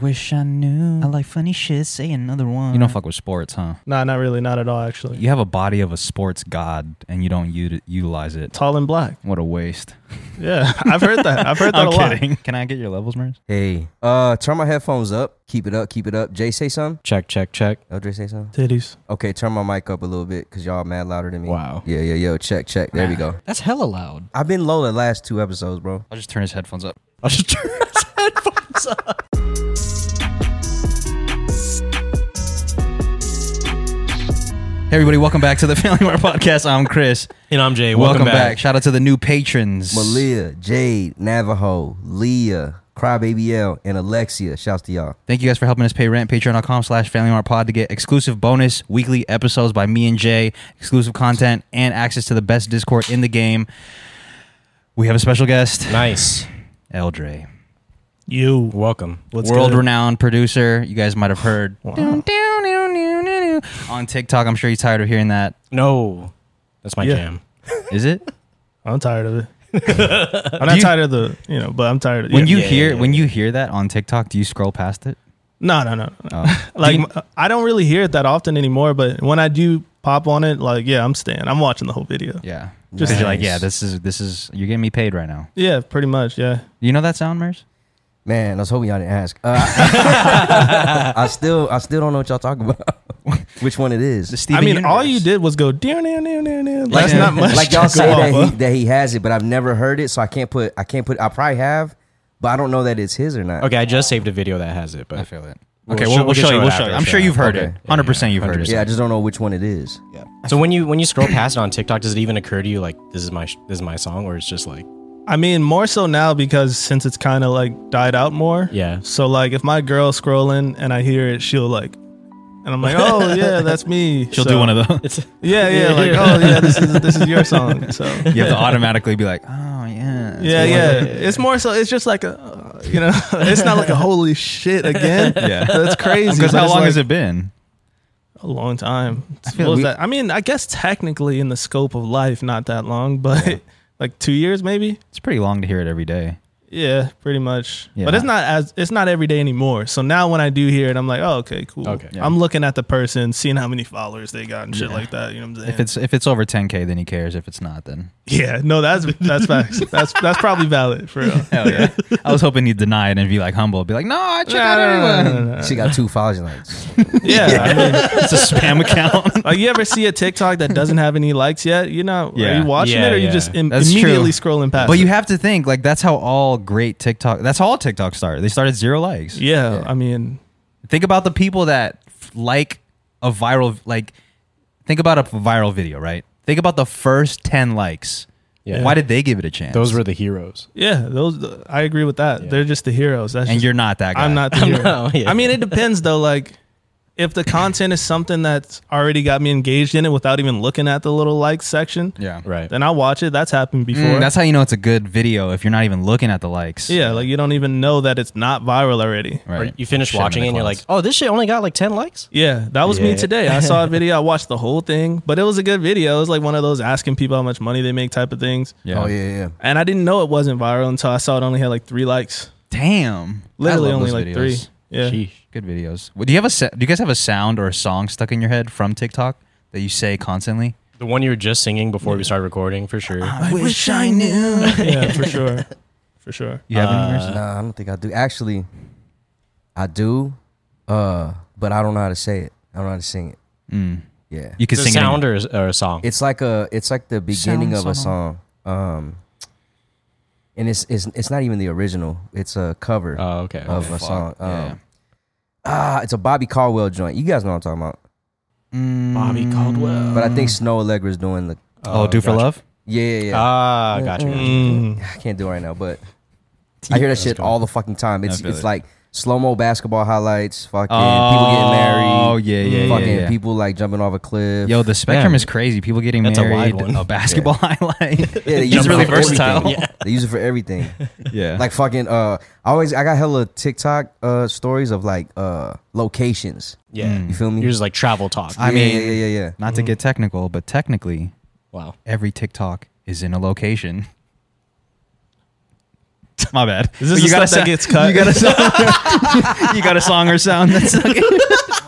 wish I knew. I like funny shit. Say another one. You don't fuck with sports, huh? Nah, not really, not at all. Actually, You have a body of a sports god and you don't u- utilize it. tall and black. What a waste. Yeah, I've heard that. I've heard that a lot. Can I get your levels, Merz? Hey, uh, turn my headphones up. Keep it up. Keep it up. Jay, say something. Check, check, check. Eldre, say something. Titties. Okay, turn my mic up a little bit because y'all mad louder than me. Wow. Yeah, yeah, yo. Check, check. There we go. That's hella loud. I've been low the last two episodes, bro. I'll just turn his headphones up. I'll just turn his headphones up. Hey everybody, welcome back to the Family Mart Podcast. I'm Chris. And I'm Jay. Welcome, back. Shout out to the new patrons. Malia, Jade, Navajo, Leah, Crybaby L, and Alexia. Shouts to y'all. Thank you guys for helping us pay rent. Patreon.com slash Family Mart Pod to get exclusive bonus weekly episodes by me and Jay, exclusive content, and access to the best Discord in the game. We have a special guest, Nice. Eldre, You. Welcome. What's world good? renowned producer. You guys might have heard Down, down, down, down, down, down. on TikTok. I'm sure you're tired of hearing that. No. That's my Yeah. jam. Is it? I'm tired of it. I'm not you- tired of the you know, but I'm tired of When you yeah, yeah, hear yeah. when you hear that on TikTok, do you scroll past it? No, no, no. no. Oh. Like Do you- m- I don't really hear it that often anymore. But when I do pop on it, like yeah, I'm staying. I'm watching the whole video. yeah. Just- Just you're like, Nice. yeah, this is this is you're getting me paid right now. Yeah, pretty much. Yeah. You know that sound, Mers? Man, I was hoping y'all didn't ask. Uh, I still, I still don't know what y'all talking about. Which one it The is? Steven I mean, all Universe. you did was go down, down, down, down, down. That's Yeah. not much. Like to y'all go say that off he, of. that he has it, but I've never heard it, so I can't put, I can't put. I probably have, but I don't know that it's his or not. Okay, I just saved a video that has it, but I feel it. We'll okay, show- we'll, we'll, we can show, show you. it We'll after show you. the I'm show. sure you've heard Okay. it. Hundred percent, you've heard it. Yeah, I just don't know which one it is. So when you when you scroll past it on TikTok, does it even occur to you like this is my sh- this is my song, or it's just like I mean, more so now because since it's kind of like died out more. yeah, So like, if my girl's scrolling and I hear it, she'll like, and I'm like, oh yeah, that's me. She'll So- do one of those. it's Yeah, yeah. Yeah. Like, oh yeah, this is this is your song. So You have to automatically be like, oh yeah, yeah, yeah. It's more so. It's just like a, uh, you know, it's not like a holy shit again. Yeah. that's crazy. Because but how it's long like has it been? A long time. I feel what was we- that? I mean, I guess technically in the scope of life, not that long, but like two years maybe. It's pretty long to hear it every day. Yeah, pretty much. Yeah. But it's not as it's not every day anymore. So now when I do hear it, I'm like, oh, okay, cool. Okay. Yeah. I'm looking at the person, seeing how many followers they got and shit like that. You know what I'm saying? If it's if it's over 10k, then he cares. If it's not, then yeah, no, that's that's facts. that's that's probably valid for real. hell yeah. I was hoping he'd deny it and be like humble, be like, no, I check out Nah, nah, nah, everyone. nah, nah, nah. She got two followers. Like, Yeah, I mean, It's a spam account. Like you ever see a TikTok that doesn't have any likes yet? You know, Yeah. are you watching Yeah, it or you yeah. just Im- That's immediately true. scrolling past? but you it? have to think like that's how all great TikTok. That's how all TikTok start. They start at zero likes. yeah, I mean, Think about the people that f- like a viral like think about a viral video, right? Think about the first 10 likes. Yeah. Why did they give it a chance? those were the heroes. yeah, those I agree with that. They're just the heroes. That's and just- you're not that guy. I'm not the hero. not, yeah. I mean, it depends though. Like, if the content is something that's already got me engaged in it without even looking at the little like section, Yeah. Right. then I'll watch it. That's happened before. Mm, that's how you know it's a good video if you're not even looking at the likes. yeah, like you don't even know that it's not viral already. Right. Or you finish Shit in watching the it and you're like, clouds. oh, this shit only got like ten likes. Yeah, that was me Yeah. today. I saw a video. I watched the whole thing, but it was a good video. It was like one of those asking people how much money they make type of things. Yeah. Oh yeah, yeah. And I didn't know it wasn't viral until I saw it only had like three likes. Damn. Literally I love only those like videos. three. Yeah. Sheesh. Good videos. Well, do you have a sa- do you guys have a sound or a song stuck in your head from TikTok that you say constantly? The one you were just singing before we started recording, for sure. I wish I knew. yeah, for sure. For sure. You have any? Merz? Nah, I don't think I do. Actually, I do, uh, but I don't know how to say it. I don't know how to sing it. Mm. Yeah, You can It's a sing sound it. or, or a song. it's like a, it's like the beginning Sound of a song. Um, and it's it's it's not even the original. It's a cover oh, okay. of okay. a fuck, song. Um, yeah. Ah, it's a Bobby Caldwell joint. You guys know what I'm talking about. In, Bobby Caldwell. But I think Mm. Snow Allegra's doing the. Oh, do for gotcha. love. Yeah, yeah, yeah. Ah, gotcha. Mm. I can't do it right now, but I hear that shit all the fucking time. It's feel it's it. like slow mo basketball highlights, fucking Oh, people getting married. Oh yeah, yeah, yeah, fucking yeah. people like jumping off a cliff. Yo, the spectrum Yeah. is crazy. People getting That's a married. wide one. A basketball highlight. yeah, they use It's it really for everything. versatile. Yeah. They use it for everything. Yeah. Like fucking uh I always I got hella TikTok uh stories of like uh locations. Yeah. Mm. You feel me? You're just like travel talk. I yeah, mean- yeah, yeah, yeah, yeah. not to get technical, but technically, wow. every TikTok is in a location. My bad. Is this you the got a stuff that song- gets cut? You got a song. you got a song or sound that's like,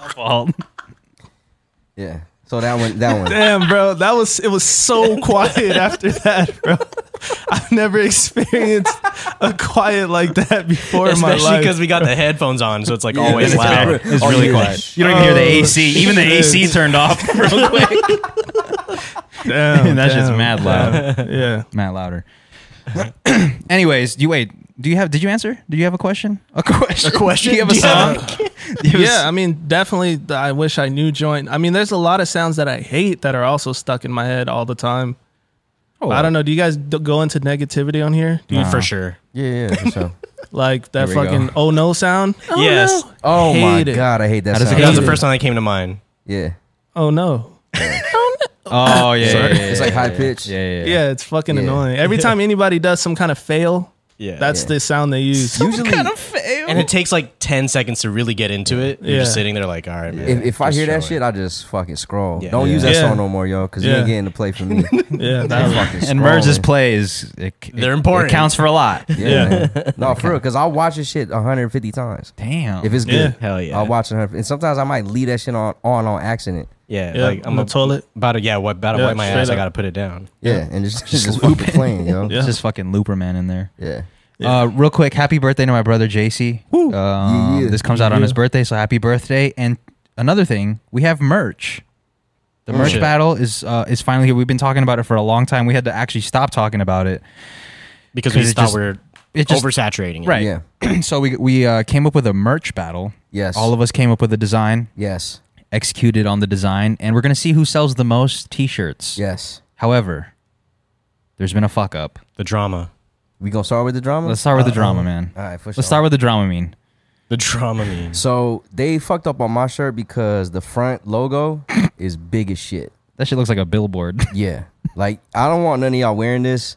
my fault. Yeah. So that one, that one. Damn, bro, that was it was so quiet after that, bro. I've never experienced a quiet like that before in my Especially life. because we got the headphones on, so it's like always It's bad. loud. It's Oh, really yeah. quiet. You don't even hear the Oh, AC. Even the AC shit. turned off real quick. damn, That shit's Oh, damn, mad loud. damn. Yeah. Matt louder. Anyways, you wait. Do you have? Did you answer? Do you have a question? A question. A question. Do you have a Yeah. song? Do you have a yeah, s- I mean, definitely. The I wish I knew joint. I mean, there's a lot of sounds that I hate that are also stuck in my head all the time. I don't know. Do you guys d- go into negativity on here? Dude, for sure. Yeah, yeah, for sure. Like that Here we go. fucking oh no sound? yes. Oh my Hate it. god, I hate that How does it sound. go? That was the Hated. first one that came to mind. Yeah. Oh no. Oh yeah. yeah, Sorry. yeah, It's like yeah, high yeah, pitch. Yeah. Yeah. yeah. Yeah, it's fucking Yeah. annoying. Every time anybody does some kind of fail, Yeah. that's Yeah. the sound they use. Usually, and it takes like 10 seconds to really get into it. You're Yeah. just sitting there like, all right, man. if, if I just hear that chill shit, I just fucking scroll. Yeah. Don't use that Yeah. song no more, yo, because you Yeah. ain't getting to play for me. Yeah, I'm that one. fucking And Merge's scrolling. plays. It, it- They're important. It counts for a lot. Yeah. man. no, for real, because I'll watch this shit 150 times Damn. if it's Yeah. good. Hell yeah. I'll watch it 100. And sometimes I might leave that shit on on, on accident. Yeah, Yeah, like I'm on a, the toilet. About to, yeah, what, about to Yeah, wipe my straight ass. up. I gotta put it down. Yeah, and it's just, just fucking playing, yo. Yeah. it's just fucking Looper Man in there. Yeah. Uh, real quick, happy birthday to my brother JC. Um, Yeah, yeah. This comes out on Yeah. his birthday, so happy birthday! And another thing, we have merch. The Oh, merch shit. battle is uh, is finally here. We've been talking about it for a long time. We had to actually stop talking about it. Because we 'Cause it thought just- we we're It just oversaturating it. Right. Yeah. so we we uh, came up with a merch battle. Yes. All of us came up with a design, Yes. executed on the design, and we're gonna see who sells the most T-shirts. Yes. However, there's been a fuck up. The drama. We gonna start with the drama? Let's start with the Uh, drama, man. All right, for sure. Let's start with the drama. Mean The drama means. So they fucked up on my shirt because the front logo is big as shit. that shit looks like a billboard. Yeah. Like I don't want none of y'all wearing this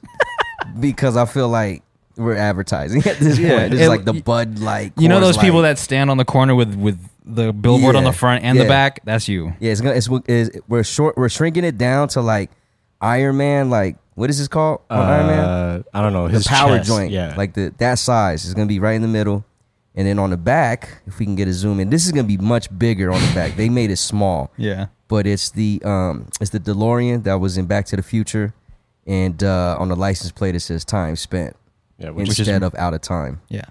because I feel like we're advertising at this Yeah, point. It's it- like the Bud Light. You know Coors those people Light. that stand on the corner with with the billboard on Yeah, the front and yeah. the back? That's you. Yeah, it's gonna it's, it's we're short we're shrinking it down to like Iron Man, like what is this called? on Iron Man? Uh, I don't know. The His power chest, joint. Yeah. Like the that size is gonna be right in the middle. And then on the back, if we can get a zoom in, this is gonna be much bigger on the back. They made it small. Yeah. but it's the um it's the DeLorean that was in Back to the Future, and uh, on the license plate it says time spent yeah, which, which is instead of out of time. Yeah.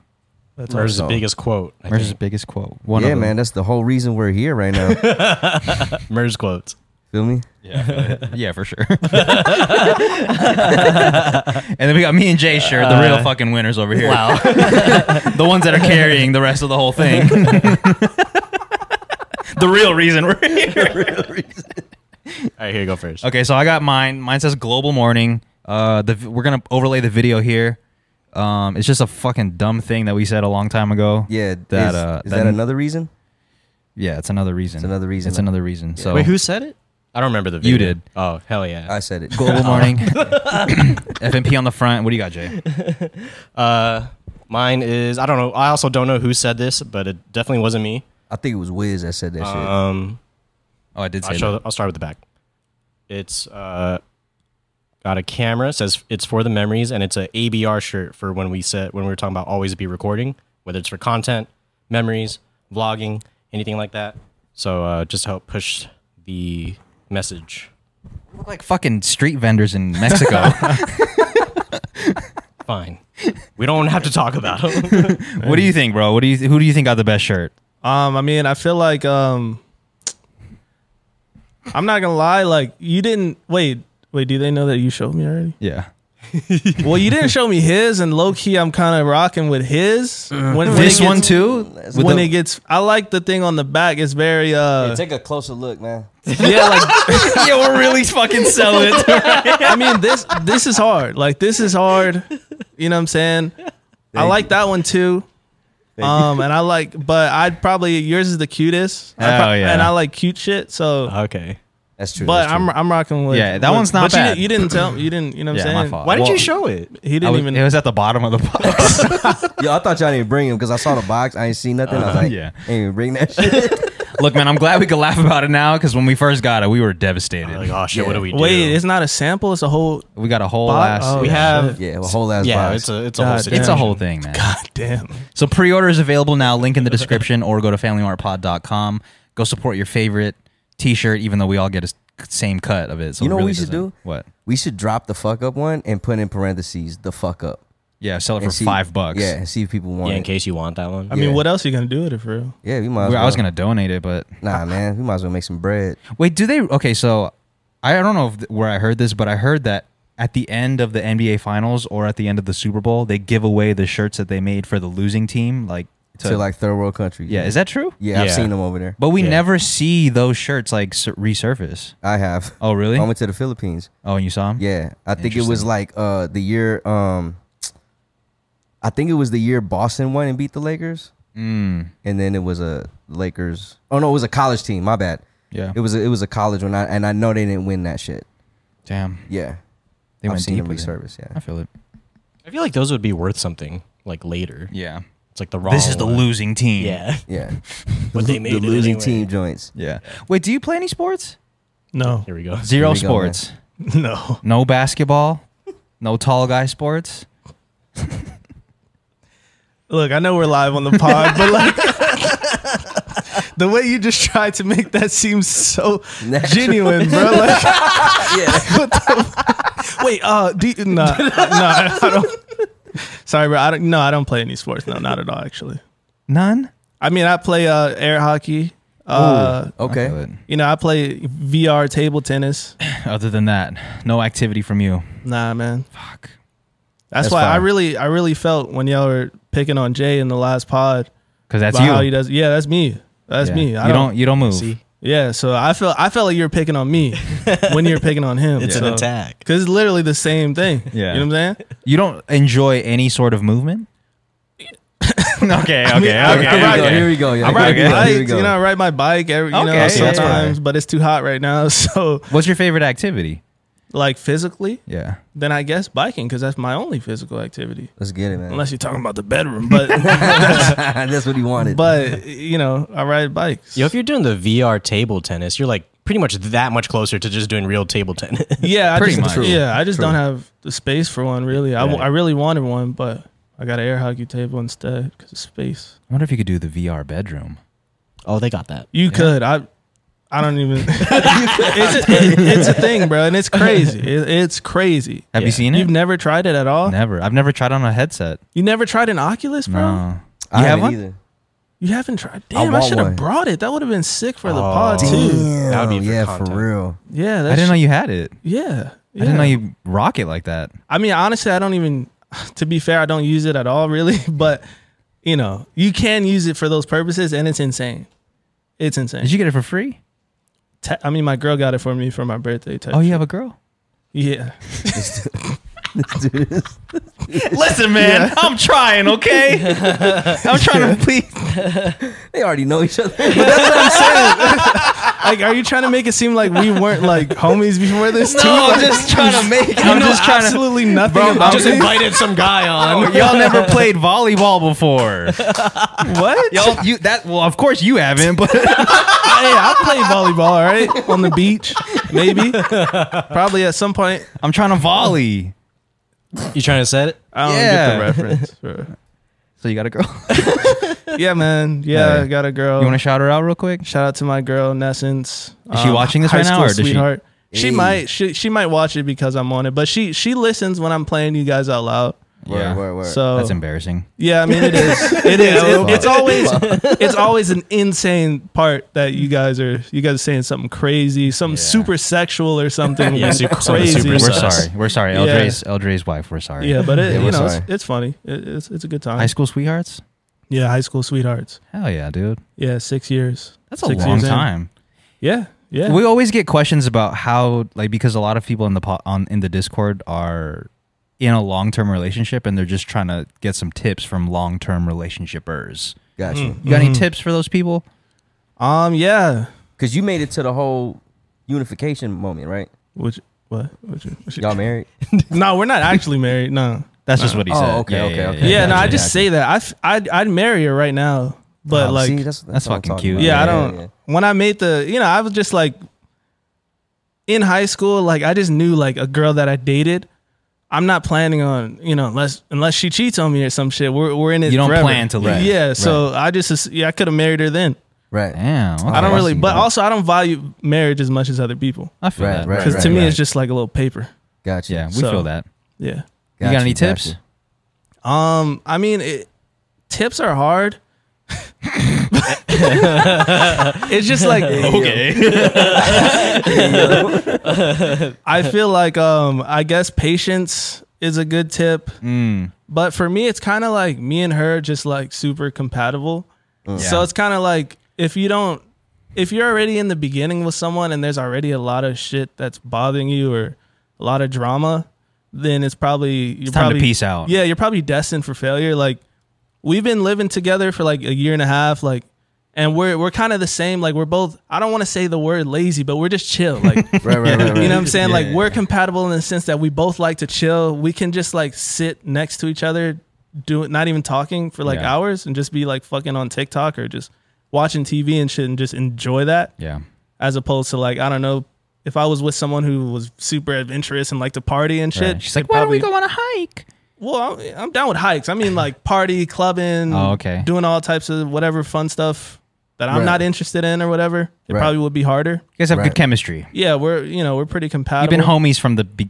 That's Merge's awesome. biggest quote. I Merge's think. biggest quote. One yeah, of them. man, that's the whole reason we're here right now. Merge quotes. Feel me? Yeah, for sure. and then we got me and Jay shirt, the real fucking winners over here. Uh, Wow. the ones that are carrying the rest of the whole thing. the real reason we're here. All right, here you go first. Okay, so I got mine. Mine says global morning. Uh, the, we're gonna overlay the video here. Um, it's just a fucking dumb thing that we said a long time ago. Yeah. That, is, uh, is that- that, another reason? yeah, it's another reason. It's another reason. It's another reason. So Wait, who said it? I don't remember the video. You did. Oh, hell yeah. I said it. Global morning. FMP on the front. What do you got, Jay? Uh, mine is, I don't know. I also don't know who said this, but it definitely wasn't me. I think it was Wiz that said that Uh, shit. Um, Oh, I did say I'll, that. show, I'll start with the back. It's uh, got a camera. Says it's for the memories, and it's a ABR shirt for when we said when we were talking about always be recording, whether it's for content, memories, vlogging, anything like that. So uh, just help push the message. Look like fucking street vendors in Mexico. Fine, we don't have to talk about it. what do you think, bro? What do you who do you think got the best shirt? Um, I mean, I feel like um, I'm not gonna lie. Like you didn't wait. Wait, do they know that you showed me already? Yeah. Well, you didn't show me his, and low key, I'm kind of rocking with his. When, when Uh-huh. This it one gets- too? With when the- it gets, I like the thing on the back. It's very uh, take a closer look, man. yeah. Like yeah, we're really fucking selling it. I mean, this this is hard. Like this is hard. You know what I'm saying? I like that one too. Um, and I like, but I'd probably yours is the cutest. I Oh, prob- yeah. and I like cute shit. So okay. That's true. But that's true. I'm I'm rocking with Yeah, that with- one's not but you bad. didn't- You, didn't tell you didn't you know what I'm Yeah, my saying. fault. Why didn't Well, you show it? He didn't I was- even. it was at the bottom of the box. Yo, I thought y'all didn't bring him because I saw the box. I ain't seen nothing. I was like, Uh, yeah. ain't even bring that shit. Look, man, I'm glad we could laugh about it now because when we first got it, we were devastated. Like, oh shit, what do we do? Wait, it's not a sample. It's a whole. we got a whole Bo- ass. oh, we have Yeah, a whole ass yeah, box. it's a "Ah, it's God damn. a whole situation. It's a whole thing, man. God damn. So pre-order is available now. Link in the description, or go to familymartpod.com. Go support your favorite T-shirt, even though we all get a s- same cut of it. So it You know what really we should doesn't- do? What? we should drop the fuck up one and put in parentheses the fuck up Yeah, sell it And for see- five bucks. Yeah, and see if people want Yeah, in it. case you want that one. I mean, Yeah. what else are you gonna do with it for real? Yeah, we might. As We- well. I was gonna donate it, but Nah, man, we might as well make some bread. wait, do they? Okay, so I don't know if, th- where I heard this, but I heard that at the end of the NBA Finals or at the end of the Super Bowl, they give away the shirts that they made for the losing team, like to, to, like third world countries. yeah, is that true? yeah, I've Yeah. seen them over there. But we Yeah. never see those shirts like sur- resurface. I have. Oh, really? I went to the Philippines. Oh, and you saw them? Yeah, I think it was Interesting. like uh the year. Um, I think it was the year Boston won and beat the Lakers, Mm, and then it was a Lakers. Oh no, it was a college team. My bad. yeah. It was a, it was a college one, I, and I know they didn't win that shit. Damn. Yeah, They I've went seen deep them with it. resurface. Yeah, I feel it. I feel like those would be worth something like later. Yeah. It's like the wrong. this is the one. losing team. Yeah, yeah. but they made the it losing anyway. team joints. Yeah. Wait, do you play any sports? No, Here we go. Zero we go, man. sports. no. no basketball. No tall guy sports. Look, I know we're live on the pod, but like the way you just tried to make that seem so genuine, bro. Like, what the- wait, uh, do you, nah, nah, I don't. Sorry, bro. I don't. No, I don't play any sports. No, not at all. Actually, None. I mean, I play uh, air hockey. Uh, I Okay. feel it. you know, I play VR table tennis. Other than that, no activity from you. Nah, man. Fuck. That's, That's why I fine. really, I really felt when y'all were picking on Jay in the last pod. Because that's about you. How he does. Yeah, that's me. That's Yeah. me. I you don't don't. You don't move. See, Yeah, so I felt I felt like you were picking on me when you're picking on him. it's an so- attack. Cause it's literally the same thing. Yeah. you know what I'm saying. You don't enjoy any sort of movement. okay. Okay. okay. I'm right. okay. Here we go. Here we go. Yeah. I ride Okay. bikes, Here we go. you know. I ride my bike every, you Okay, know, yeah, yeah. sometimes, but it's too hot right now. So, What's your favorite activity? like physically, Yeah. then I guess biking, cause that's my only physical activity, Let's get it, man. unless you're talking about the bedroom. But, That's what he wanted. but you know, I ride bikes. Yo, if you're doing the VR table tennis, you're like pretty much that much closer to just doing real table tennis. Yeah, I Pretty just, much. Yeah, I just don't have the space for one. Really, I w I Yeah. I really wanted one, but I got an air hockey table instead because of space. I wonder if you could do the VR bedroom. oh, they got that. You could. I I don't even. it's, a, it- it's a thing, bro, and it's crazy. It, it's crazy. Have you Yeah. seen it? You've never tried it at all. never. I've never tried on a headset. You never tried an Oculus, bro. No. I You have haven't one? either. You haven't tried. Damn, I, want should have one. brought it. That would have been sick for the Oh. pod too. Damn. That would be for Oh, yeah, content. for real. Yeah, I that's, didn't know you had it. Yeah, I yeah. didn't know you rock it like that. I mean, honestly, I don't even. To be fair, I don't use it at all, really. But you know, you can use it for those purposes, and it's insane. It's insane. Did you get it for free? Te- I mean, my girl got it for me for my birthday. Type Oh, you have a girl. yeah. Listen, man, I'm trying, okay? I'm trying to please. They already know each other. Like, are you trying to make it seem like we weren't like homies before this? too? No, I'm just trying to make. You I'm know just trying to. absolutely nothing Bro, about just me. invited some guy on. Y'all never played volleyball before. what? Yo, hey, Y'all, you that well, of course you haven't, but I play volleyball, all right? On the beach, maybe. Probably at some point. I'm trying to volley. You trying to set it? I don't Yeah. get the reference. bro. So you got a girl. Yeah, man. Yeah, Hey. I got a girl. You want to shout her out real quick? Shout out to my girl, Nessence. Um, Is she watching this high right now, school or does she- sweetheart. She, Hey. might she she might watch it because I'm on it, but she she listens when I'm playing you guys out loud. Yeah. Word, word, word. So That's embarrassing. Yeah, I mean it is. It is. It- it's always it's always an insane part that you guys are you guys are saying something crazy, something Yeah. super sexual or something Yeah, super- something crazy. super We're sus. sorry. We're sorry. Yeah. Eldre's Eldre's wife. We're sorry. Yeah, but it, Yeah, you we're know it's, sorry. it's funny. It, it's it's a good time. High school sweethearts. yeah, high school sweethearts. Hell yeah, dude. Yeah, six years. That's a Six long years in. time. Yeah, yeah. We always get questions about how, like, because a lot of people in the po- on in the Discord are in a long term relationship and they're just trying to get some tips from long term relationshipers. Gotcha. You got Mm-hmm. any tips for those people? um, yeah. Because you made it to the whole unification moment, right? Which what? Which, which, Y'all married? no, we're not actually married. No. That's just what he Oh, said. okay, okay, okay. Yeah, no. gotcha, I just gotcha. say that. I f- I'd I'd marry her right now. But Oh, like, see, that's, that's what I'm fucking talking cute. about. yeah, I don't. yeah. When I made the, you know, I was just like in high school. Like I just knew like a girl that I dated. I'm not planning on, you know, unless unless she cheats on me or some shit. We're we're in it. You don't forever. plan to leave. Yeah. So I just yeah, I could have married her then. Right. Damn. Oh, I don't okay. really, but that. also I don't value marriage as much as other people. I feel Right, that. right. Because to me, it's just like a little paper. Gotcha. Yeah, we So- feel that. Yeah. You got any tips? Um, I mean, it, tips are hard. it's just like I feel like um I guess patience is a good tip, Mm. but for me it's kind of like me and her just like super compatible. So Yeah. it's kind of like if you don't if you're already in the beginning with someone and there's already a lot of shit that's bothering you or a lot of drama, then it's probably you're It's time probably to peace out. yeah, you're probably destined for failure. Like we've been living together for like a year and a half, like and we're we're kind of the same. Like we're both I don't want to say the word lazy, but we're just chill. Like Right, right, right, right. you know what I'm saying? like we're compatible in the sense that we both like to chill. We can just like sit next to each other, do not even talking for like Yeah. hours and just be like fucking on TikTok or just watching TV and shit and just enjoy that Yeah. as opposed to like I don't know if I was with someone who was super adventurous and liked to party and shit. Right. She's like, it'd why don't we probably- go on a hike? Well, I'm- I'm down with hikes. I mean, like party, clubbing, Oh, okay. doing all types of whatever fun stuff that I'm Right. not interested in or whatever. It Right. probably would be harder. You guys have good Right. chemistry. Yeah, we're you know we're pretty You've compatible. been homies from the be-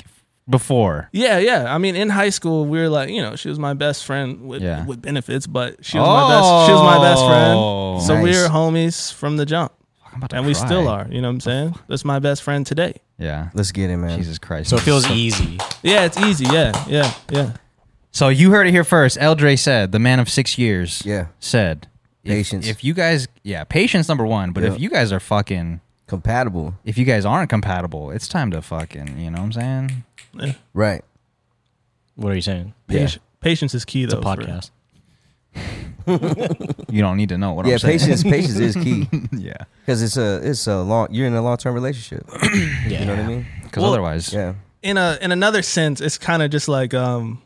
before. Yeah, yeah. I mean, in high school, we were like, you know, she was my best friend with Yeah. with benefits, but she was my best. She was my best Oh. friend. So we Nice. were homies from the jump, I'm about to and we cry. still are. You know what I'm saying? That's my best friend today. Yeah. Let's get it, man. Jesus Christ. So it feels e- easy. Yeah, it's easy. Yeah, yeah, yeah. So you heard it here first. Eldre said, the man of six years Yeah. said, if- Patience. If, you guys, yeah, patience number one, but Yeah. if you guys are fucking, Compatible. if you guys aren't compatible, it's time to fucking, you know what I'm saying? Right. What are you saying? Yeah. Patience, patience is key, It's though. a for- podcast. You don't need to know what yeah, I'm saying. patience. patience is key yeah. because it's a it's a long. You're in a long term relationship. Yeah. You know what I mean? Because Well, otherwise, Yeah. in a in another sense, it's kind of just like um,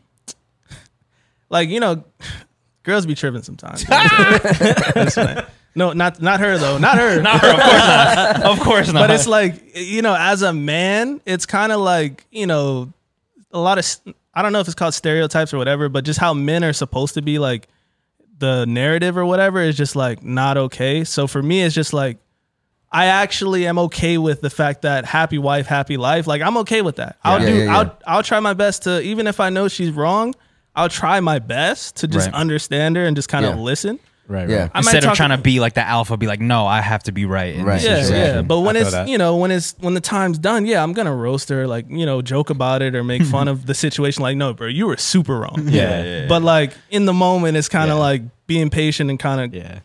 like you know, girls be tripping sometimes. That's fine. no, not not her though. Not her. Not her, of course not. Of course not. but it's like you know as a man it's kind of like you know a lot of s- i don't know if it's called stereotypes or whatever but just how men are supposed to be like the narrative or whatever is just like not okay so for me it's just like i actually am okay with the fact that happy wife happy life like i'm okay with that i'll Yeah, do yeah, yeah. i'll i'll try my best to even if i know she's wrong i'll try my best to just Right. understand her and just kind of Yeah. listen Right. Yeah. Yeah. I might instead of talk- trying to be like the alpha, be like, no, I have to be right. in Right. this yeah, situation." yeah. But when I feel it's that. you know when it's when the time's done, yeah, I'm gonna roast her, like you know, joke about it or make fun of the situation. Like, no, bro, you were super wrong. Yeah. Yeah. But like in the moment, it's kind of Yeah. like being patient and kind of Yeah.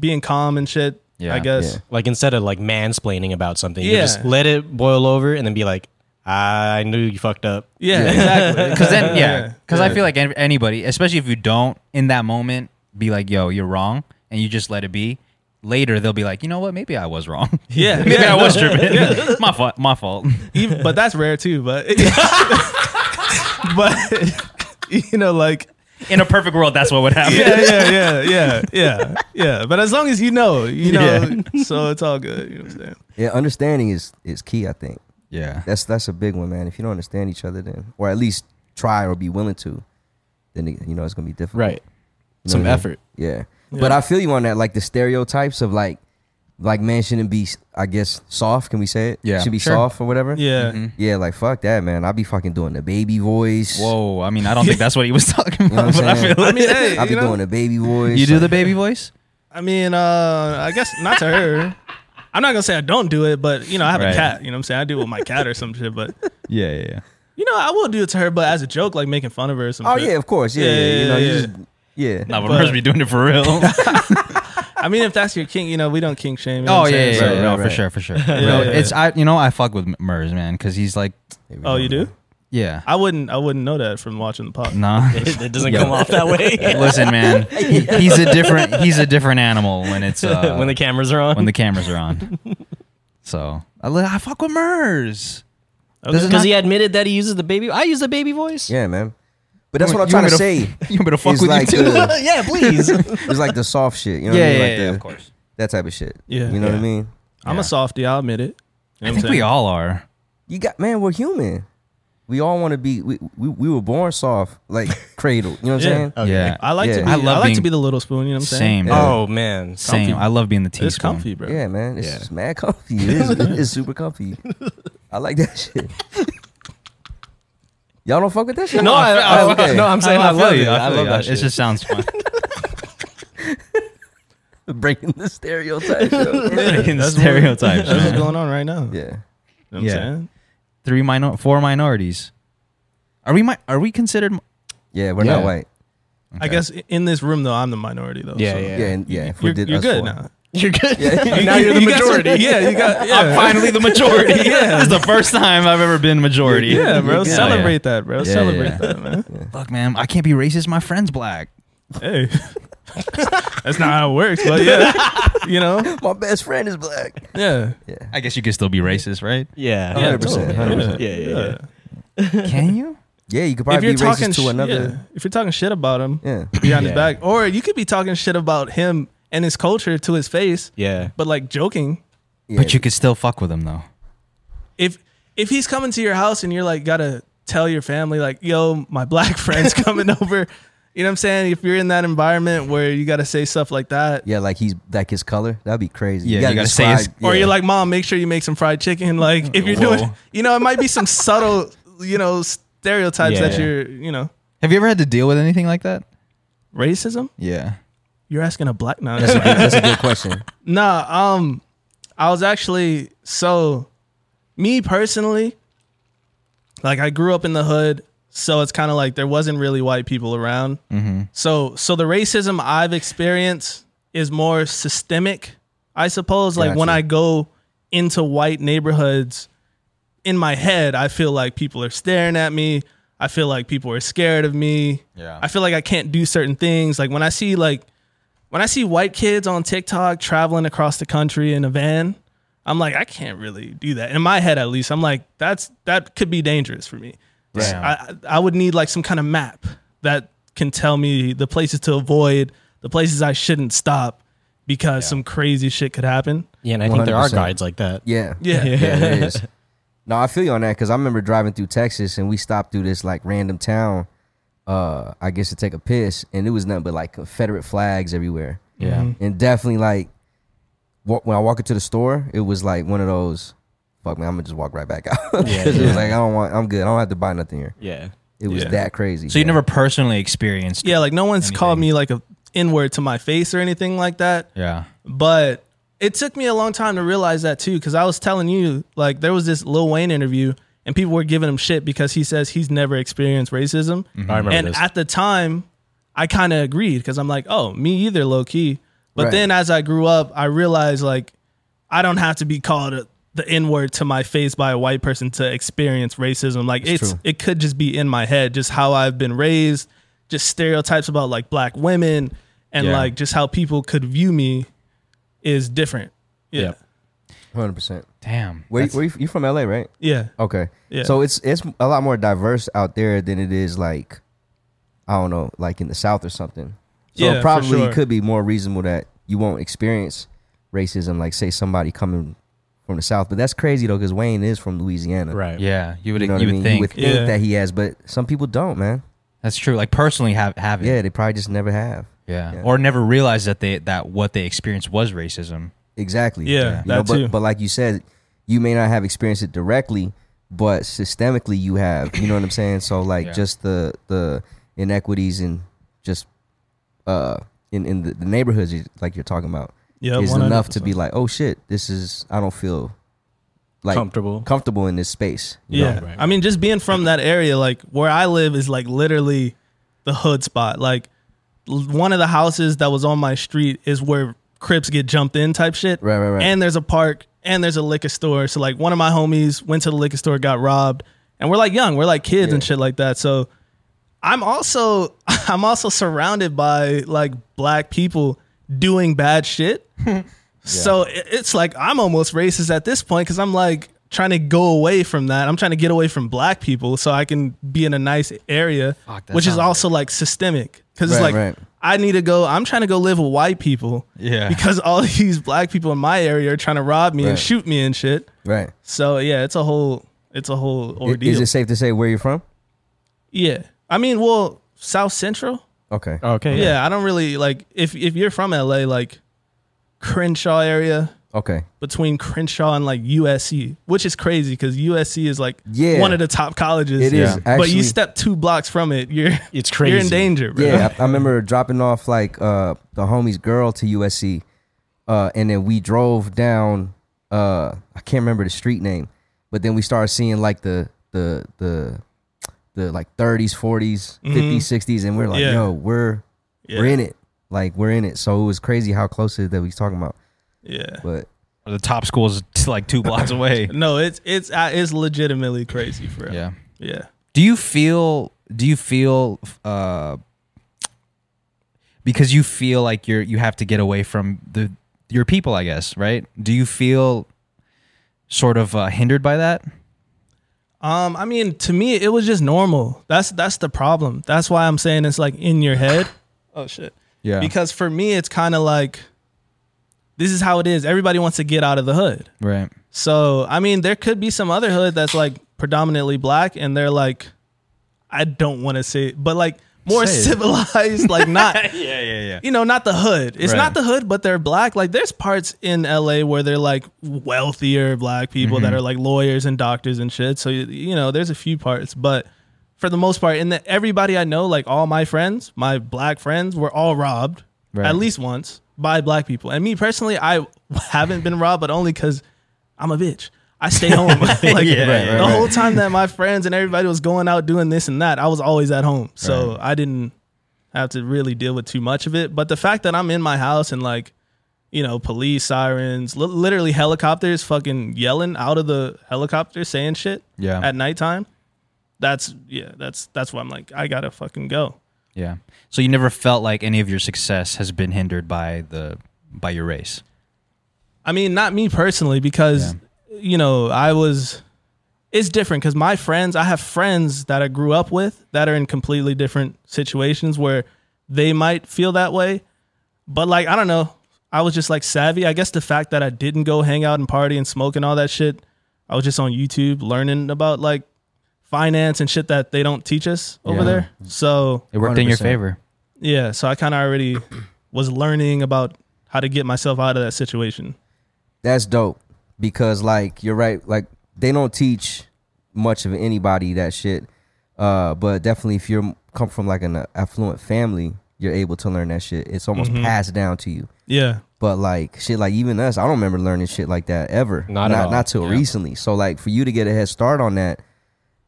being calm and shit. Yeah. I guess. Yeah. Like instead of like mansplaining about something, you just Yeah. let it boil over and then be like, I knew you fucked up. Yeah, exactly. Because then, yeah, Yeah. because I feel like an- anybody, especially if you don't in that moment, be like, "Yo, you're wrong," and you just let it be. Later, they'll be like, "You know what? Maybe I was wrong. Yeah, Maybe yeah, I was no. tripping. my fault. My fault." Even, but that's rare too. But but you know, like In a perfect world, that's what would happen. yeah, yeah, yeah, yeah, yeah, yeah. But as long as you know, you know, so it's all good. You know what I'm saying? Yeah. Understanding is is key. I think Yeah, that's that's a big one, man. If you don't understand each other, then or at least try or be willing to, then you know it's gonna be difficult. You know Some what I mean? effort. Yeah. But I feel you on that, like the stereotypes of like, like man shouldn't be, I guess, soft. Can we say it? Yeah. Should be Sure. soft or whatever. Yeah. Yeah, like fuck that, man. I be fucking doing the baby voice. Whoa. I mean, I don't think that's what he was talking You know about. but what I I'm feel saying? like I mean, hey, I be you know, doing the baby voice. you do the like- baby voice. I mean, uh, I guess not to her. I'm not gonna say I don't do it, but you know, I have Right. a cat. You know what I'm saying? I do it with my cat or some shit, but Yeah, yeah, yeah. you know, I will do it to her, but as a joke, like making fun of her or some Oh shit. yeah, of course. Yeah, Yeah, yeah, yeah, you know, yeah. you just yeah. Nah, but But- Merz be doing it for real. oh I mean, if that's your king, you know, we don't king shame. You know yeah, what I'm Oh, yeah, saying? yeah, So- Right, no, right, for right. sure, for sure. You know, yeah, It's I, you know, I fuck with Merz, man, because he's like, Here we Oh, go, you do? man. yeah, I wouldn't. I wouldn't know that from watching the pod. nah. It, it doesn't come off that way Listen, man, he- he's a different he's a different animal when it's uh, when the cameras are on. when the cameras are on. So I, li- I fuck with Murs. Okay. Does it Because not- he admitted that he uses the baby. I use the baby voice. Yeah, man. But that's what I'm You trying want to me say. You want me to fuck is with like you too? the- yeah, please. It's like the soft shit. You know yeah, what I mean? yeah, like yeah, the, of course. That type of shit. Yeah. You know what Yeah. I mean? I'm a softie. I'll admit it. You know what I I'm think we saying? all are. You got man, we're human. We all want to be. We, we we were born soft, like cradle. You know what I'm Yeah. saying? Yeah. I like Yeah. to be. I I, love like being- to be the little spoon. You know what I'm Same. saying? Yeah. Oh man, Same. comfy. I love being the teaspoon. It's comfy, bro. Yeah, man. It's Yeah. just mad comfy. It is, it's super comfy. I like that shit. Y'all don't fuck with that shit. No, I, I, Oh, okay. no, I'm saying I, I, love love it. you. I love that It shit. just sounds fun. breaking the stereotype. yo. Breaking That's what- stereotypes. That's what's man. going on right now. You yeah. know what I'm Yeah. saying? Three minor, four minorities. Are we mi- are we considered? mi- Yeah, we're Yeah. not white. I guess i- in this room though, I'm the minority though. Yeah, so yeah. Yeah, and yeah. If we You're, did you're us good four. now. You're good. Yeah. now you're the You got some- majority. yeah, you got. Yeah. I'm finally the majority. yeah, this is the first time I've ever been majority. Yeah, bro. Yeah. Celebrate that, bro. Yeah, Celebrate yeah. that, man. Fuck, man. I can't be racist. My friend's black. Hey. That's not how it works, but yeah. You know? My best friend is black. Yeah. Yeah. I guess you could still be racist, right? Yeah. Yeah, 100%, totally. 100%. Yeah, yeah, yeah. Can you? Yeah, you could If probably you're be talking racist to sh- another. yeah, if you're talking shit about him Yeah. behind his Yeah. back or you could be talking shit about him and his culture to his face, Yeah. but like joking. Yeah. But you could still fuck with him though. If if he's coming to your house and you're like got to tell your family like, "Yo, my black friend's coming over." You know what I'm saying? If you're in that environment where you got to say stuff like that, Yeah, like he's like his color. That'd be crazy. Yeah, you gotta say his- describe- Or yeah. you're like, mom, make sure you make some fried chicken. Like, if you're Whoa. doing, you know, it might be some subtle, you know, stereotypes Yeah. that you're, you know, Have you ever had to deal with anything like that? racism. Yeah. You're asking a black no, That's a good, that's a good question. nah. Um, I was actually so, me personally, like I grew up in the hood, so it's kind of like there wasn't really white people around. Mm-hmm. So, so the racism I've experienced is more systemic, I suppose. Like when Gotcha. I go into white neighborhoods, in my head, I feel like people are staring at me. I feel like people are scared of me. Yeah. I feel like I can't do certain things. Like when I see like when I see white kids on TikTok traveling across the country in a van, I'm like, I can't really do that. In my head at least, I'm like, that's that could be dangerous for me. Right. I I would need like some kind of map that can tell me the places to avoid, the places I shouldn't stop because some crazy shit could happen. Yeah, and I think there are 100%. guides like that. Yeah. Yeah. Yeah, it is. No, I feel you on that because I remember driving through Texas and we stopped through this like random town, uh, I guess to take a piss, and it was nothing but like Confederate flags everywhere. Yeah. Mm-hmm. And definitely like wa- when I walk into the store, it was like one of those, fuck man, I'm gonna just walk right back out. 'Cause Yeah, it yeah. was like, I don't want, I'm good. I don't have to buy nothing here. Yeah. It was Yeah. that crazy. So you yeah. never personally experienced? Yeah, like no one's called Anything. me like a N word to my face or anything like that. Yeah. But it took me a long time to realize that too, because I was telling you, like, there was this Lil Wayne interview and people were giving him shit because he says he's never experienced racism. I remember And this. at the time, I kind of agreed because I'm like, oh, me either, low key. But Right. then as I grew up, I realized, like, I don't have to be called a, the N word to my face by a white person to experience racism. Like, it's, true. it could just be in my head, just how I've been raised, just stereotypes about like black women and Yeah. like just how people could view me is different. Yeah. Yep. 100%. Damn. Where, you- That's- where you, you from LA, right? Yeah. Okay. Yeah. So it's it's a lot more diverse out there than it is like I don't know, like in the South or something. So Yeah, it for probably sure. could be more reasonable that you won't experience racism, like say somebody coming from the South. But that's crazy though, because Wayne is from Louisiana. Right. yeah. You would. You You, know what I would mean? think You would think Yeah. that he has, but some people don't, man. that's true. Like personally have have it. Yeah, they probably just never have. Yeah. Yeah. Or never realized that they that what they experienced was racism. Exactly. Yeah, You that but, too. but like you said, you may not have experienced it directly, but systemically you have. You know what I'm saying? So like Yeah. just the the inequities in just uh in in the, the neighborhoods you, like you're talking about Yeah. is 100%. enough to be like, oh shit, this is I don't feel like Comfortable. comfortable in this space. you Yeah. know? right. I mean, just being from that area, like where I live is like literally the hood spot. Like l- one of the houses that was on my street is where Crips get jumped in type shit. Right, right, right. And there's a park and there's a liquor store. So like one of my homies went to the liquor store, got robbed. And we're like young, we're like kids and Yeah. shit like that. So I'm also I'm also surrounded by like black people doing bad shit. So i- it's like I'm almost racist at this point because I'm like trying to go away from that. I'm trying to get away from black people so I can be in a nice area, Fuck, that which is sounds also like systemic. Because it's like Right, right. I need to go. I'm trying to go live with white people. Yeah. Because all these black people in my area are trying to rob me and Right. shoot me and shit. Right. So yeah, it's a whole it's a whole I- ordeal. Is it safe to say where you're from? yeah. I mean, well, South Central. Okay. Okay. Yeah. I don't really like if if you're from LA, like Crenshaw area Okay. between Crenshaw and like USC, which is crazy because USC is like Yeah. one of the top colleges. It is, but Yeah. you actually. step two blocks from it, you're It's You're in crazy. danger, bro. Yeah, I, I remember dropping off like uh, the homie's girl to USC, uh, and then we drove down. Uh, I can't remember the street name, but then we started seeing like the the the the like 30s, 40s, 50s, 60s, and we're like, Mm-hmm. Yeah. yo, we're Yeah. we're in it. Like we're in it. So it was crazy how close it is that we was talking about. Yeah. But The top school is like two blocks away. No, it's it's uh, it's legitimately crazy, bro. yeah. Yeah. Do you feel? Do you feel? Uh, because you feel like you're you have to get away from the your people, I guess, right? Do you feel sort of uh, hindered by that? Um, I mean, to me, it was just normal. That's that's the problem. That's why I'm saying it's like in your head. Oh shit. Yeah. Because for me, it's kind of like this is how it is. Everybody wants to get out of the hood. Right. So I mean, there could be some other hood that's like predominantly black, and they're like, I don't want to say, it, but like more Say it. civilized, like not, Yeah. Yeah. Yeah. you know, not the hood. It's Right. not the hood, but they're black. Like there's parts in LA where they're like wealthier black people Mm-hmm. that are like lawyers and doctors and shit. So you, you know, there's a few parts, but for the most part, and the, everybody I know, like all my friends, my black friends, were all robbed Right. at least once by black people. And me personally, I haven't been robbed, but only because I'm a bitch. I stay home. like right, the whole time that my friends and everybody was going out doing this and that, I was always at home. So I didn't have to really deal with too much of it. But the fact that I'm in my house and like, you know, police sirens, li- literally helicopters fucking yelling out of the helicopter saying shit Yeah. at nighttime. That's yeah, that's that's why I'm like, I gotta fucking go. Yeah. So you never felt like any of your success has been hindered by the by your race. I mean, not me personally, because you know, I was. It's different because my friends, I have friends that I grew up with that are in completely different situations where they might feel that way, but like I don't know, I was just like savvy. I guess the fact that I didn't go hang out and party and smoke and all that shit, I was just on YouTube learning about like finance and shit that they don't teach us over Yeah. there. So It worked in your 100%. favor. yeah, so I kind of already was learning about how to get myself out of that situation. that's dope because like you're right like they don't teach much of anybody that shit uh but definitely if you're come from like an affluent family you're able to learn that shit it's almost Mm-hmm. passed down to you Yeah. but like shit like even us i don't remember learning shit like that ever Not at not, all. not till Yeah. recently so like for you to get a head start on that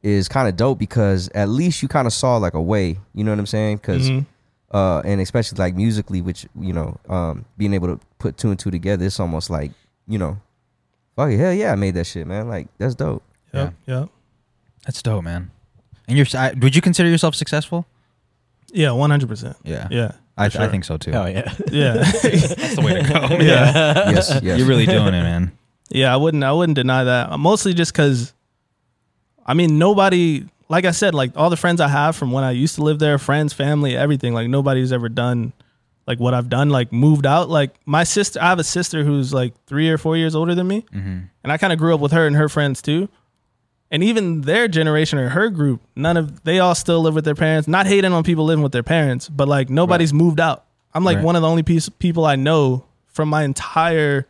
is kind of dope because at least you kind of saw like a way you know what i'm saying because Mm-hmm. uh and especially like musically which you know um being able to put two and two together it's almost like you know fuck it, hell yeah i made that shit man like that's dope Yep. Yep. That's dope, man. And you're I, would you consider yourself successful? Yeah, one hundred percent. Yeah. Yeah. I, for I sure. think so too. Oh yeah. Yeah. That's the way to go. yeah. yes yes You're really doing it, man. Yeah. I wouldn't. I wouldn't deny that. Mostly just because, I mean, nobody. Like I said, like all the friends I have from when I used to live there, friends, family, everything. Like nobody's ever done, like what I've done. Like moved out. Like my sister. I have a sister who's like three or four years older than me, and I kind of grew up with her and her friends too. And even their generation or her group, none of they all still live with their parents. Not hating on people living with their parents, but like nobody's moved out. I'm like Right. one of the only piece, people I know from my entire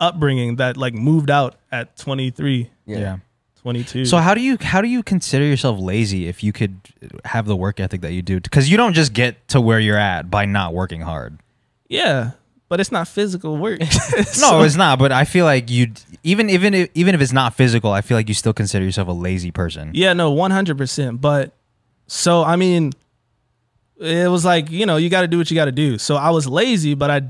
upbringing that like moved out at 23 Yeah. yeah. 22 So how do you how do you consider yourself lazy if you could have the work ethic that you do? Because you don't just get to where you're at by not working hard. yeah but it's not physical work No, it's not. But I feel like you even even if, even if it's not physical, I feel like you still consider yourself a lazy person. yeah no 100% but so i mean it was like you know you got to do what you got to do so i was lazy but i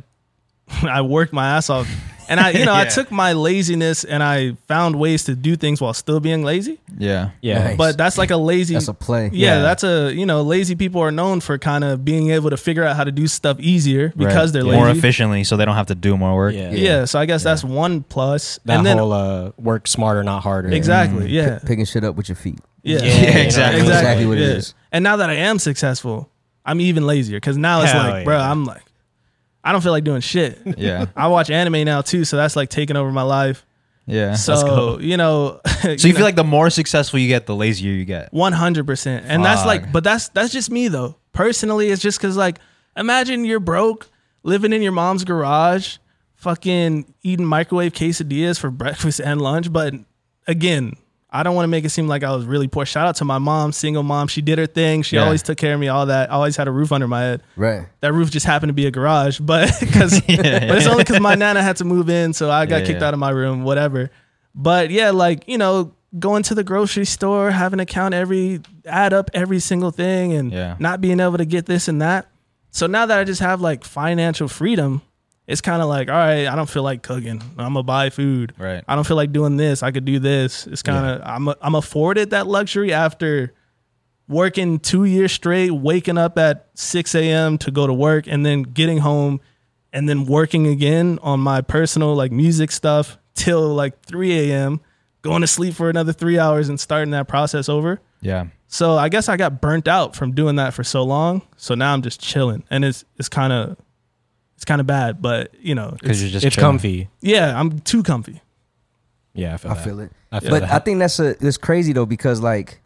i worked my ass off And I, you know, I Yeah. took my laziness and I found ways to do things while still being lazy. Yeah. Yeah. Nice. But that's like a lazy. That's a play. yeah, yeah. that's a you know, lazy people are known for kind of being able to figure out how to do stuff easier because they're lazy. more efficiently, so they don't have to do more work. Yeah. Yeah. so I guess that's one plus. That and then whole uh, work smarter, not harder. exactly, yeah, Picking shit up with your feet. yeah, Yeah, Yeah, exactly. exactly what it yeah. is. And now that I am successful, I'm even lazier because now it's Hell like, bro, yeah. I'm like, I don't feel like doing shit. Yeah. I watch anime now too, so that's like taking over my life. Yeah. So, So you know, you feel like the more successful you get, the lazier you get. one hundred percent, and that's like, Fuck. but that's that's just me though. Personally, it's just because like, imagine you're broke, living in your mom's garage, fucking eating microwave quesadillas for breakfast and lunch. But again, I don't want to make it seem like I was really poor. Shout out to my mom, single mom. She did her thing. She Yeah. always took care of me. All that. I always had a roof under my head. Right. That roof just happened to be a garage, but because but it's only because my nana had to move in, so I got Yeah, kicked yeah. out of my room, whatever. But yeah, like you know, going to the grocery store, having to count every, add up every single thing, and Yeah. not being able to get this and that. So now that I just have like financial freedom, it's kind of like, all right, I don't feel like cooking. I'm gonna buy food. Right. I don't feel like doing this. I could do this. It's kind of I'm I'm afforded that luxury after working two years straight, waking up at 6 a.m. to go to work, and then getting home, and then working again on my personal like music stuff till like 3 a.m. Going to sleep for another three hours and starting that process over. Yeah. So I guess I got burnt out from doing that for so long. So now I'm just chilling, and it's it's kind of it's kind of bad, but you know, Because it's, you're just It's chilling. comfy. yeah, I'm too comfy. Yeah, I feel I that. feel it. I feel but that. I think that's a that's crazy though because like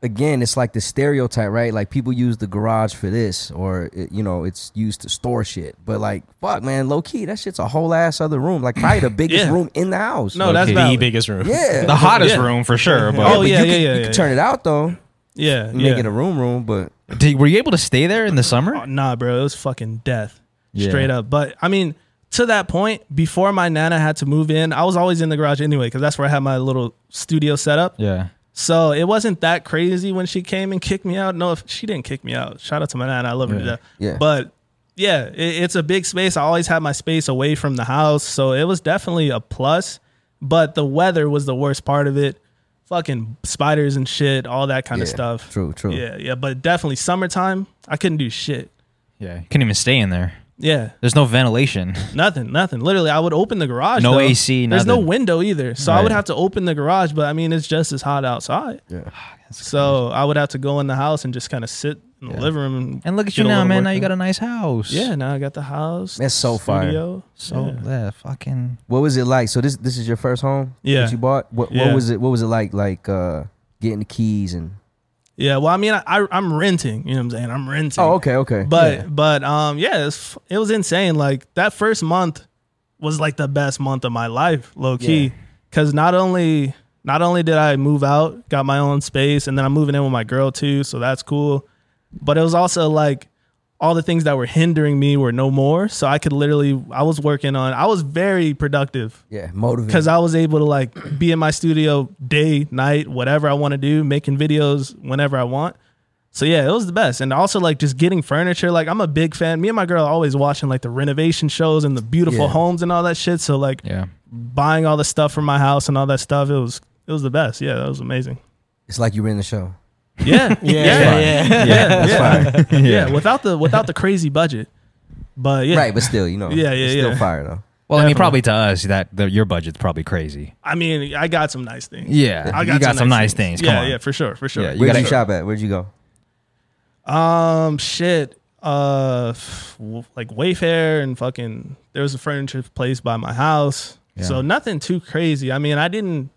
again it's like the stereotype right like people use the garage for this or it, you know it's used to store shit but like fuck man low key that shit's a whole ass other room like probably the biggest Yeah. room in the house No, that's the valid. biggest room. yeah The hottest Yeah. room for sure. But Oh, yeah, but you yeah, can, yeah, you yeah, can turn it out though Yeah, and yeah. make it a room room but Did- were you able to stay there in the Oh, summer? nah, bro, it was fucking death, Yeah. straight up. But I mean, to that point, before my nana had to move in, I was always in the garage anyway because that's where I had my little studio set up. Yeah. So it wasn't that crazy when she came and kicked me out. No, if she didn't kick me out. Shout out to my nana, I love her to death. Yeah. But yeah, it, it's a big space. I always had my space away from the house, so it was definitely a plus. But the weather was the worst part of it. Fucking spiders and shit, all that kind of Yeah, stuff. true true Yeah, yeah, but definitely summertime, I couldn't do shit. Yeah. Couldn't even stay in there. Yeah, There's no ventilation. nothing, nothing. Literally, I would open the garage. No though. AC, There's no nothing. window either, so I would Right. have to open the garage. But I mean, it's just as hot outside. Yeah. So I would have to go in the house and just kind of sit in the living room. And, And look at get you a now, little man. work Now you got done. a nice house. Yeah, now I got the house. That's so fire. studio. So Yeah. yeah, fucking. what was it like so this this is your first home Yeah. that you bought what, Yeah. what was it what was it like like uh getting the keys and Yeah. Well, I mean, I, I I'm renting. You know what I'm saying? I'm renting. oh okay okay But but um yeah, it was, it was insane. Like that first month was like the best month of my life, low key. Yeah. Cause not only not only did I move out, got my own space, and then I'm moving in with my girl too, so that's cool. But it was also like all the things that were hindering me were no more. So I could literally I was working on I was very productive yeah motivated because I was able to like be in my studio day, night, whatever I want to do, making videos whenever I want. So yeah, it was the best. And also like just getting furniture. Like I'm a big fan. Me and my girl are always watching like the renovation shows and the beautiful Yeah. homes and all that shit. So like Yeah. buying all the stuff for my house and all that stuff, it was it was the best. Yeah, that was amazing. it's like you were in the show Yeah. yeah. Yeah. yeah. Yeah. that's fire Yeah, Without the without the crazy budget. But yeah. Right, but still, you know. Yeah, yeah, it's Still yeah. fire though. Well, I mean, Definitely. probably to us that the, your budget's probably crazy. I mean, I got some nice things. Yeah, I got you got some nice things. Come yeah, on. yeah, for sure, for sure. Yeah, You Where'd gotta- you shop at? Where'd you go? Um, shit. Uh, f- w- like Wayfair and fucking. There was a furniture place by my house, Yeah. so nothing too crazy. I mean, I didn't.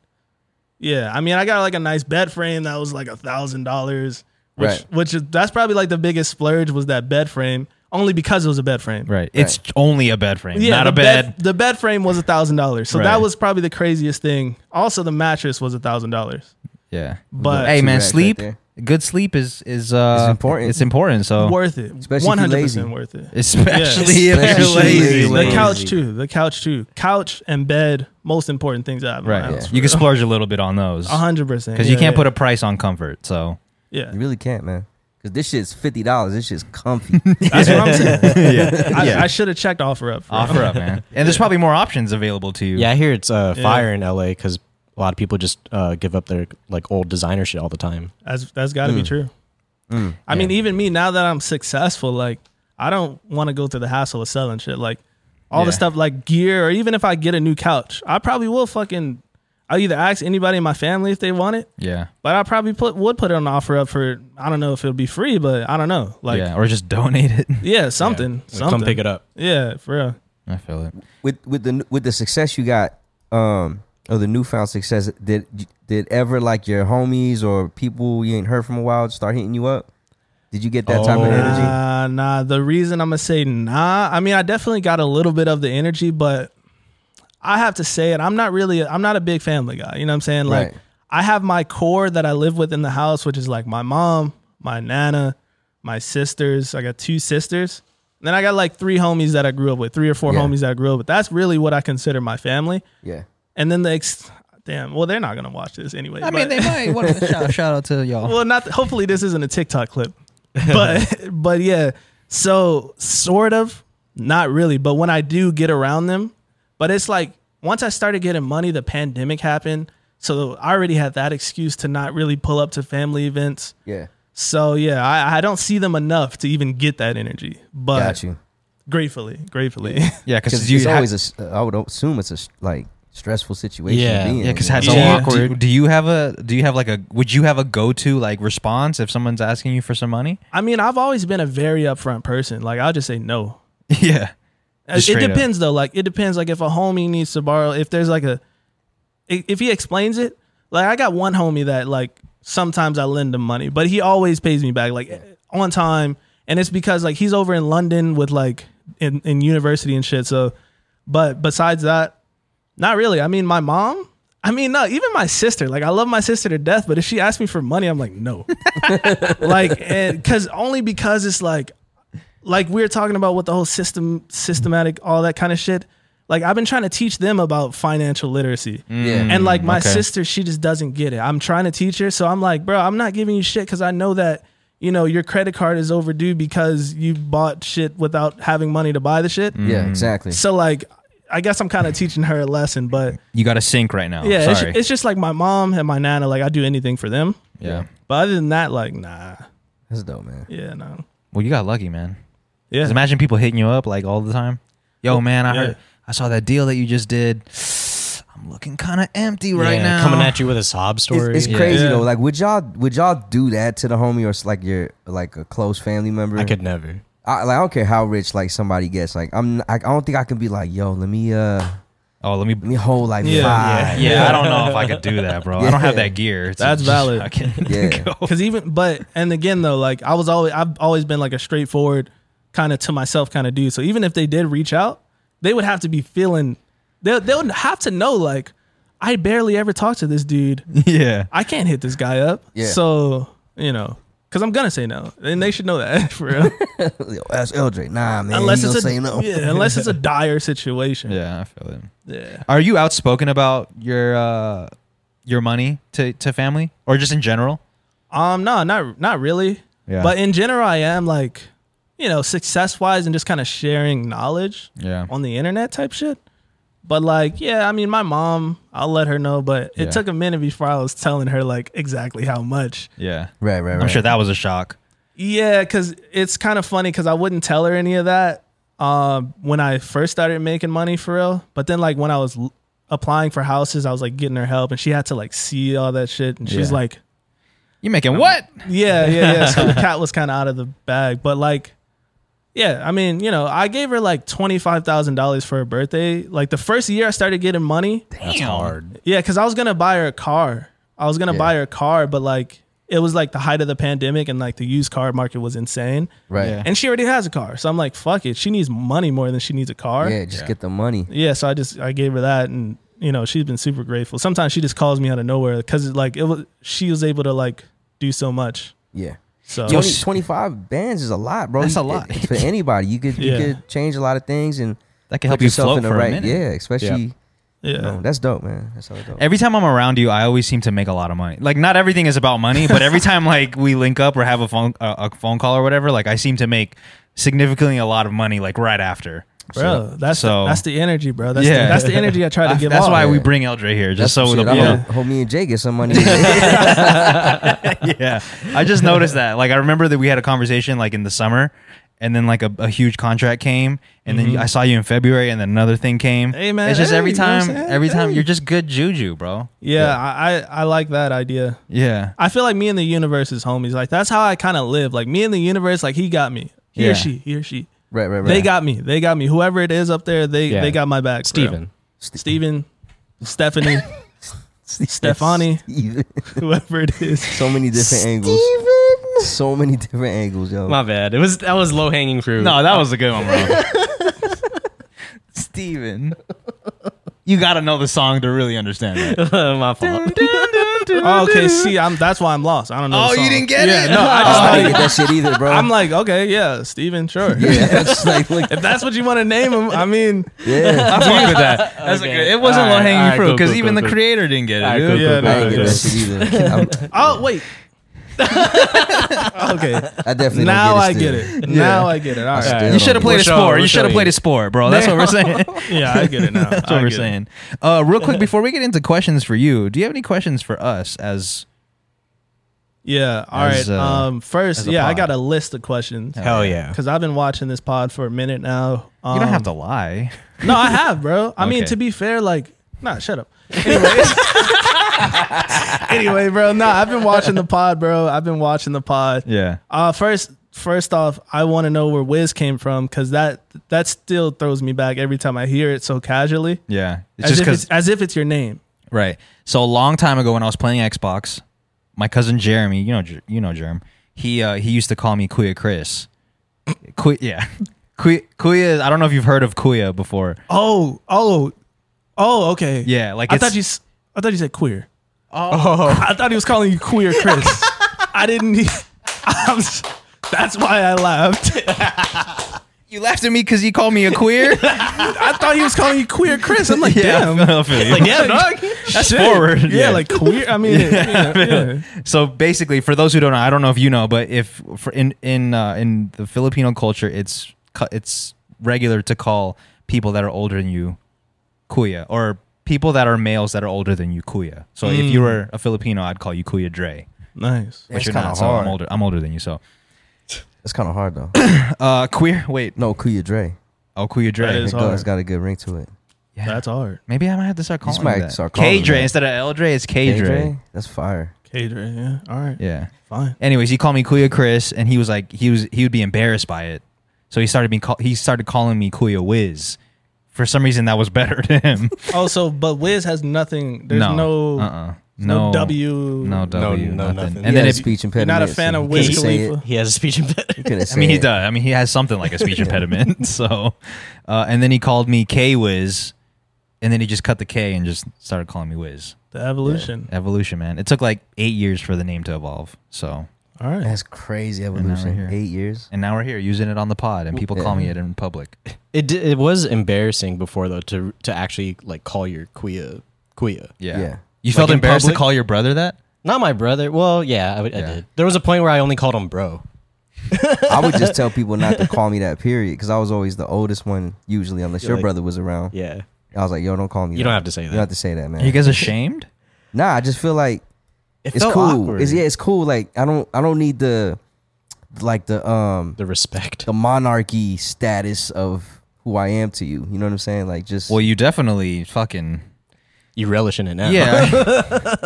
Yeah, I mean, I got like a nice bed frame that was like a thousand dollars, which Right. which is, that's probably like the biggest splurge was that bed frame, only because it was a bed frame. Right. It's only a bed frame, Yeah, not the a bed. The bed frame was a thousand dollars, so Right. that was probably the craziest thing. Also, the mattress was a thousand dollars, Yeah. but hey Two man, racks right sleep. there. good sleep is is uh It's important. It's important. So worth it, Especially if one you're hundred lazy. percent worth it. especially if you're Especially lazy. lazy. the Lazy. couch too. The couch too. Couch and bed, most important things out of my Right. house. You can splurge a little bit on those Uh-huh. A hundred percent. because you can't put a price on comfort. So yeah. You really can't, man. Cause this shit's fifty dollars. This shit's comfy. That's what I'm saying. yeah. I, yeah. I should have checked offer up. Offer up, man. And there's probably more options available to you. Yeah, I hear it's uh, fire in LA because a lot of people just uh, give up their like old designer shit all the time. That's that's got to Mm. be true. I mean, even me now that I'm successful, like I don't want to go through the hassle of selling shit. Like all the Yeah. stuff, like gear, or even if I get a new couch, I probably will fucking. I'll either ask anybody in my family if they want it, Yeah. but I probably put would put it on offer up for. I don't know if it'll be free, but I don't know. Like yeah, yeah. Or just donate it. something, Yeah. Like, something. Come pick it up. Yeah, for real. I feel it. with with the with the success you got, um, or the newfound success, did did ever like your homies or people you ain't heard from a while start hitting you up? Did you get that type of Oh. energy? Nah, nah. The reason I'm gonna say nah, I mean, I definitely got a little bit of the energy, but I have to say it. I'm not really. I'm not a big family guy. You know what I'm saying? Like, Right. I have my core that I live with in the house, which is like my mom, my nana, my sisters. I got two sisters. And then I got like three homies that I grew up with, three or four Yeah. homies that I grew up with. That's really what I consider my family. Yeah. And then the ex- damn, well, they're not gonna watch this anyway. but- might. shout, shout out to y'all. well, not hopefully this isn't a TikTok clip, but but yeah. So sort of, not really. But when I do get around them, but it's like once I started getting money, the pandemic happened, so I already had that excuse to not really pull up to family events. Yeah. So yeah, I, I don't see them enough to even get that energy. But Got you. gratefully, gratefully, Yeah, because Because you it's ha- always a s- I would assume it's a s- like stressful situation. Yeah. to be in, Yeah, because you know? it's Yeah. so Yeah. awkward. Do, do you have a? Do you have like a? Would you have a go-to like response if someone's asking you for some money? I mean, I've always been a very upfront person. Like I'll just say no. yeah. It Just Uh, it straight up. depends though. Like it depends. Like if a homie needs to borrow, if there's like a, i- if he explains it, like I got one homie that like sometimes I lend him money, but he always pays me back like on time, and it's because like he's over in London with like in in university and shit. So, but besides that, not really. I mean, my mom. I mean, no, even my sister. Like, I love my sister to death, but if she asks me for money, I'm like, no. like, and because only because it's like, like we are talking about with the whole system, systematic, all that kind of shit. Like, I've been trying to teach them about financial literacy. yeah. Mm. And like my Mm, okay. sister, she just doesn't get it. I'm trying to teach her, so I'm like, bro, I'm not giving you shit because I know that you know your credit card is overdue because you bought shit without having money to buy the shit. Mm. Yeah, exactly. So like, I guess I'm kind of teaching her a lesson, but You got to sync right now. yeah, it's, Oh, Sorry. it's just like my mom and my nana. Like I do anything for them, yeah. but other than that, like nah, That's dope, man. yeah, no, Well, you got lucky, man. yeah. 'Cause imagine people hitting you up like all the time. Yo, man, I yeah. heard. I saw that deal that you just did. I'm looking kind of empty right Yeah, now. coming at you with a sob story. It's, it's Yeah. crazy Yeah. though. Like, would y'all would y'all do that to the homie or s- like your like a close family member? I could never. I, like I don't care how rich like somebody gets. Like I'm, I, I don't think I can be like, yo, let me uh, Oh, let me. let me hold like Yeah. five. Yeah, I don't know if I could do that, bro. I don't have that gear. to That's just valid. fucking Yeah. go. Because even, but and again though, like I was always, I've always been like a straightforward kind of to myself kind of dude. So even if they did reach out, they would have to be feeling, they they would have to know like, I barely ever talk to this dude. Yeah. I can't hit this guy up. Yeah. So you know, because I'm gonna say no, and they should know that for real. Yo, That's LJ. Nah, man. unless you it's don't say a no. yeah, unless it's a dire situation. Yeah, I feel it. yeah. Are you outspoken about your uh your money to to family or just in general? Um, no, not not really. Yeah. But in general, I am like, you know, success wise and just kind of sharing knowledge Yeah. on the internet type shit. But like, yeah, I mean, my mom, I'll let her know. But it Yeah. took a minute before I was telling her like exactly how much. Yeah. Right, right, right. I'm sure that was a shock. Yeah, because it's kind of funny because I wouldn't tell her any of that um, when I first started making money for real. But then, like, when I was l- applying for houses, I was like getting her help and she had to like see all that shit. And she's Yeah. like, You making what? yeah, yeah, yeah. So Cat was kind of out of the bag. But like, yeah, I mean, you know, I gave her like $25,000 for her birthday. Like, the first year I started getting money, That's hard. yeah, because I was gonna buy her a car. I was gonna buy her a car, but like it was like the height of the pandemic and like the used car market was insane. Right. Yeah. Yeah, And she already has a car. So I'm like, fuck it. She needs money more than she needs a car. Yeah. just get the money. so I just I gave her that and you know, she's been super grateful. Sometimes she just calls me out of nowhere cuz like it was she was able to like do so much. Yeah. So 20, 25 bands is a lot, bro. That's You- a lot. for anybody. You could you Yeah. could change a lot of things and That can help put you yourself float in the for a right. minute. Yeah, especially Yeah. You know, that's dope, man. That's hella dope. Every time I'm around you, I always seem to make a lot of money. Like not everything is about money, but every time like we link up or have a phone a, a phone call or whatever, like I seem to make significantly a lot of money like right after. bro. that's so- the, that's the energy, bro. That's Yeah. the, that's the energy I try to I- give that's off. why we yeah. bring Eldre here, just so Shit, the I yeah. hope, hope me and Jay get some money. yeah. I just noticed that. Like I remember that we had a conversation like in the summer and then like a, a huge contract came and then I saw you in February and then another thing came. Hey, man, It's just hey, every you know what I'm time saying? every time Hey. you're just good juju, bro. yeah, I, I I like that idea. Yeah. I feel like me and the universe is homies. Like that's how I kind of live. Like me and the universe, like he got me. He Yeah. or she, he or she. right, right, right. They got me. They got me. Whoever it is up there, they Yeah. they got my back. bro. Steven. Steven, Stephanie, Stefani, Steven. whoever it is. so many different angles. So many different angles, yo. My bad. It was that was low hanging fruit. No, that was a good one, bro. Steven. You got to know the song to really understand that. my fault. Oh, okay, see, I'm that's why I'm lost. I don't Oh, know. the song. it? No, I Oh, just I thought didn't you- get that shit either, bro. I'm like, okay, yeah, Steven, sure. yeah, that's like, look, If that's what you want to name him, I mean, yeah. I fuck with that. That's a Okay. good. It wasn't All right, low hanging all right, fruit cool, because cool, even cool, the cool. creator didn't get it. right, dude. cool, cool, Yeah, cool. I didn't no, get that shit either. I'm, oh wait. okay. I definitely Now I don't get get it. still. it. Now I get it. All right. still- You should have played We'll a show- sport. we'll You should have show played you. a sport, bro. That's what we're saying. Yeah, I get it now. That's what we're saying. Uh, real quick before we get into questions for you, do you have any questions for us? As Yeah. All right. As, uh, um. First, as a yeah, I pod. got a list of questions Hell yeah. because I've been watching this pod for a minute now. Um, you don't have to lie. No, I have, bro. I mean, Okay. to be fair, like, nah, shut up. Anyway, anyway, bro. Nah, I've been watching the pod, bro. I've been watching the pod. Yeah. Uh, first, first off, I want to know where Wiz came from because that that still throws me back every time I hear it so casually, Yeah. It's as just if because it's, as if it's your name. Right. So a long time ago, when I was playing Xbox, my cousin Jeremy, you know, Jer- you know Jerem, he uh, he used to call me Kuya Chris. Kuya, yeah, Kuya, Kuya. I don't know if you've heard of Kuya before. Oh, oh, oh. Okay. Yeah, like I it's- thought you. s- I thought you said queer. Oh. I thought he was calling you queer, Chris. I didn't. e- I'm s- that's why I laughed. You laughed at me because you called me a queer. I thought he was calling you queer, Chris. I'm like, yeah, damn. I feel you. damn, dog. That's forward. Yeah, like queer. I mean, yeah, yeah. so basically, for those who don't know, I don't know if you know, but if for in in uh, in the Filipino culture, it's cu- it's regular to call people that are older than you kuya or people that are males that are older than you kuya. So if you were a Filipino, I'd call you kuya Dre, nice. which That's you're kinda not. So I'm hard. older. I'm older than you. So It's kind of hard though. uh, queer. Wait, No, Kuya Dre. oh kuya Dre. That is It hard. does got a good ring to it. Yeah. That's hard. Maybe I might have to start calling might him that. start calling K him Dre that. instead of L Dre, it's K Hey, Dre. That's fire. Cadre. Yeah. All right. Yeah. Fine. Anyways, he called me Kuya Chris, and he was like, he was he would be embarrassed by it, so he started being call- he started calling me Kuya Wiz. For some reason, that was better to him. Also, Oh, but Wiz has nothing. There's no, no. uh-uh. no no, W. no W, no, nothing. nothing. And he then has it, speech You're impediment. not a fan so of he couldn't Wiz say it. Khalifa. He has a speech impediment. Couldn't I mean, say he it. does. I mean, he has something like a speech impediment. So, uh, and then he called me K Wiz, and then he just cut the K and just started calling me Wiz. The evolution. Evolution, man. It took like eight years for the name to evolve. So, All right. That's crazy we're evolution. here. Eight years. and now we're here using it on the pod, and people call me it in public. It di- it was embarrassing before though to to actually like call your quia quia. Yeah. Yeah. You Like felt in embarrassed to public? call your brother that? Not my brother. Well, yeah, I, would- I Yeah. did. There was a point where I only called him bro. I would just tell people not to call me that period because I was always the oldest one usually, unless You're your like- brother was around. Yeah. I was like, yo, don't call me. You that. don't have to say You don't have that. to say that, man. Are you guys ashamed? nah, I just feel like It it's felt cool. awkward. It's yeah, it's cool. Like I don't, I don't need the, like the um, The respect. the monarchy status of who I am to you. You know what I'm saying? Like just Well, you definitely fucking You relish in it now. yeah.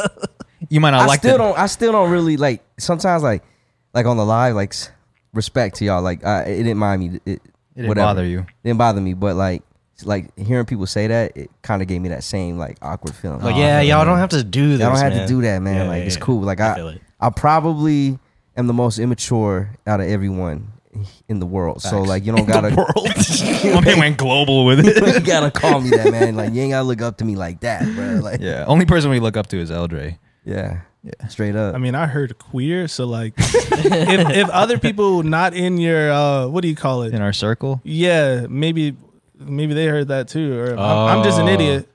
you might not I like still the- don't. I still don't really like. Sometimes like, like on the live, like s- respect to y'all. Like I, it didn't mind me. It, It didn't whatever. bother you. didn't bother me, but like, like hearing people say that, it kind of gave me that same like awkward feeling. Like, yeah, y'all don't have to do this. I don't have man. to do that, man. Yeah, like yeah, it's yeah. cool. Like I I, feel it. I probably am the most immature out of everyone in the world. So like, you don't gotta. world. My man went global with it. you gotta call me that, man. Like you ain't gotta look up to me like that, bro. Like yeah, Yeah. Only person we look up to is Eldre. yeah, straight up. I mean, I heard queer, so like, if, if other people not in your uh, what do you call it? In our circle. yeah, maybe maybe they heard that too, or I'm, I'm just an Oh. idiot.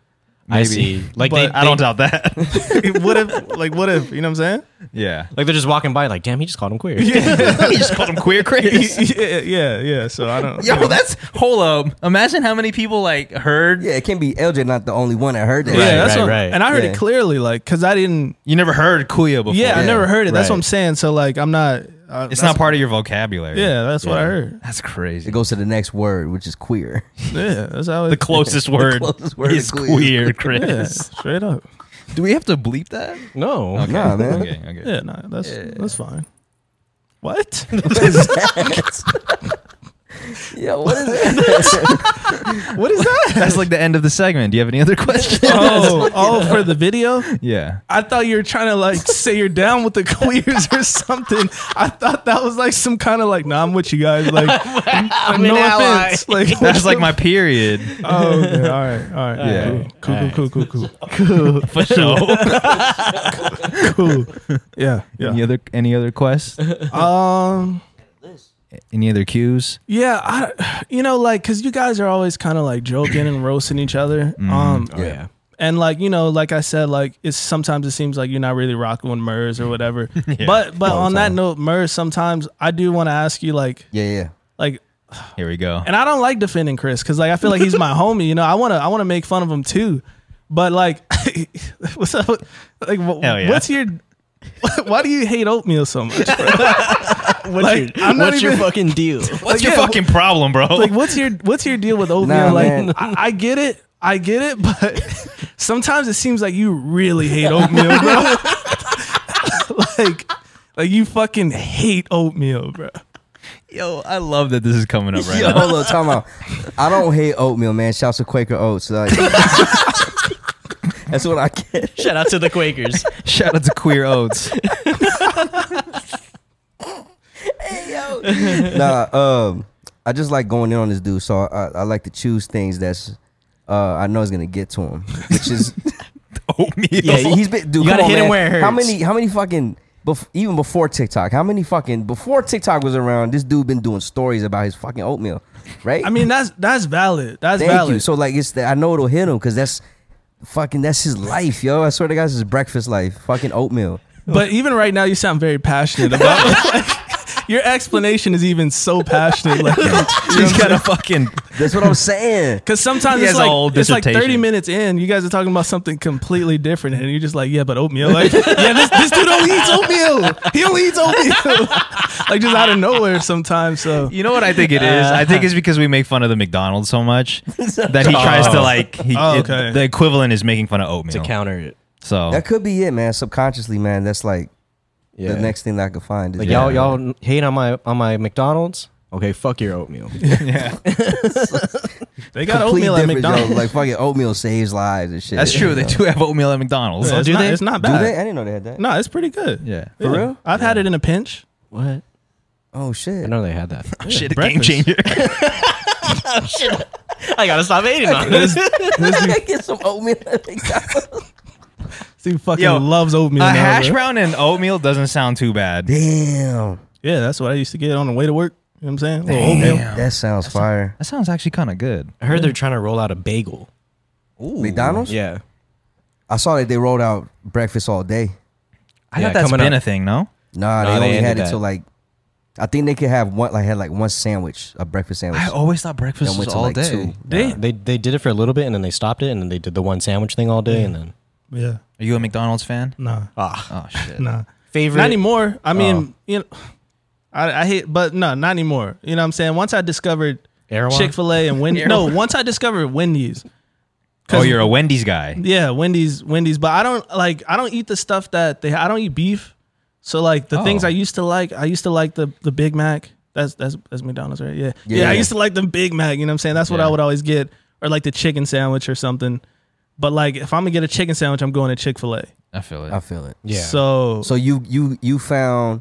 messy. Like they, But I don't they- doubt that. what if, like, what if? You know what I'm yeah. like they're just walking by, like, damn, he just called him queer. he just called him queer craze. saying? yeah, yeah, yeah. So I don't. Yo, that's hold up. Imagine how many people like heard. Yeah, it can't be LJ not the only one that heard that. yeah, Right, that's right, what, right. And I heard Yeah. it clearly, like, because I didn't. You never heard Kuya before. Yeah, I Yeah, never heard it. That's what right. I'm saying. So like, I'm not. Uh, It's that's- not part of your vocabulary. Yeah, that's what I heard. That's It crazy. goes to the next word, which is queer. Yeah, that's how it. The closest word, closest word is to queer, queer. Chris. yeah, straight up. Do we have to bleep that? No. Nah, man. Okay, okay. Yeah, no, that's that's fine. What? Yeah, what is that? what is that? That's like the end of the segment. Do you have any other questions? Oh, oh, for the video. yeah. I thought you were trying to like say you're down with the queers or something. I thought that was like some kind of like, nah, I'm with you guys. Like, I'm no an ally. offense. Like, That's like my period. Oh, okay. all right, all right. Yeah. Yeah. Cool, All right. cool, cool, cool, For sure. cool, cool. Yeah, Any yeah. other any other quests? Um, Any other cues? yeah. I, you know, like, cause you guys are always kind of like joking and roasting each other. Mm, Um, oh, Oh, yeah. and like you know, like I said, like it's sometimes it seems like you're not really rocking with Murs or whatever. But but All the on that time. note, Murs, sometimes I do want to ask you, like, yeah, yeah. like Here we go. and I don't like defending Chris because like I feel like he's my homie. You know, I wanna I wanna make fun of him too, but like, what's up? with- Like, wh- Hell yeah. what's your? Why do you hate oatmeal so much? Bro? What's, Like, your- I'm not what's your even- fucking deal? What's Like, your yeah, fucking problem, bro? Like, what's your what's your deal with oatmeal? Nah, man. like, I, I get it, I get it, but sometimes it seems like you really hate oatmeal, bro. like, like you fucking hate oatmeal, bro. Yo, I love that this is coming up right Yo, now. hold up, time out. I don't hate oatmeal, man. Shouts to Quaker Oats. Like, that's what I get. Shout out to the Quakers. Shout out to Queer Oats. Nah, um, I just like going in on this dude, so I, I like to choose things that's uh, I know is gonna get to him, which is Oatmeal. Yeah, you- he's been dude. You gotta come on, hit him man. where it How hurts. many? How many fucking? Bef- even before TikTok, how many fucking before TikTok was around? This dude been doing stories about his fucking oatmeal, right? I mean, that's that's valid. That's Thank valid. you. So like, it's the, I know it'll hit him because that's fucking that's his life, yo. I swear to God, it's his breakfast life. Fucking oatmeal. But even right now, you sound very passionate about it. Like, your explanation is even so passionate. Like, He's got a fucking. That's what I'm saying. because sometimes He it's has a like whole it's like thirty dissertation. minutes in, you guys are talking about something completely different, and you're just like, yeah, but oatmeal. Like, yeah, this, this dude only eats oatmeal. He only eats oatmeal. like just out of nowhere sometimes. So You know what I think it is? I Uh. think it's because we make fun of the McDonald's so much that he tries to like. He, Oh, it- okay. the equivalent is making fun of to oatmeal. counter it. so That could be it, man. Subconsciously, man. That's like Yeah. the next thing that I could find. is Like that. y'all y'all Oh, hate on my on my McDonald's? Okay, fuck your oatmeal. they got Complete oatmeal at difference, yo. McDonald's. Like fucking oatmeal saves lives and shit. that's true. They Yeah. do have oatmeal at McDonald's. Yeah, it's do not, they? It's not Do bad. they? I didn't know they had that. No, it's pretty good. Yeah. For Yeah. real? I've had it in a pinch. What? Oh shit. I know they had that. Shit, breakfast. game changer. I gotta stop hating on this. Get some oatmeal. Dude, fucking Yo, loves oatmeal. a now, hash bro. brown and oatmeal doesn't sound too bad. Damn. Yeah, that's what I used to get on the way to work. You know what I'm saying? A little oatmeal. That sounds fire. That sounds actually kind of good. I heard they're trying to roll out a bagel. McDonald's? Yeah. I saw that they rolled out breakfast all day. I Yeah, thought that's coming been up- a thing, no? Nah, Nah, they they only ended had it that. till like I think they could have one like had like one sandwich, a breakfast sandwich. I always thought breakfast Then was went to all like day. two. They, They they did it for a little bit and then they stopped it and then they did the one sandwich thing all day and then yeah, Are you a McDonald's fan? nah, ah Oh shit. nah. favorite Not anymore. I mean, you know, I, I hate, but no, not anymore. You know what I'm saying? Once I discovered Erewhon? Chick Fil A and Wendy's, no, once I discovered Wendy's. Oh, 'Cause- you're a Wendy's guy. yeah, Wendy's, Wendy's. But I don't like, I don't eat the stuff that they. I don't eat beef. So like the things Oh. I used to like, I used to like the the Big Mac. That's that's that's McDonald's, right? Yeah, yeah. Yeah. I used to like the Big Mac. You know what I'm saying? That's what Yeah. I would always get, or like the chicken sandwich or something. But like, if I'm gonna get a chicken sandwich, I'm going to Chick Fil A. I feel it. I feel it. Yeah. So So you you you found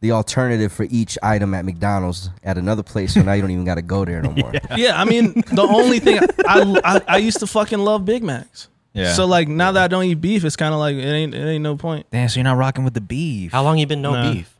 the alternative for each item at McDonald's at another place, so now you don't even got to go there no more. yeah, I mean, the only thing I, I I used to fucking love Big Macs. Yeah. So like now that I don't eat beef, it's kind of like it ain't it ain't no point, Damn, so you're not rocking with the beef. How long you been no Nah. beef?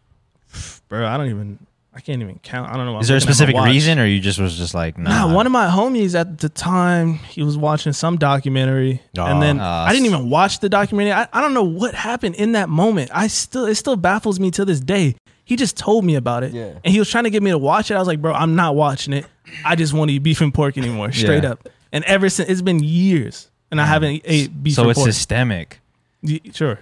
bro. I don't even. I I can't even count. I don't know. why Is I'm there a specific looking at my watch. reason, or you just was just like, nah? Nah, one of my homies at the time, he was watching some documentary, Aw. and then Aw. I didn't even watch the documentary. I, I don't know what happened in that moment. I still it still baffles me to this day. He just told me about it, Yeah. and he was trying to get me to watch it. I was like, bro, I'm not watching it. I just want to eat beef and pork anymore, straight Yeah. up. And ever since, it's been years, and I haven't ate beef so and it's pork. systemic. Y- sure,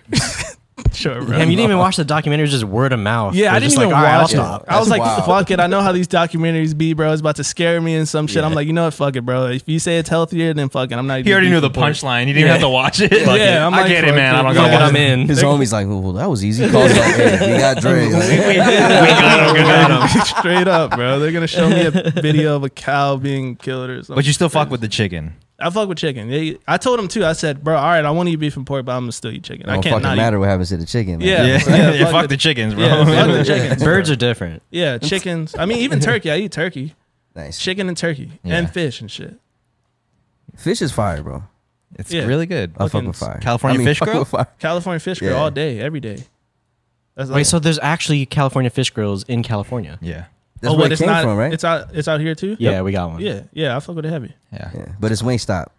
sure, bro. Damn, you didn't even watch the documentary. It's just word of mouth. Yeah, I They're didn't just even like, "All right, I'll watch it. stop." I was like, That's wild. fuck it. I know how these documentaries be, bro. It's about to scare me and some shit. I'm Yeah. like, you know what? Fuck it, bro. If you say it's healthier, then fuck it. I'm not He already eating knew the beef and pork. punchline. He didn't even have to watch it. Yeah, Fuck it. I'm I like, get it, fuck man. it. I don't Fuck gotta it, watch I'm it. in. His homie's like, well, that was easy. Calls like, hey, we got Dre. Like, we got him. We got him. Straight up, bro. They're gonna show me a video of a cow being killed or something. But you still fuck with the chicken. I fuck with chicken. They- I told him too. I said, bro, all right, I want to eat beef and pork, but I'm gonna still eat chicken. I don't can't fucking not matter what happens to the chicken. Like, Yeah. Yeah, Yeah, fuck, fuck the, the- chickens, bro. eat. Yeah, fuck the chickens. Birds are different. Yeah, chickens. I mean, even turkey. I eat turkey, Nice. chicken and turkey, Yeah. and fish and shit. Fish is fire, bro. it's Yeah. really good. I fuck Fucking with fire. California I mean, fish fuck grill? with fire. California fish grill Yeah. all day, every day. That's Wait, so there's actually California fish grills in California? Yeah, That's oh, where what? it It's came not. from, right? It's out. It's out here too. Yeah, we got one. Yeah, yeah, I fuck with it heavy. yeah. yeah. But it's Wingstop It's But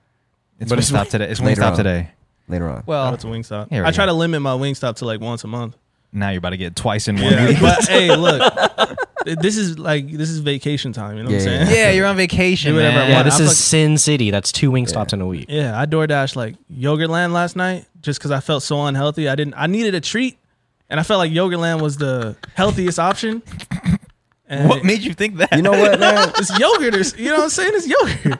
when it's- stop today. It's when later stop on. today. later on. Oh, Well, it's a Wingstop. Here we I try go. to limit my Wingstop to like once a month. now you're about to get twice in one Yeah, week. but hey, look, this is like this is vacation time. You know what I'm Yeah, saying? Yeah, you're on vacation. Do whatever I man. Yeah, Yeah, this I is fuck- Sin City. That's two wing stops in a week. Yeah, I DoorDash like Yogurtland last night just because I felt so unhealthy. I didn't. I needed a treat, and I felt like Yogurtland was the healthiest option. And What made you think that? You know what, man? it's yogurt. Or, you know what I'm saying? It's yogurt.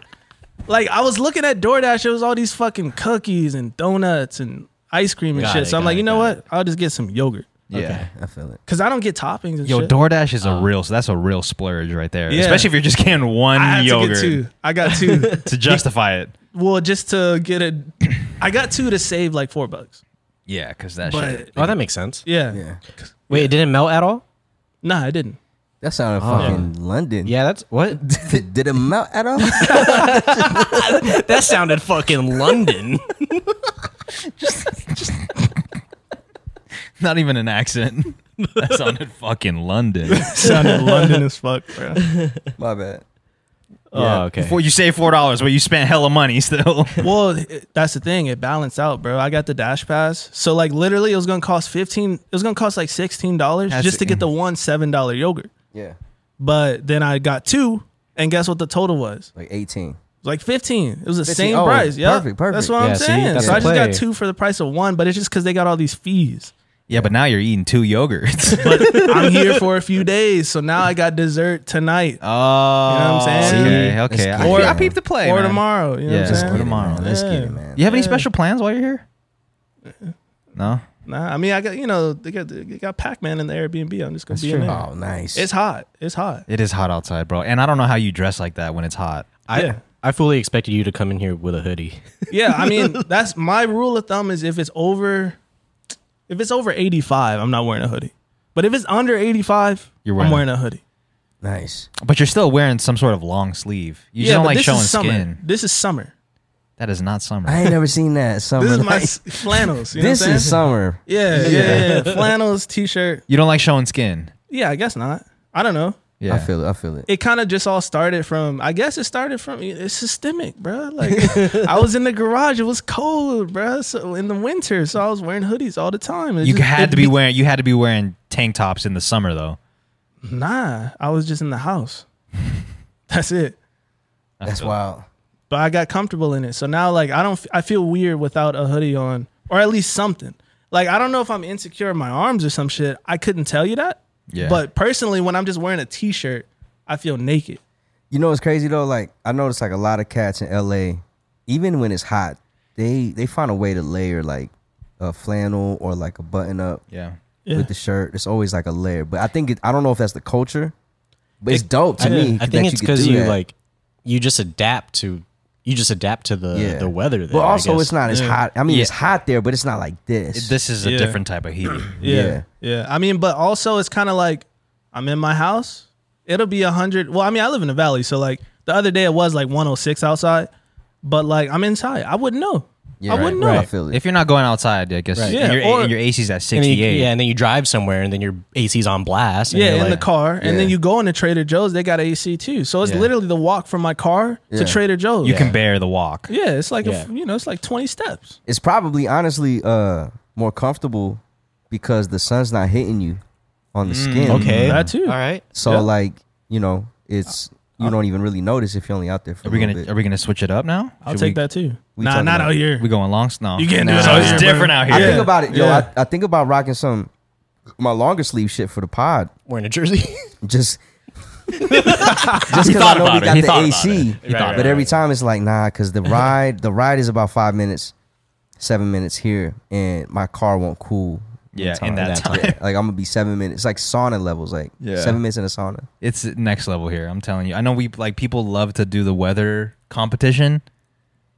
Like I was looking at DoorDash, it was all these fucking cookies and donuts and ice cream and Got shit. it, so I'm got like, it, you know got what? I'll just get some yogurt yeah. I feel it. because I don't get toppings and Yo, shit. DoorDash is a real. So that's a real splurge right there. Yeah. Especially if you're just getting one I had yogurt to get two. I got two. to justify it. well, just to get it, I got two to save like four bucks. Yeah, because that But- shit. Oh, that makes sense. Yeah. Yeah. Wait, it didn't melt at all? Nah, I didn't. That sounded fucking London. Yeah, that's what? Did it melt at all? that sounded fucking London. Not even an accent. that sounded fucking London. Sounded London as fuck, bro. My bad. Oh, okay. Before you save four dollars, but you spent hella money still. Well, it- that's the thing. It balanced out, bro. I got the dash pass, so like literally, it was gonna cost fifteen. It was gonna cost like sixteen dollars That's- just to get the one seven dollar yogurt. Yeah. But then I got two, and guess what the total was? It Like 18. was like fifteen. It was the 15. same Oh, price. Yeah, perfect, perfect. That's what Yeah, I'm see, saying. that's so the I just play. got two for the price of one, but it's just because they got all these fees. yeah, but now you're eating two yogurts. But I'm here for a few days, so now I got dessert tonight Oh, you know what I'm saying? Okay, Let's okay. get I, it, or, I man. peeped the play. or man. tomorrow. You know Yeah. what I'm Let's saying? get it, Tomorrow. man. Let's get Yeah. it, man. You have any Yeah. special plans while you're here? No. Nah, I mean, I got you know they got they got Pac Man in the Airbnb. I'm just gonna be in there. Oh, nice. It's hot. It's hot. It is hot outside, bro. And I don't know how you dress like that when it's hot. I, Yeah. I fully expected you to come in here with a hoodie. Yeah, I mean that's my rule of thumb is if it's over, if it's over eighty five, I'm not wearing a hoodie. But if it's under eighty five, You're wearing I'm a- wearing a hoodie. nice. But you're still wearing some sort of long sleeve. You just yeah, don't but like this showing is summer. skin. This is summer. That is not summer. I ain't never seen that. Summer. This is my like- s- flannels. You know this what I'm is saying? summer. Yeah, yeah, yeah, yeah. flannels, t-shirt. you don't like showing skin. Yeah, I guess not. I don't know. Yeah. I feel it. I feel it. It kind of just all started from. I guess it started from. It's systemic, bruh. Like I was in the garage. It was cold, bruh. So in the winter, so I was wearing hoodies all the time. It you just- had it to be wearing you had to be wearing tank tops in the summer though. Nah, I was just in the house. That's it. That's wild. But I got comfortable in it. So now like I don't f- I feel weird without a hoodie on or at least something. Like I don't know if I'm insecure in my arms or some shit. I couldn't tell you that. Yeah. But personally when I'm just wearing a t-shirt, I feel naked. You know what's crazy though? Like I noticed like a lot of cats in LA, even when it's hot, they they find a way to layer like a flannel or like a button up yeah. Yeah. with the shirt. It's always like a layer. But I think it, I don't know if that's the culture, but it's dope to me. I that think could it's because do you, that. like, you just adapt to, you just adapt to the, Yeah. the weather. There, But I also, guess. it's not as hot. I mean, it's Yeah. hot there, but it's not like this. This is a Yeah. different type of heat. Yeah. Yeah. Yeah. I mean, but also it's kind of like I'm in my house. It'll be 100. Well, I mean, I live in the oh valley. So, like, the other day it was like 106 outside, but like I'm inside. I wouldn't know. Yeah, I wouldn't right. know. I feel it. If you're not going outside, I guess. Right. and Yeah, your, or- and your AC's at And then you- 68. yeah, and then you drive somewhere, and then your AC's on blast. and Yeah, you're in the like, car, and then Yeah. you go into Trader Joe's. They got AC too, so it's Yeah. literally the walk from my car Yeah. to Trader Joe's. You can bear the walk. yeah, it's like a f Yeah. you know, it's like twenty steps. it's probably honestly uh more comfortable because the sun's not hitting you on the skin. Okay, That too. All right. So Yeah. like, you know, it's you don't even really notice if you're only out there for Are we a little gonna bit. Are we gonna switch it up now? I'll Should take we- that too. we Nah, talking not about- out here. We going long snow. You can't do Nah. it So out it's here, different bro. out I here. think about it. Yo, Yeah. I, I think about rocking some my longer sleeve shit for the pod. Wearing a jersey. Just just because I thought know we about it. got He the thought about AC. it. He thought but about every it. time it's like, nah, cause the ride the ride is about five minutes, seven minutes here, and my car won't cool. in Yeah, in that time. Yeah, Like I'm gonna be seven minutes. It's like sauna levels, like Yeah. seven minutes in a sauna. It's next level here. I'm telling you. I know we like people love to do the weather competition.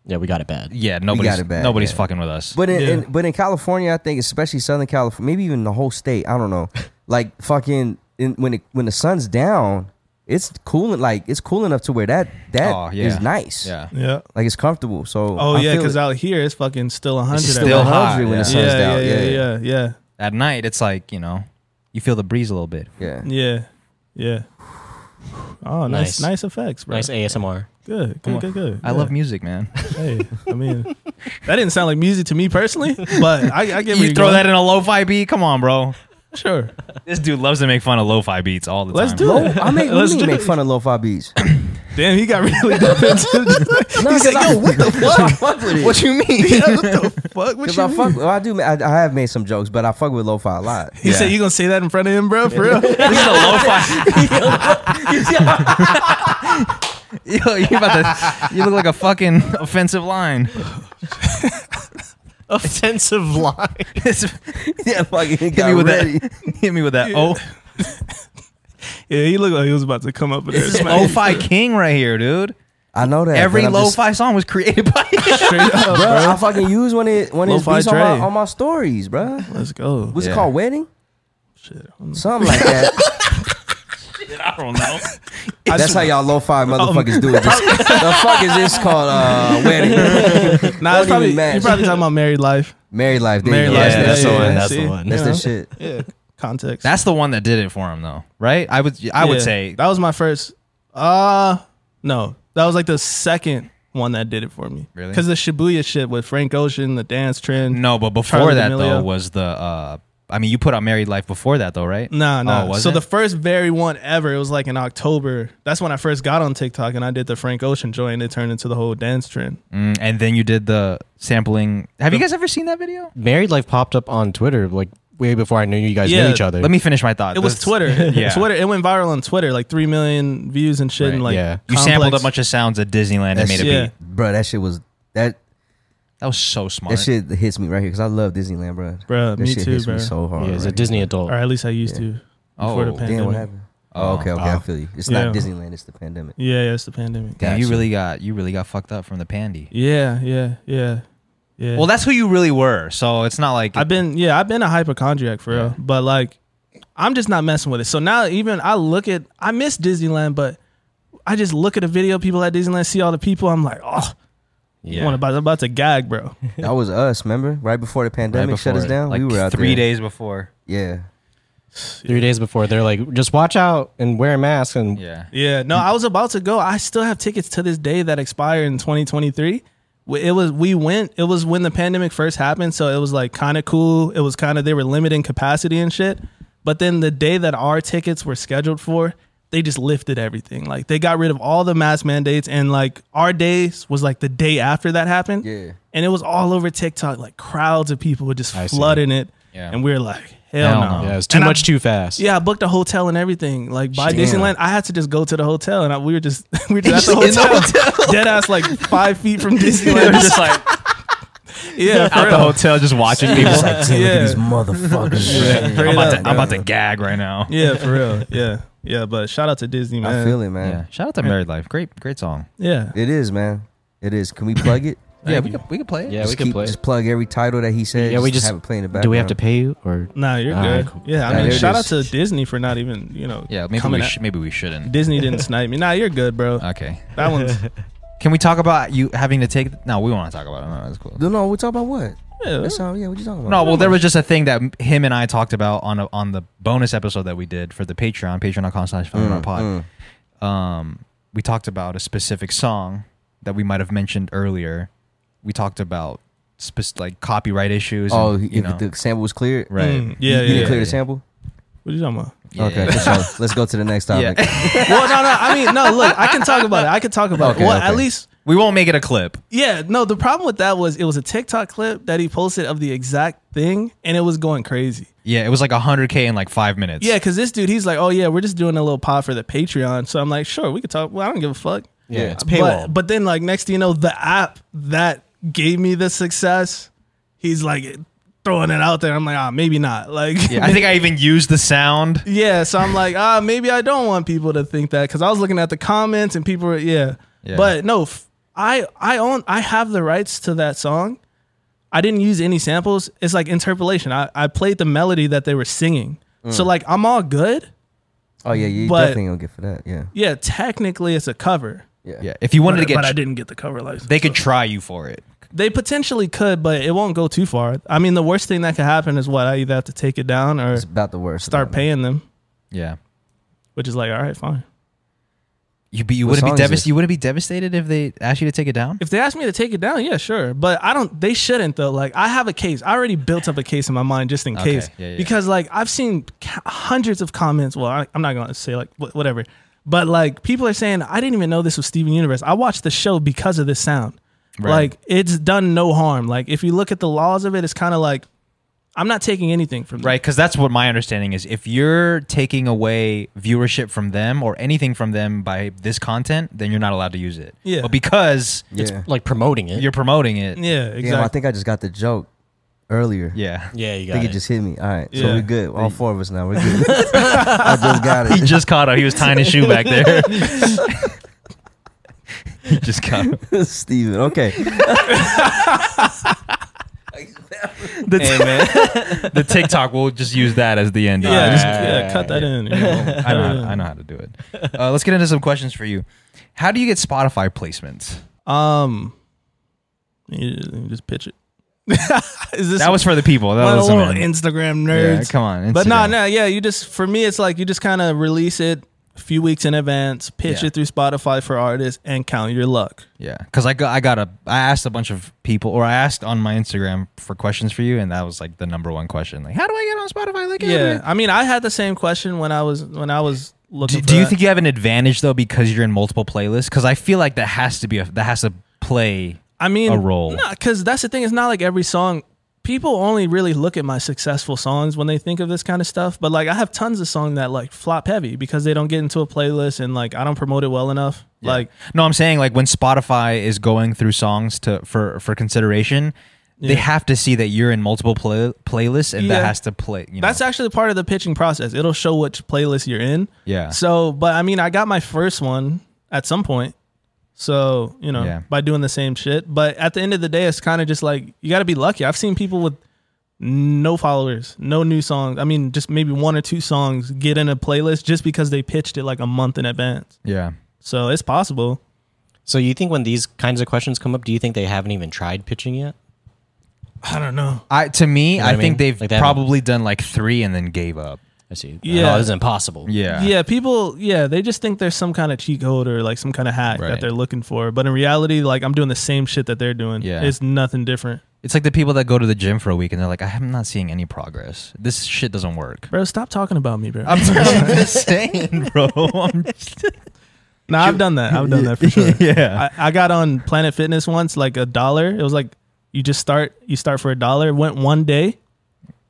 yeah, we got it bad. Yeah, nobody's it bad, nobody's yeah. fucking with us. But in, Yeah. in but in California, I think especially Southern California, maybe even the whole state, I don't know. Like fucking in, when it, when the sun's down, it's cooling like it's cool enough to where that that is Oh, yeah. nice. yeah, Yeah. Like it's comfortable. So Oh I yeah, feel because it. out here it's fucking still hundred. It's still hot. when yeah. the Yeah, sun's yeah, down. yeah, yeah, yeah, at night it's like you know, you feel the breeze a little bit. yeah. yeah, yeah. Oh, nice, nice Nice. effects, bro. Nice ASMR. Good, Come good, on. good, good. I Yeah. love music, man. Hey, I mean, that didn't sound like music to me personally, but I, I get you where you're throw going. that in a lo-fi beat? Come on, bro. Sure, This dude loves to make fun of lo-fi beats all the let's time. do Low, it. I make, Let's we do need to make it. fun of lo-fi beats. Damn, he got really deep into. No, He's like, yo, what the fuck? fuck with it. What you mean? yeah, what the fuck? What 'Cause you I mean? fuck. Well, I do. I, I have made some jokes, but I fuck with lo-fi a lot. He said, Yeah. "You gonna say that in front of him, bro? For real?" This is a lo-fi. Yo, you about to? You look like a fucking offensive line. Offensive line. yeah, fucking hit hit me with ready. that. Hit me with that. Oh, yeah, he looked like he was about to come up with this this. is lo-fi king right here, dude. I know that. Every but I'm just- lo-fi song was created by. Straight up, bro, bro. I fucking use when it when it's Lo-fi beats on my, Dre. on my stories, bro. Let's go. What's Yeah. it called? Wedding? Shit, Something like that. I don't know. That's how y'all lo-fi motherfuckers do it. Just, the fuck is this called? Uh, wedding? Nah, it's even probably, match. you're probably talking about married life. Married life. There Married you go. life. That's, that's that's, the yeah, one. yeah, That's see? the one. that's Yeah. the shit. Yeah, context. That's the one that did it for him, though, right? I would, I would Yeah, say that was my first. Uh no, that was like the second one that did it for me. Really? Because the Shibuya shit with Frank Ocean, the dance trend. no. But before Charli that, D'Amelio. though, was the. uh I mean, you put out "Married Life" before that, though, right? No, Oh, no. was so it? the first very one ever, it was like in October. That's when I first got on TikTok and I did the Frank Ocean joint. and It turned into the whole dance trend. Mm, and then you did the sampling. Have you guys ever seen that video? Married life popped up on Twitter like way before I knew you guys Yeah, knew each other. Let me finish my thought. It was This- Twitter. Yeah. Twitter. It went viral on Twitter, like three million views and shit. Right, and like, yeah. You sampled a complex- bunch of sounds at Disneyland and That's- made a yeah. beat. Bro, that shit was that That was so smart. that shit hits me right here because I love Disneyland, bro. Bruh, that me shit too, hits bruh. me so hard. Yeah, as a right Disney adult. Or at least I used to before Oh, damn, what the now. pandemic. Damn, what happened? Oh, okay, okay, I Oh. feel you. It's Yeah. not Disneyland, it's the pandemic. Yeah, yeah, it's the pandemic. Damn, you Gotcha. really got you really got fucked up from the pandy. Yeah, yeah, yeah, yeah. Well, that's who you really were. So it's not like I've been yeah, I've been a hypochondriac for real. But like I'm just not messing with it. So now even I look at I miss Disneyland, but I just look at a video of people at Disneyland, see all the people, I'm like, oh Yeah. I wanna- I'm about to gag, bro. That was us, remember? Right before the right pandemic shut us before, down, Like we were out three there. days before. Yeah, Three days before, they're like, just watch out and wear a mask. And Yeah. Yeah. No, I was about to go. I still have tickets to this day that expire in 2023. W- It was we went. It was when the pandemic first happened, so it was like kind of cool. It was kind of they were limiting capacity and shit. But then the day that our tickets were scheduled for, they just lifted everything. Like they got rid of all the mask mandates, and like our days was like the day after that happened. Yeah. And it was all over TikTok. Like crowds of people were just I see. flooding it. Yeah. And we are like, hell, Hell no. no. yeah, it's too And I- much too fast. Yeah, I booked a hotel and everything. Like by Damn. Disneyland, I had to just go to the hotel, and I, we were just we were just at the hotel, dead ass like five feet from Disneyland. just like yeah, for at the real. hotel, just watching people. It's like, "Damn, look at Yeah. these motherfuckers. Yeah, I'm, straight about up. to, I'm about to gag right now. yeah, for real. Yeah, yeah. But shout out to Disney, man. I feel it, Yeah. man. Shout out to Married Life. Great, great song. Yeah, It is, man. It is. Can we plug it? yeah, Thank we you. could we could play it. Yeah, we Just can keep- play. Just plug every title that he said. Yeah, we just- have it playing in the background. Do we have to pay you or? Nah, you're All good. right, cool. Yeah, I Nah, mean, there it shout out is. to Disney for not even you know. Yeah, maybe coming we at- sh- maybe we shouldn't. Disney didn't snipe me. Nah, you're good, bro. Okay. That one's Can we talk about you having to take? No, we want to talk about it. No, that's cool. No, no, we're talking about what? Yeah. That sound- yeah, what you talking about? No, well, there was just a thing that m- him and I talked about on a, on the bonus episode that we did for the Patreon, patreon.com slash Mm, Phenomenon pod. Um, we talked about a specific song that we might have mentioned earlier. We talked about spec- like copyright issues. Oh, and, he- you know, the sample was cleared. right. Mm, yeah, yeah, you didn't yeah. clear the yeah. sample. What are you talking about? Okay, for sure. let's go to the next topic. Yeah. well, no, no. I mean, no. Look, I can talk about it. I can talk about Okay, it. Well, okay. at least, we won't make it a clip. yeah. No, the problem with that was it was a TikTok clip that he posted of the exact thing, and it was going crazy. Yeah, it was like 100K in like five minutes. Yeah, because this dude, he's like, oh yeah, we're just doing a little pod for the Patreon. So I'm like, sure, we could talk. Well, I don't give a fuck. Yeah, it's But, paywall. but then, like, next thing you know, the app that gave me the success, he's like throwing it out there. I'm like, ah, maybe not. Like, Yeah, I think I even used the sound. Yeah, so I'm like, ah, maybe I don't want people to think that because I was looking at the comments and people were, yeah. Yeah. But no, f- I I own I have the rights to that song. I didn't use any samples. It's like interpolation. I, I played the melody that they were singing. Mm. So like I'm all good. Oh yeah, you But- definitely gonna get for that. Yeah, Yeah, technically it's a cover. yeah. Yeah, if you wanted But, to get, but I tr- didn't get the cover license. they could try you for it. They potentially could, but it won't go too far. I mean, the worst thing that could happen is what I either have to take it down or It's about the worst. start paying them, Yeah, which is like, all right, fine. you be you What wouldn't be song is this? devastated. You wouldn't be devastated if they asked you to take it down. If they ask me to take it down, yeah, sure. But I don't. They shouldn't though. Like I have a case. I already built up a case in my mind just in Okay, case. yeah, yeah. Because like I've seen ca- hundreds of comments. Well, I, I'm not going to say like wh- whatever. But like people are saying, I didn't even know this was Steven Universe. I watched the show because of this sound. Right. Like it's done no harm. Like if you look at the laws of it, it's kind of like I'm not taking anything from them. Right, because that's what my understanding is. If you're taking away viewership from them or anything from them by this content, then you're not allowed to use it. Yeah. But because Yeah, like promoting it. you're promoting it, yeah, Yeah, damn. I exactly. think I just got the joke earlier. yeah, you I got think it. it just hit me. All right, so Yeah. we're good. All four of us now. We're good. I just got he it. just caught up. He was tying his shoe back there. he just caught up. Steven. Okay. The, the TikTok. We'll just use that as the end. yeah, Uh, just, just- yeah, cut that in. you know. I know, how, I know how to do it. Uh, let's get into some questions for you. How do you get Spotify placements? Um, you just, you just pitch it. Is this That was for the people. That One of was the little Instagram nerds. Yeah, come on, But no, Instagram. no, yeah, you just for me, it's like you just kind of release it a few weeks in advance, pitch Yeah. it through Spotify for artists, and count your luck. Yeah, because I got I got a I asked a bunch of people, or I asked on my Instagram for questions for you, and that was like the number one question. Like, how do I get on Spotify? Like, Yeah, I mean, I had the same question when I was when I was looking. Do, do you think you have an advantage though because you're in multiple playlists? Because I feel like that has to be a that has to play. I mean a role? because that's the thing. It's not like every song. People only really look at my successful songs when they think of this kind of stuff. But like, I have tons of songs that like flop heavy because they don't get into a playlist and like I don't promote it well enough. Like, no, I'm saying like when Spotify is going through songs to for for consideration, they have to see that you're in multiple play, playlists, and Yeah. that has to play. You know? That's actually part of the pitching process. It'll show which playlist you're in. Yeah. So, but I mean, I got my first one at some point. So, you know, Yeah. by doing the same shit. But at the end of the day, it's kind of just like you got to be lucky. I've seen people with no followers, no new songs. I mean, just maybe one or two songs get in a playlist just because they pitched it like a month in advance. yeah. So it's possible. so you think when these kinds of questions come up, do you think they haven't even tried pitching yet? I don't know. I to me, know I what I mean? think they've Like, they haven't- probably done like three and then gave up. I see. Yeah. oh, this is impossible. Yeah. Yeah, people, yeah, they just think there's some kind of cheat code or like some kind of hack that Right. they're looking for. But in reality, like I'm doing the same shit that they're doing. Yeah. It's nothing different. It's like the people that go to the gym for a week and they're like, I'm not seeing any progress. This shit doesn't work. Bro, stop talking about me, bro. I'm, I'm just saying, bro. I'm just, no, I've done that. I've done that for sure. yeah. I, I got on Planet Fitness once, like a dollar. It was like you just start you start for a dollar. It Went one day.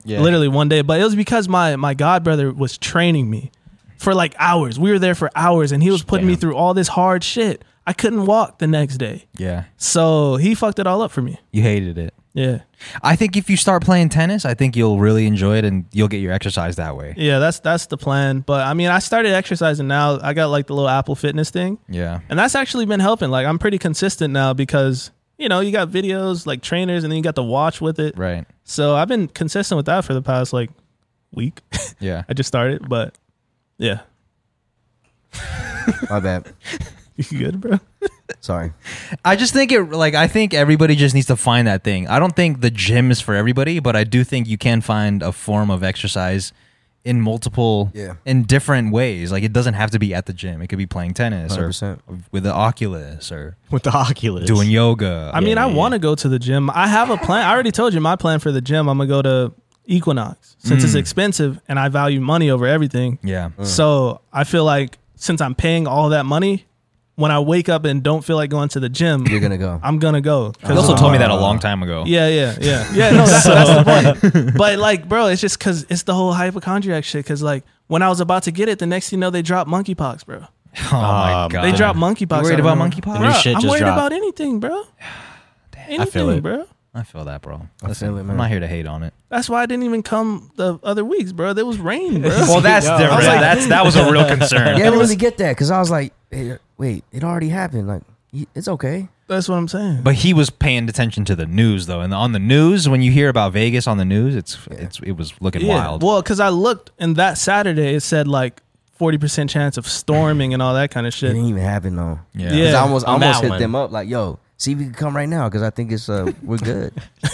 Yeah. Literally one day. But it was because my my god brother was training me for like hours. We were there for hours and he was putting me Damn. through all this hard shit. I couldn't walk the next day. yeah. So he fucked it all up for me. You hated it. Yeah. I think if you start playing tennis, I think you'll really enjoy it and you'll get your exercise that way. Yeah, that's that's the plan. But I mean I started exercising now. I got like the little Apple fitness thing. Yeah. And that's actually been helping. Like I'm pretty consistent now because you know you got videos like trainers, and then you got the watch with it. Right. So I've been consistent with that for the past like week. Yeah. I just started, but yeah, My bad. you good, bro? Sorry. I just think it like I think everybody just needs to find that thing. I don't think the gym is for everybody, but I do think you can find a form of exercise in multiple Yeah. in different ways. Like it doesn't have to be at the gym. It could be playing tennis or 100%. with the Oculus or with the Oculus. doing yoga. I mean, I want to go to the gym. I have a plan. I already told you my plan for the gym. I'm gonna go to Equinox since Mm. it's expensive and I value money over everything. Yeah. Uh. So I feel like since I'm paying all that money, when I wake up and don't feel like going to the gym, You're gonna go. I'm gonna go. 'Cause You also I'm told me like, that a uh, long time ago. Yeah, yeah, yeah, yeah. No, that's, that's the point. But like, bro, it's just because it's the whole hypochondriac shit. Because like, when I was about to get it, the next thing you know, they dropped monkeypox, bro. Oh my Um, god. They dropped dropped. monkeypox. Uh, You worried out of about nowhere. monkeypox? The Bro, new shit I'm just worried dropped. about anything, bro. Anything, I feel it. bro. I feel that, bro. feel it, man. I'm not here to hate on it. That's why I didn't even come the other weeks, bro. There was rain, bro. Well, that's Yeah. different. I was like- that's that was a real concern. Yeah, I didn't really get that because I was like, hey, wait, it already happened. Like, y- it's okay. That's what I'm saying. But he was paying attention to the news though, and on the news, when you hear about Vegas on the news, it's it's it was looking yeah. wild. Well, because I looked and that Saturday it said like 40% chance of storming and all that kind of It shit. didn't even happen though. yeah. 'Cause Yeah, I almost, I on almost that hit one. them up like, yo, see if you can come right now because I think it's uh, we're good.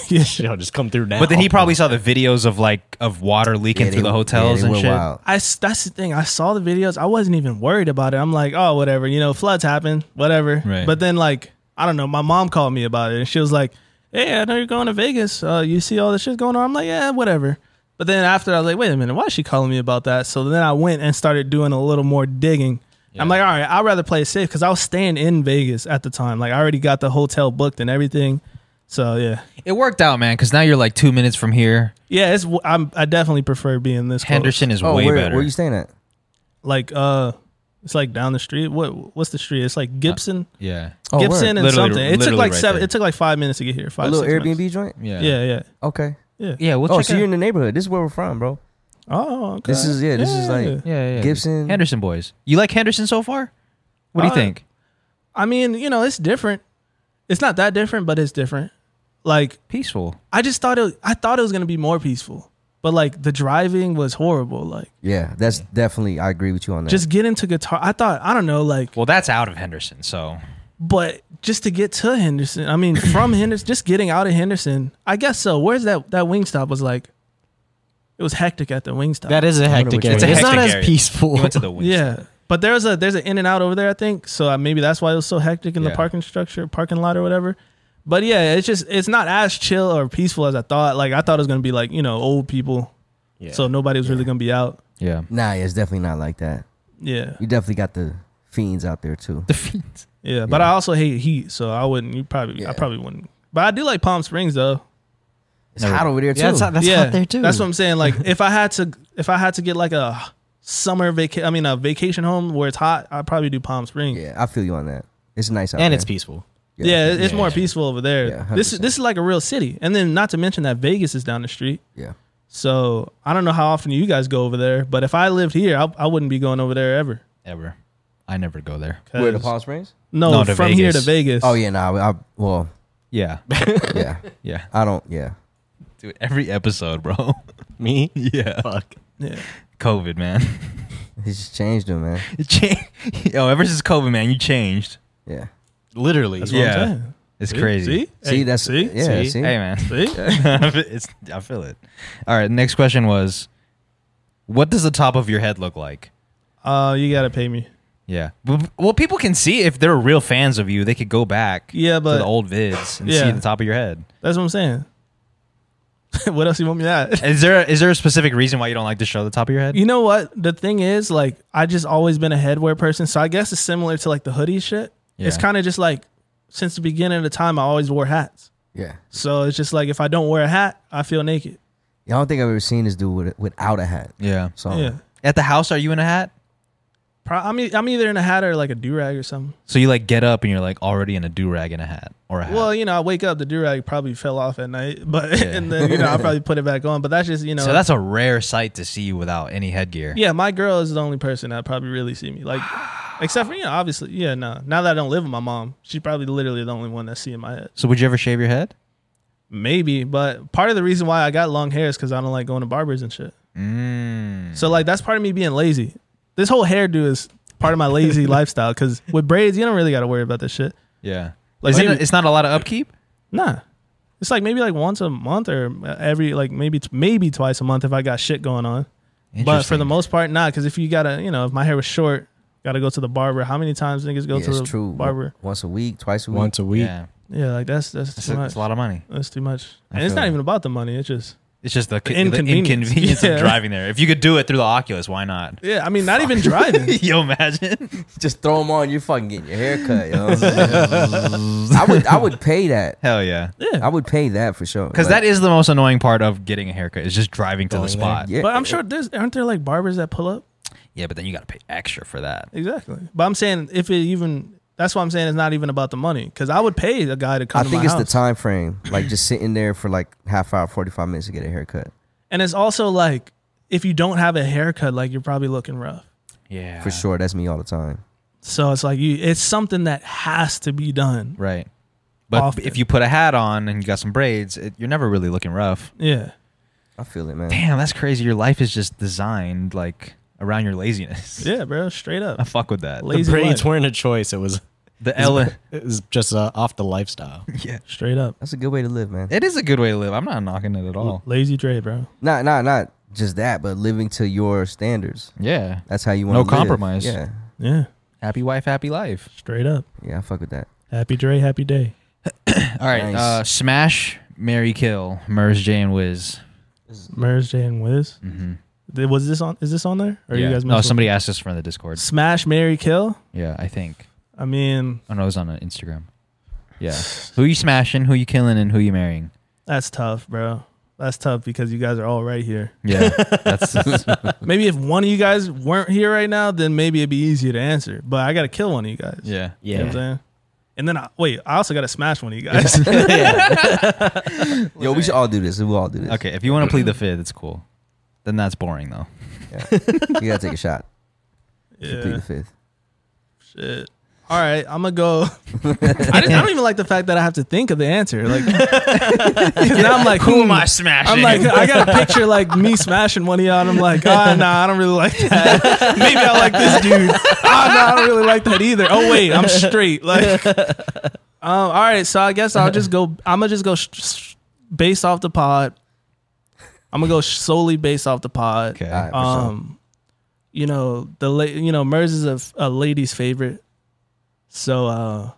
Yeah, yo, just come through now. But then he probably saw the videos of like of water leaking Oh, Yeah, through they- the hotels yeah, they and were shit. wild. I s- that's the thing. I saw the videos. I wasn't even worried about it. I'm like, oh, whatever. You know, floods happen, whatever. Right. But then, like, I don't know. My mom called me about it, and she was like, "Hey, I know you're going to Vegas. Uh, you see all the shit going on." I'm like, "Yeah, whatever." But then after, I was like, "Wait a minute, why is she calling me about that?" So then I went and started doing a little more digging. I'm like, "All right, I'd rather play it safe because I was staying in Vegas at the time. Like, I already got the hotel booked and everything." So yeah, It worked out, man, because now you're like two minutes from here. yeah. It's w- I'm, I definitely prefer being this close. Henderson is Oh, way where, better. where you staying at? like uh it's like down the street what what's the street it's like gibson yeah, Uh, Oh, word. gibson and Literally- something it took literally like right seven there. it took like five minutes to get here a five little six Airbnb minutes. joint. yeah, yeah yeah Okay. yeah. We'll oh, check so out. you're in the neighborhood. This is where we're from, bro. oh okay. This is yeah. This is like yeah, yeah, yeah. Gibson. Henderson boys. You like Henderson so far? What do you Uh, think? i mean you know it's different it's not that different but it's different like Peaceful. i just thought it i thought it was gonna be more peaceful but like the driving was horrible like Yeah, that's definitely. I agree with you on that. just get into guitar i thought i don't know like Well, that's out of Henderson, so but just to get to henderson i mean from henderson just getting out of henderson i guess so where's that that wing stop was like it was hectic at the wing stop that is a hectic which area. one It's, it is. not Hectic as area. peaceful. we went to the wings. Yeah, but there's a there's an in and out over there, I think. So uh, maybe that's why it was so hectic in Yeah. the parking structure, parking lot, or whatever. But yeah, it's just it's not as chill or peaceful as I thought. Like I thought it was gonna be like you know old people, Yeah. so nobody was really gonna be out. yeah. nah, yeah, it's definitely not like that. Yeah, You definitely got the fiends out there too. The fiends. yeah. But I also hate heat, so I wouldn't. You probably, I Yeah. probably wouldn't. But I do like Palm Springs though. It's hot over there too. yeah, that's, that's yeah, out there too. That's what I'm saying. Like if I had to, if I had to get like a summer vacation, I mean a vacation home where it's hot, I'd probably do Palm Springs. yeah, I feel you on that. It's nice out and there. it's peaceful. Yeah, it- it's Yeah. more peaceful over there. Yeah, this 100%. this is like a real city, and then not to mention that Vegas is down the street. yeah. So I don't know how often you guys go over there, but if I lived here, I, I wouldn't be going over there ever. Ever. I never go there. 'Cause- Where the Palm Springs? No, No, to from here to Vegas. Vegas. Oh yeah, nah. I, well, Yeah, yeah. yeah. I don't. Yeah. Dude, every episode, bro. Me? yeah. Fuck. yeah. COVID, man. He just changed them, man. You changed. Yo, ever since COVID, man, you changed. Yeah. Literally. That's what Yeah. I'm saying. It's See? crazy. See, See, that's see, yeah. see? See, Hey, man. see. it's, I feel it. All right. Next question was, what does the top of your head look like? Uh, you gotta pay me. Yeah. Well, well, people can see if they're real fans of you, they could go back Yeah, to but the old vids and see Yeah. the top of your head. that's what I'm saying. what else you want me to add? Is there is there a specific reason why you don't like to show the top of your head? You know what? The thing is, like, I just always been a headwear person, so I guess it's similar to like the hoodie shit. It's Yeah. kind of just like since the beginning of the time, I always wore hats. yeah. So it's just like if I don't wear a hat, I feel naked. I don't think I've ever seen this dude with, without a hat. Yeah. So Yeah. At the house, are you in a hat? Pro- I'm, e- I'm either in a hat or like a do rag or something. So you like get up and you're like already in a do rag and a hat or a hat. Well, you know, I wake up, the do rag probably fell off at night, but and then you know I probably put it back on. But that's just you know. so that's a rare sight to see you without any headgear. yeah, my girl is the only person that probably really see me. Like, except for you know, obviously, yeah, no. Now that I don't live with my mom, she's probably literally the only one that's seeing my head. So would you ever shave your head? Maybe, but part of the reason why I got long hair is because I don't like going to barbers and shit. Mm. So like that's part of me being lazy. This whole hairdo is part of my lazy lifestyle because with braids, you don't really got to worry about this shit. Yeah. Like Is it- maybe- it's not a lot of upkeep? Nah. It's like maybe like once a month or every like maybe maybe twice a month if I got shit going on. But for Interesting. the most part, nah. Because if you gotta, you know, if my hair was short, gotta go to the barber. How many times niggas go Yeah, to it's the true. barber? Once a week, twice a week. once a week. yeah. Yeah, like that's that's It's too a, much. it's a lot of money. That's too much. I And it's feel not that. even about the money. It's just It's just the, the inconvenience. inconvenience, Yeah. of driving there. If you could do it through the Oculus, why not? yeah. I mean, not even driving. you imagine? Just throw them on. You're fucking getting your hair cut. yo. I would. I would pay that. Hell yeah. I would pay that for sure. Because that is the most annoying part of getting a haircut is just driving to the Going there. spot. Yeah. But I'm sure there's aren't there like barbers that pull up Yeah, but then you got to pay extra for that. exactly. But I'm saying if it even that's why I'm saying it's not even about the money because I would pay a guy to come. I to think my it's house. the time frame, like just sitting there for like half hour, forty five minutes to get a haircut. And it's also like if you don't have a haircut, like you're probably looking rough. Yeah. For sure, that's me all the time. So it's like you it's something that has to be done. Right. But Often. if you put a hat on and you got some braids, it, you're never really looking rough. Yeah. I feel it, man. Damn, that's crazy. Your life is just designed like around your laziness. Yeah, bro, straight I up. fuck with that. The Lazy braids life. weren't a choice. It was The Ellen. it was just uh, off the lifestyle. yeah. Straight up. That's a good way to live, man. It is a good way to live. I'm not knocking it at all. Lazy Dre, bro. Not, not, not just that, but living to your standards. Yeah. That's how you want No live. compromise. Yeah, Yeah. Happy wife, happy life. Straight up. yeah, I fuck with that. Happy Dre, happy day. All right. Nice. Uh, smash, Mary Kill, Mers, J, and Wiz. Merz, Jay, and Wiz. Mm-hmm. Th- Was this on is this on there? Or you guys no, messing Oh, somebody asked us from the Discord. with- Smash Mary Kill? Yeah, I think. I mean, Oh, no, it was on uh, Instagram. Yeah. who you smashing, who you killing, and who you marrying. that's tough, bro. That's tough because you guys are all right here. Yeah. That's, Maybe if one of you guys weren't here right now, then maybe it'd be easier to answer. But I gotta kill one of you guys. yeah. You know what I'm Yeah. saying? And then I, wait, I also gotta smash one of you guys. Yo, we should all do this. We'll all do this. Okay, if you want to plead the fifth, it's cool. Then that's boring, though. you gotta take a shot. to Plead yeah. the fifth. Shit. All right, I'm gonna go. I, didn't- I don't even like the fact that I have to think of the answer. Like, 'cause now I'm like, hmm. who am I? smashing? I'm like, I got a picture like me smashing one of y'all, and I'm like, ah, nah, I don't really like that. Maybe I like this dude. Ah, nah, I don't really like that either. Oh wait, I'm straight. Like, um, all right, so I guess I'll just go. I'm gonna just go sh- sh- based off the pod. I'm gonna go solely based off the pod. okay. All right, for sure. Um, you know the la- you know Mers is a, a lady's favorite, so uh,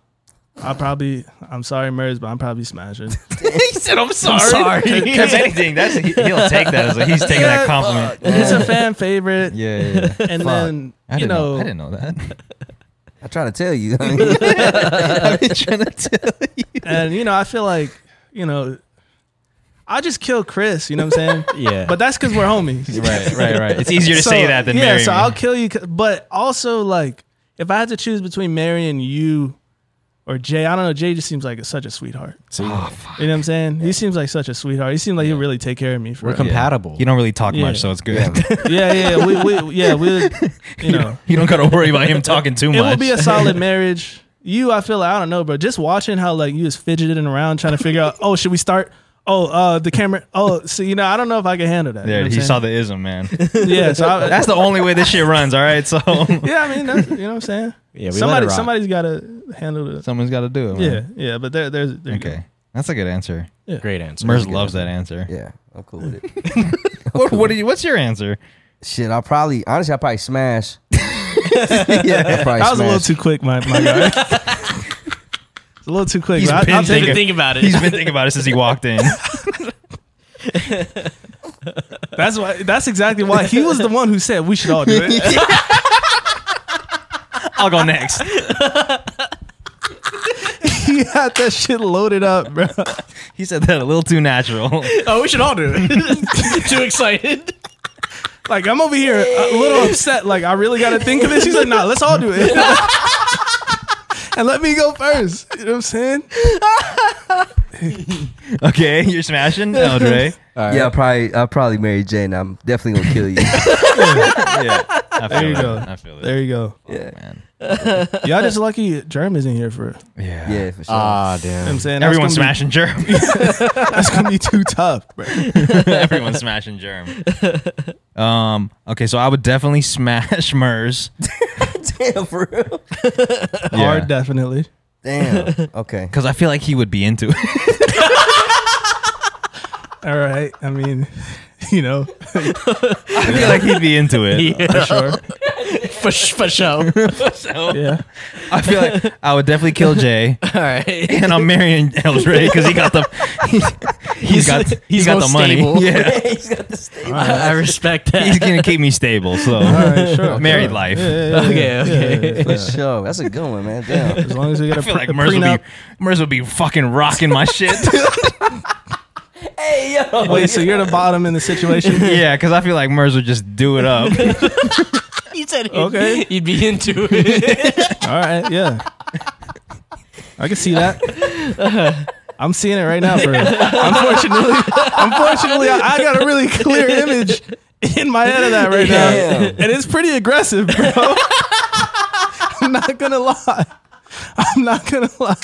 I probably I'm sorry Mers, but I'm probably smashing. he said, "I'm sorry." If anything, that's he, will take that as a, he's taking Yeah, that compliment. it's a fan favorite, Yeah, yeah. yeah. and then I you didn't know, know, I didn't know that. I'm trying to tell you. I I've been trying to tell you. and you know I feel like you know I just kill Chris. You know what I'm saying? Yeah. But that's because we're homies. Right, right, right. It's easier to So, say that than yeah. marry so me. I'll kill you. 'cause- But also, like, if I had to choose between marrying you or Jay, I don't know. Jay just seems like such a sweetheart. See, You know what I'm saying? He seems like such a sweetheart. He seemed like he'd really take care of me. For we're real. compatible. You don't really talk Yeah. much, so it's good. yeah, yeah, yeah. We, we, yeah, we, you know, you don't got to worry about him talking too it much. will be a solid marriage. You, I feel like I don't know, bro. Just watching how like you just fidgeting around trying to figure out. Oh, should we start? Oh, uh, the camera. Oh, so you know, I don't know if I can handle that. you there, know he saw the ism, man. the yeah. So I, That's the only way this shit runs. All right, so Uh, yeah. I mean, that's, you know what I'm saying. yeah, we let it Somebody, rock. somebody's got to handle it. someone's got to do it. Yeah, man. yeah. But there, there's there you go. Okay, that's a good answer. Great answer. Mers loves that answer. yeah, I'm cool with it. What, what do you? What's your answer? Shit, I'll probably honestly, I'll probably smash. yeah, I'll probably I was a little smash. too quick, my my guy. it's a little too quick. He's but I, been I'll take thinking- it. Think about He's been thinking about it since he walked in. That's why. That's exactly why he was the one who said we should all do it. I'll go next. he had that shit loaded up, bro. He said that a little too natural. oh, we should all do it. Too excited. Like I'm over here a little upset. Like I really got to think of this. He's like, nah, let's all do it. And let me go first. You know what I'm saying? Okay, you're smashing, Oh, Eldre. Yeah, I'll probably, I'll probably marry Jane. I'm definitely gonna kill you. Yeah, I feel you it. go. I feel it. There you go. yeah, man. Y'all just lucky Germ isn't here for it. You know Yeah. yeah, for sure. Ah, what I'm damn. saying? That's Everyone's gonna be- smashing germ. That's gonna be too tough, bro. Everyone's smashing germ. Um. Okay, so I would definitely smash Mers. Damn, for real. Or definitely. Damn. Okay. Because I feel like he would be into it. All right. I mean, you know, I feel like he'd be into it. for sure. for, sh- for show. Yeah. I feel like I would definitely kill Jay, All right. and I'm marrying El Rey because he got the he's got He's- he's he's got the most money. stable. Yeah, He's got the state. I, I respect that. he's gonna keep me stable. So married life. okay, okay. For sure. That's a good one, man. Damn. As long as we get I a, feel pre- like a Merz would prenup. be Merz would be fucking rocking my shit. hey, yo. Wait, so you're the bottom in the situation? yeah, because I feel like Merz would just do it up. He said he'd, Okay. he'd be into it. All right. Yeah. I can see that. I'm seeing it right now, bro. Unfortunately, unfortunately, I, I got a really clear image in my head of that right now, Damn. and it's pretty aggressive, bro. I'm not gonna lie. I'm not gonna lie.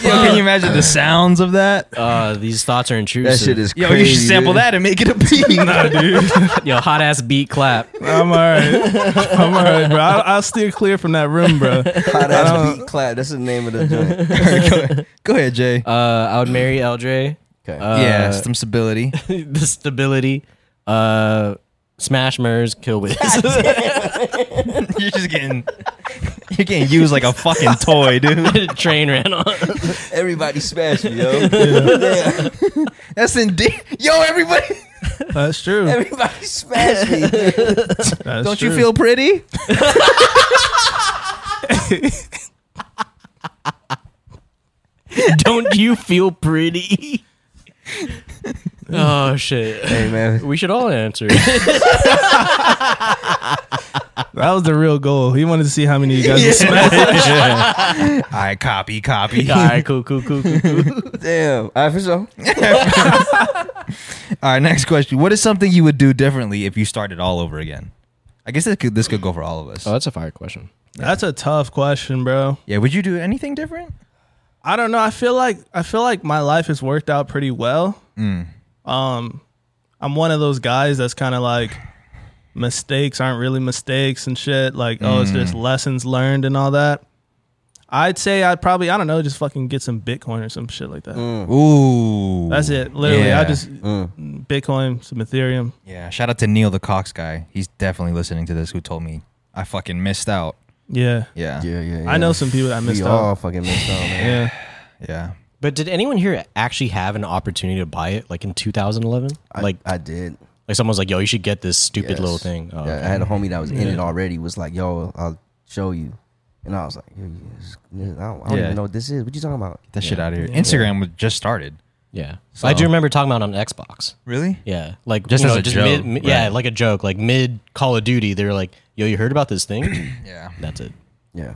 Can you imagine the sounds of that? Uh, these thoughts are intrusive. That shit is Yo, crazy. you should sample dude. that and make it a beat. nah, dude. yo hot ass beat clap. I'm all right. I'm all right, bro. I'll, I'll steer clear from that room, bro. Hot ass beat clap. That's the name of the joint. Go ahead, Jay. Uh, I would marry LJ. Okay. Uh, yeah, some stability. the stability. Uh, smash Mers, kill with. You're just getting you're getting used like a fucking toy, dude. Train ran on. Everybody smash me, yo. Damn. That's indeed. Yo, everybody, That's true. Everybody smash me. dude. That's don't you true. feel pretty? Don't you feel pretty? oh shit. Hey, man. we should all answer. That was the real goal. He wanted to see how many of you guys would smash. I copy, copy. all right, cool, cool, cool, cool. cool. Damn. All right, for sure. All right, next question. What is something you would do differently if you started all over again? I guess this could this could go for all of us. Oh, that's a fire question. That's a tough question, bro. yeah, would you do anything different? I don't know. I feel like I feel like my life has worked out pretty well. Um, I'm one of those guys that's kind of like mistakes aren't really mistakes and shit. Like, oh, it's just lessons learned and all that. I'd say I'd probably I don't know, just fucking get some Bitcoin or some shit like that. Mm. Ooh, That's it. Literally, Yeah. I just Bitcoin, some Ethereum. Yeah, shout out to Neil the Cox guy. He's definitely listening to this. Who told me I fucking missed out? Yeah. Yeah, Yeah, yeah, yeah. I know some people that We missed all out. fucking missed out, man. Yeah. yeah. But did anyone here actually have an opportunity to buy it, like in 2011? like, I did. like someone's like, "Yo, you should get this stupid Yes. little thing." Oh, Yeah, okay. I had a homie that was in it already. Was like, "Yo, I'll show you," and I was like, "Yo, you just- I don't, I don't Yeah. even know what this is. What you talking about?" That shit out of here. Instagram was just started. yeah. I do remember talking about it on Xbox. Really? Yeah, like Just you as know, a just joke, mid, mi- yeah, right. like a joke, like mid Call of Duty, they were like, "Yo, you heard about this thing?" Yeah. That's it. Yeah.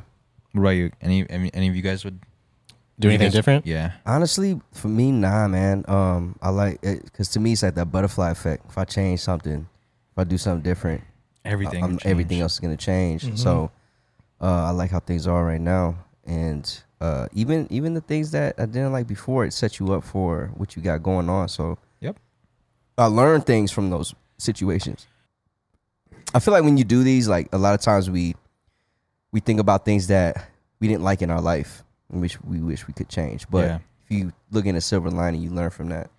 What about you? Any any, any of you guys would Do anything different? Yeah. Honestly, for me, nah, man. Um, I like it because to me, it's like that butterfly effect. If I change something, if I do something different, Everything. I'm, would change. Mm-hmm. everything else is gonna change. So, uh, I like how things are right now, and uh, even even the things that I didn't like before, it set you up for what you got going on. So, Yep. I learned things from those situations. I feel like when you do these, like a lot of times we we think about things that we didn't like in our life, and which we wish we could change. But Yeah. if you look in a silver lining, you learn from that.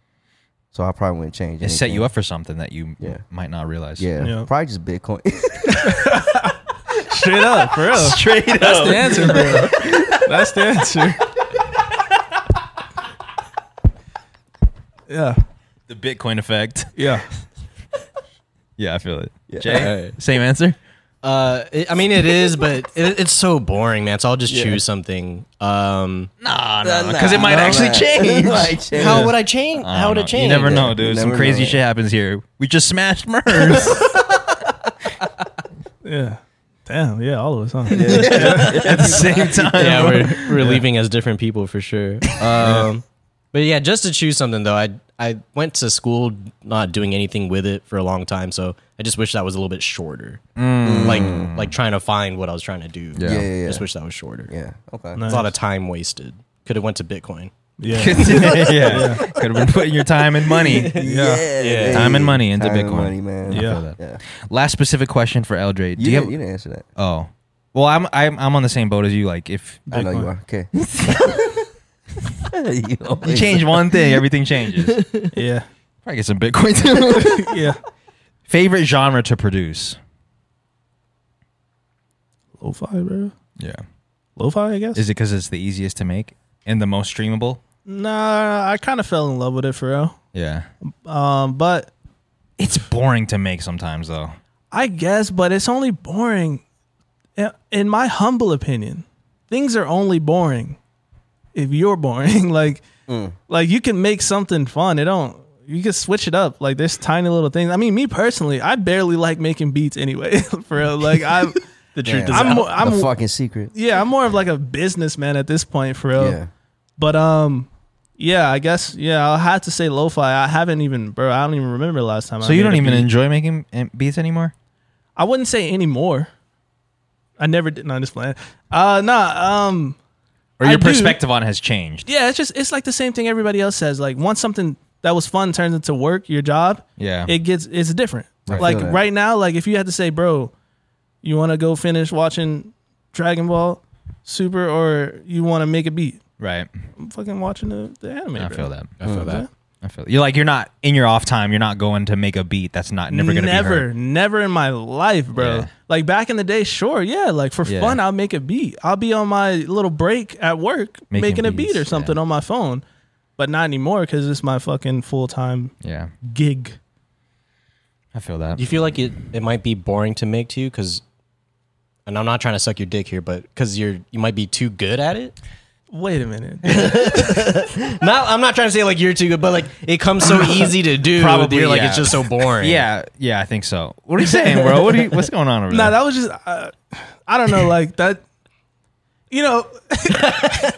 So I probably wouldn't change. It set anything. you up for something that you Yeah. might not realize. Yeah, Yeah. probably just Bitcoin. Straight up, for real. Straight up. the answer, bro. That's the answer. Yeah. The Bitcoin effect. Yeah. Yeah, I feel it. Yeah. Jay, same answer. Uh, it, I mean, it is, but it, it's so boring, man. So I'll just choose something. Um, Nah, Nah, nah, because it might nah, actually nah. change. Might change. how would I change? I How would don't I know. change? You never know, You dude. Some never crazy know. shit happens here. We just smashed MERS. Yeah. Damn. Yeah. All of us, huh? at the same time. Yeah, we're we're leaving as different people for sure. Um, but yeah, just to choose something though, I I went to school not doing anything with it for a long time, so I just wish that was a little bit shorter. Like like trying to find what I was trying to do. Yeah, yeah, yeah. Just wish that was shorter. Yeah. Okay. It's a lot of time wasted. Could have went to Bitcoin. Yeah. yeah, could have been putting your time and money, Yeah, Yeah. time and money into Time and Bitcoin. money, man. I Yeah. feel that. Yeah. Last specific question for Eldre. Do You, you, didn't, have? you didn't answer that. Oh, well, I'm I'm I'm on the same boat as you. Like, if I know you Bitcoin. are. Okay. you you, always- change one thing, everything changes. Yeah. Probably get some Bitcoin too. Yeah. Favorite genre to produce? Lo-fi, bro. Yeah. Lo-fi, I guess. Is it because it's the easiest to make and the most streamable? nah, I kind of fell in love with it for real. Yeah. Um, but It's boring to make sometimes, though. I guess, but it's only boring. In- In my humble opinion, things are only boring if you're boring. like, like you can make something fun. It don't. You can switch it up. Like there's tiny little things. I mean, me personally, I barely like making beats anyway. for real, like I, The truth is, I'm, out. more, I'm, the fucking secret. yeah, I'm more of like a businessman at this point. For real, Yeah. But um, yeah, I guess yeah, I'll have to say lo-fi. I haven't even, bro. I don't even remember last time. I So you made don't a even beat. enjoy making um, beats anymore? I wouldn't say anymore. I never did. No, I'm just playing. Uh, nah. Um, Or I your do. perspective on it has changed? yeah, it's just it's like the same thing everybody else says. Like once something that was fun turns into work, your job, Yeah. it gets it's different. I Like feel that. right now, like if you had to say, bro, you want to go finish watching Dragon Ball Super, or you want to make a beat, right. I'm fucking watching the, the anime. I bro. feel that. I Oh, feel that. I feel you're like you're not in your off time. You're not going to make a beat that's not never gonna never, be heard. never in my life, bro. Yeah. Like back in the day, sure, yeah. Like for Yeah. fun, I'll make a beat. I'll be on my little break at work Making making, a beat beats, or something on my phone, but not anymore because it's my fucking full time Yeah, gig. I feel that. Do you feel like it, it might be boring to make to you? Because, and I'm not trying to suck your dick here, but because you're you might be too good at it. Wait a minute. Not, I'm not trying to say like you're too good, but like it comes so easy to do. Probably, Probably, you're like yeah. it's just so boring. yeah, yeah, I think so. What are you saying, bro? What are you, what's going on over nah, there? that was just uh, I don't know, like that. You know,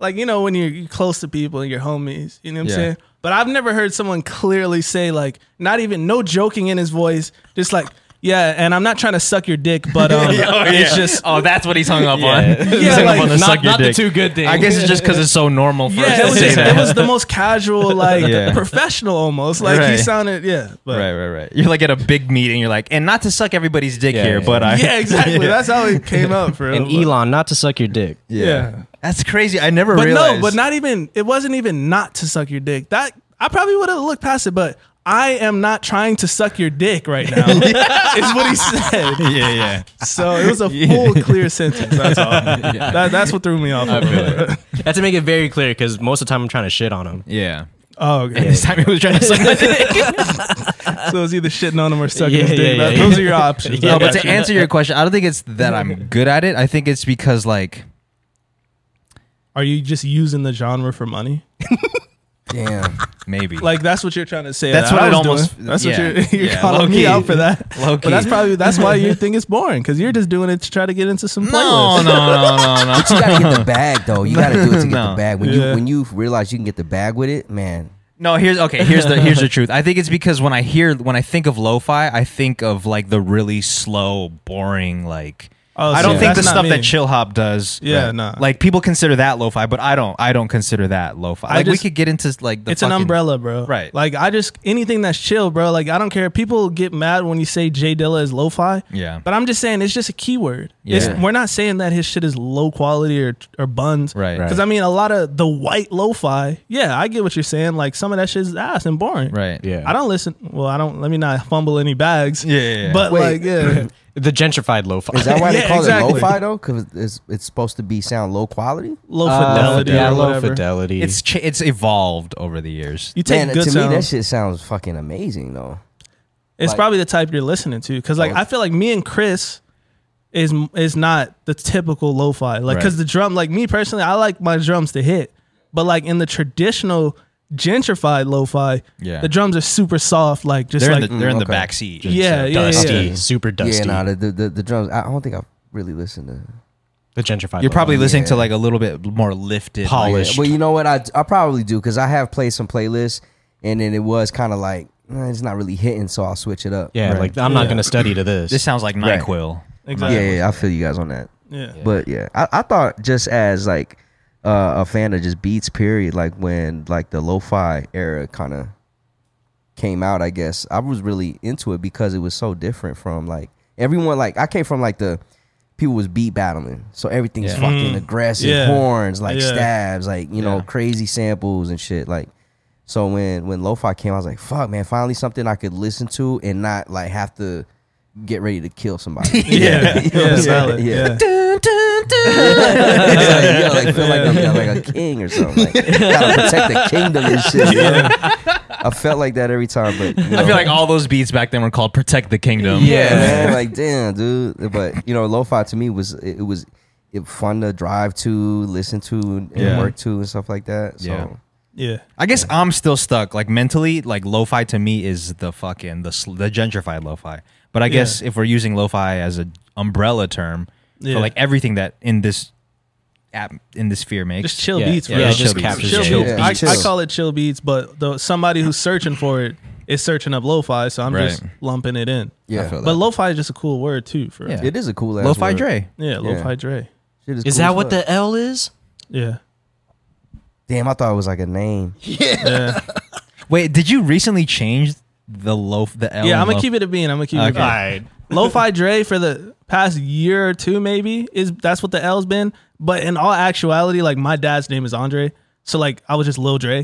like you know when you're, you're close to people and your homies, you know what Yeah. I'm saying. But I've never heard someone clearly say like, not even no joking in his voice, just like, yeah. And I'm not trying to suck your dick, but um, it's just oh, that's what he's hung up on. He's Yeah, hung like, up on the not- suck your not the dick. too good thing. I guess it's just because it's so normal for us yeah. to It was, say just- that. it was the most casual, like Yeah. professional, almost like he Right. sounded, yeah. But right, right, right. You're like at a big meeting. You're like, and not to suck everybody's dick Yeah, here, yeah, but I. yeah, exactly. That's how it came up for And real, but- Elon, not to suck your dick. yeah. That's crazy. I never But realized. no, but not even it wasn't even not to suck your dick. That I probably would have looked past it, but I am not trying to suck your dick right now. is what he said. Yeah, yeah. So it was a full clear sentence. That's all. That, that's what threw me off. a little bit. I have to make it very clear because most of the time I'm trying to shit on him. Yeah. Oh, okay. This time he was trying to suck my dick. so it was either shitting on him or sucking his Yeah, dick. yeah, That- yeah, Those are your options. Yeah, no, but gotcha. to answer your question, I don't think it's that I'm good at it. I think it's because like Are you just using the genre for money? Damn. maybe Like that's what you're trying to say. That's that what I it was almost- doing. That's yeah, what you're, you're yeah, calling low-key. me out for that. low key. But that's probably that's why you think it's boring because you're just doing it to try to get into some playlists. no, no, no, no, no. You gotta get the bag though. You gotta do it to get No. the bag. When Yeah. you when you realize you can get the bag with it, man. No, here's okay. Here's the here's the truth. I think it's because when I hear when I think of lo-fi, I think of like the really slow, boring like. Oh, I so don't think the that's not stuff that me. chill hop does. Yeah, nah. Like people consider that lo-fi, but I don't. I don't consider that lo-fi. I Like just- we could get into like the. it's an fucking- umbrella, bro. Right. Like I just anything that's chill, bro. Like I don't care. People get mad when you say Jay Dilla is lo-fi. Yeah. But I'm just saying it's just a keyword. It's, Yeah. we're not saying that his shit is low quality or or buns. Right. Because I mean, a lot of the white lo-fi. Yeah, I get what you're saying. Like some of that shit's ass and boring. Right. Yeah. I don't listen. Well, I don't. Let me not fumble any bags. Yeah, yeah, yeah. But Wait. like, yeah. The gentrified lo-fi. Is that why Yeah, they call exactly. it lo-fi though? Because it's it's supposed to be sound low quality. low Uh, fidelity. yeah, or low whatever. fidelity. It's cha- it's evolved over the years. You take man, good to sounds. me that shit sounds fucking amazing though. It's Like- probably the type you're listening to because like I feel like me and Chris is is not the typical lo-fi like because Right. the drum like me personally I like my drums to hit but like in the traditional gentrified lo-fi Yeah. the drums are super soft like just They're in like the they're in the okay. back seat. uh, yeah, yeah, yeah, dusty, yeah. yeah. super dusty. Yeah, nah, the, the the the drums. I don't think I've really listened to the gentrified. You're probably lo-fi. listening to Yeah. like a little bit more lifted. like- Polished. Well, you know what? I, I probably do because I have played some playlists and then it was kind of like eh, it's not really hitting, so I'll switch it up. yeah. Like I'm not gonna study to this. this sounds like Right. Nyquil. yeah, exactly yeah, I feel you guys on that. yeah. But yeah, I, I thought just as like uh, a fan of just beats. Period. Like when like the lo-fi era kind of came out. I guess I was really into it because it was so different from like everyone. Like I came from like the people was beat battling, so everything's Yeah. fucking aggressive, Yeah. horns, like Yeah. stabs, like you know Yeah. crazy samples and shit. Like so when when lo-fi came, I was like, fuck, man, finally something I could listen to and not like have to get ready to kill somebody. Yeah. You know what I'm Yeah, saying? valid. Yeah. Yeah. It's like, yo, like feel like I'm yeah, like a king or something. Like, gotta protect the kingdom and shit. you know? I felt like that every time, but you I know. feel like all those beats back then were called "Protect the Kingdom." yeah, man, like damn, dude. But you know, lo-fi to me was it, it was it fun to drive to, listen to, and Yeah. work to, and stuff like that. So Yeah. Yeah. I guess I'm still stuck. Like mentally, like lo-fi to me is the fucking the sl- the gentrified lo-fi. But I guess if we're using lo-fi as an umbrella term Yeah. for like everything that in this app in this sphere makes, Just chill Yeah, beats, yeah, bro. yeah, just captures chill it. beats. Yeah, I, chill. I call it chill beats, but the, somebody who's searching for it is searching up lo-fi, so I'm just Right. lumping it in. yeah, But lo-fi is just a cool word too for yeah, Yeah. it is a cool ass lo-fi word. Dre. yeah lo-fi Dre. Shit Is cool that as what fuck. the L is? Yeah. Damn, I thought it was like a name. Yeah. Wait, did you recently change the lo the L? yeah, I'm gonna keep it a bean. I'm gonna keep it. a Okay. bean. Lo-fi Dre for the past year or two, maybe is that's what the L's been. But in all actuality, like my dad's name is Andre, so like I was just Lil Dre.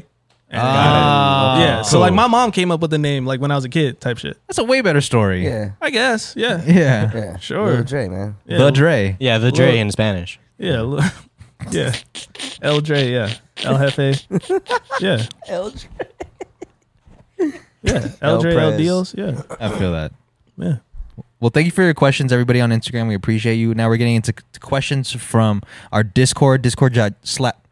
And Ah, yeah. So like cool. my mom came up with the name like when I was a kid, type shit. That's a way better story. Yeah, I guess. Yeah. Yeah. yeah, Sure. Lil Dre, man. Yeah. The Dre. Yeah, the Dre in Spanish. Yeah. Lil- yeah. El Dre. Yeah. El Jefe. Yeah. L Dre. Yeah. El El Dre. El Prez. Deals. Yeah. I feel that. Yeah. Well, thank you for your questions, everybody on Instagram. We appreciate you. Now we're getting into c- to questions from our Discord, Discord dot slap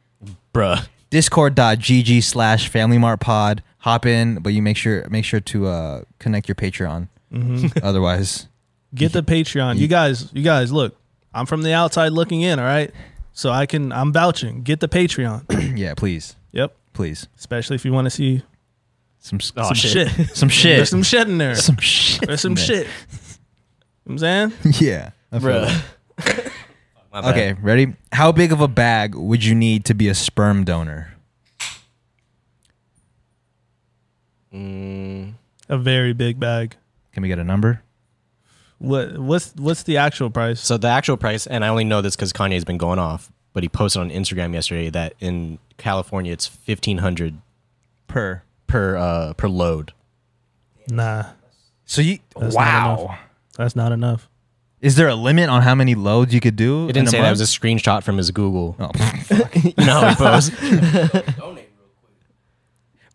Bruh. discord.gg slash family mart pod hop in but you make sure make sure to uh connect your patreon Mm-hmm. otherwise Get the Patreon. You guys. You guys. Look, I'm from the outside looking in. All right. So I can. I'm vouching. Get the Patreon. yeah please Yep. please Especially if you want to see some s- Oh, some shit. shit. some shit There's some shit in there. some shit There's some in shit. You know what I'm saying? there. yeah I feel that. Bruh. My bad. okay ready how big of a bag would you need to be a sperm donor Mm, A very big bag. can we get a number What what's what's the actual price? so the actual price, and I only know this because Kanye's been going off, but he posted on Instagram yesterday that in California it's fifteen hundred per per uh, per load. Nah, so you That's not wow that's not enough. is there a limit on how many loads you could do It didn't in say a that. It month? was a screenshot from his Google. Oh, pff. you know how he posts.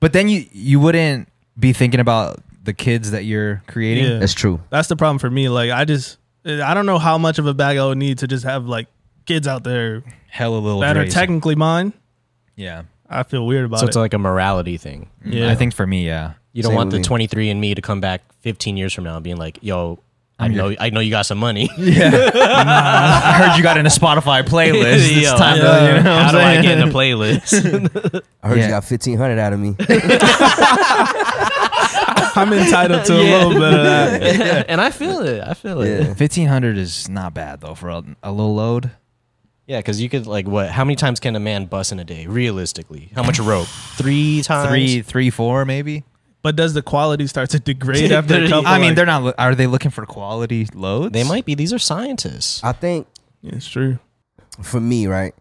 but then you you wouldn't be thinking about the kids that you're creating Yeah, That's true. that's the problem for me. Like I just I don't know how much of a bag I would need to just have like kids out there hella little that are Dre's. technically mine. yeah I feel weird about So it. it's like a morality thing. yeah, I think for me, yeah. You don't Same want with the me. 23 and me to come back 15 years from now and being like, yo, I know, I know you got some money. I heard you got in a Spotify playlist. It's Yo, time to, you know what How I'm do I saying? get in the playlist? I heard Yeah. you got fifteen hundred out of me. I'm entitled to a little bit of that. and I feel it. I feel it. Yeah. 1500 is not bad though for a, a little load. Yeah, because you could like what? How many times can a man bust in a day, realistically? How much rope? Three times. Three, three, four, maybe. But does the quality start to degrade after a couple? I mean, like- they're not. lo- Are they looking for quality loads? They might be. These are scientists. I think Yeah, it's true. for me, right,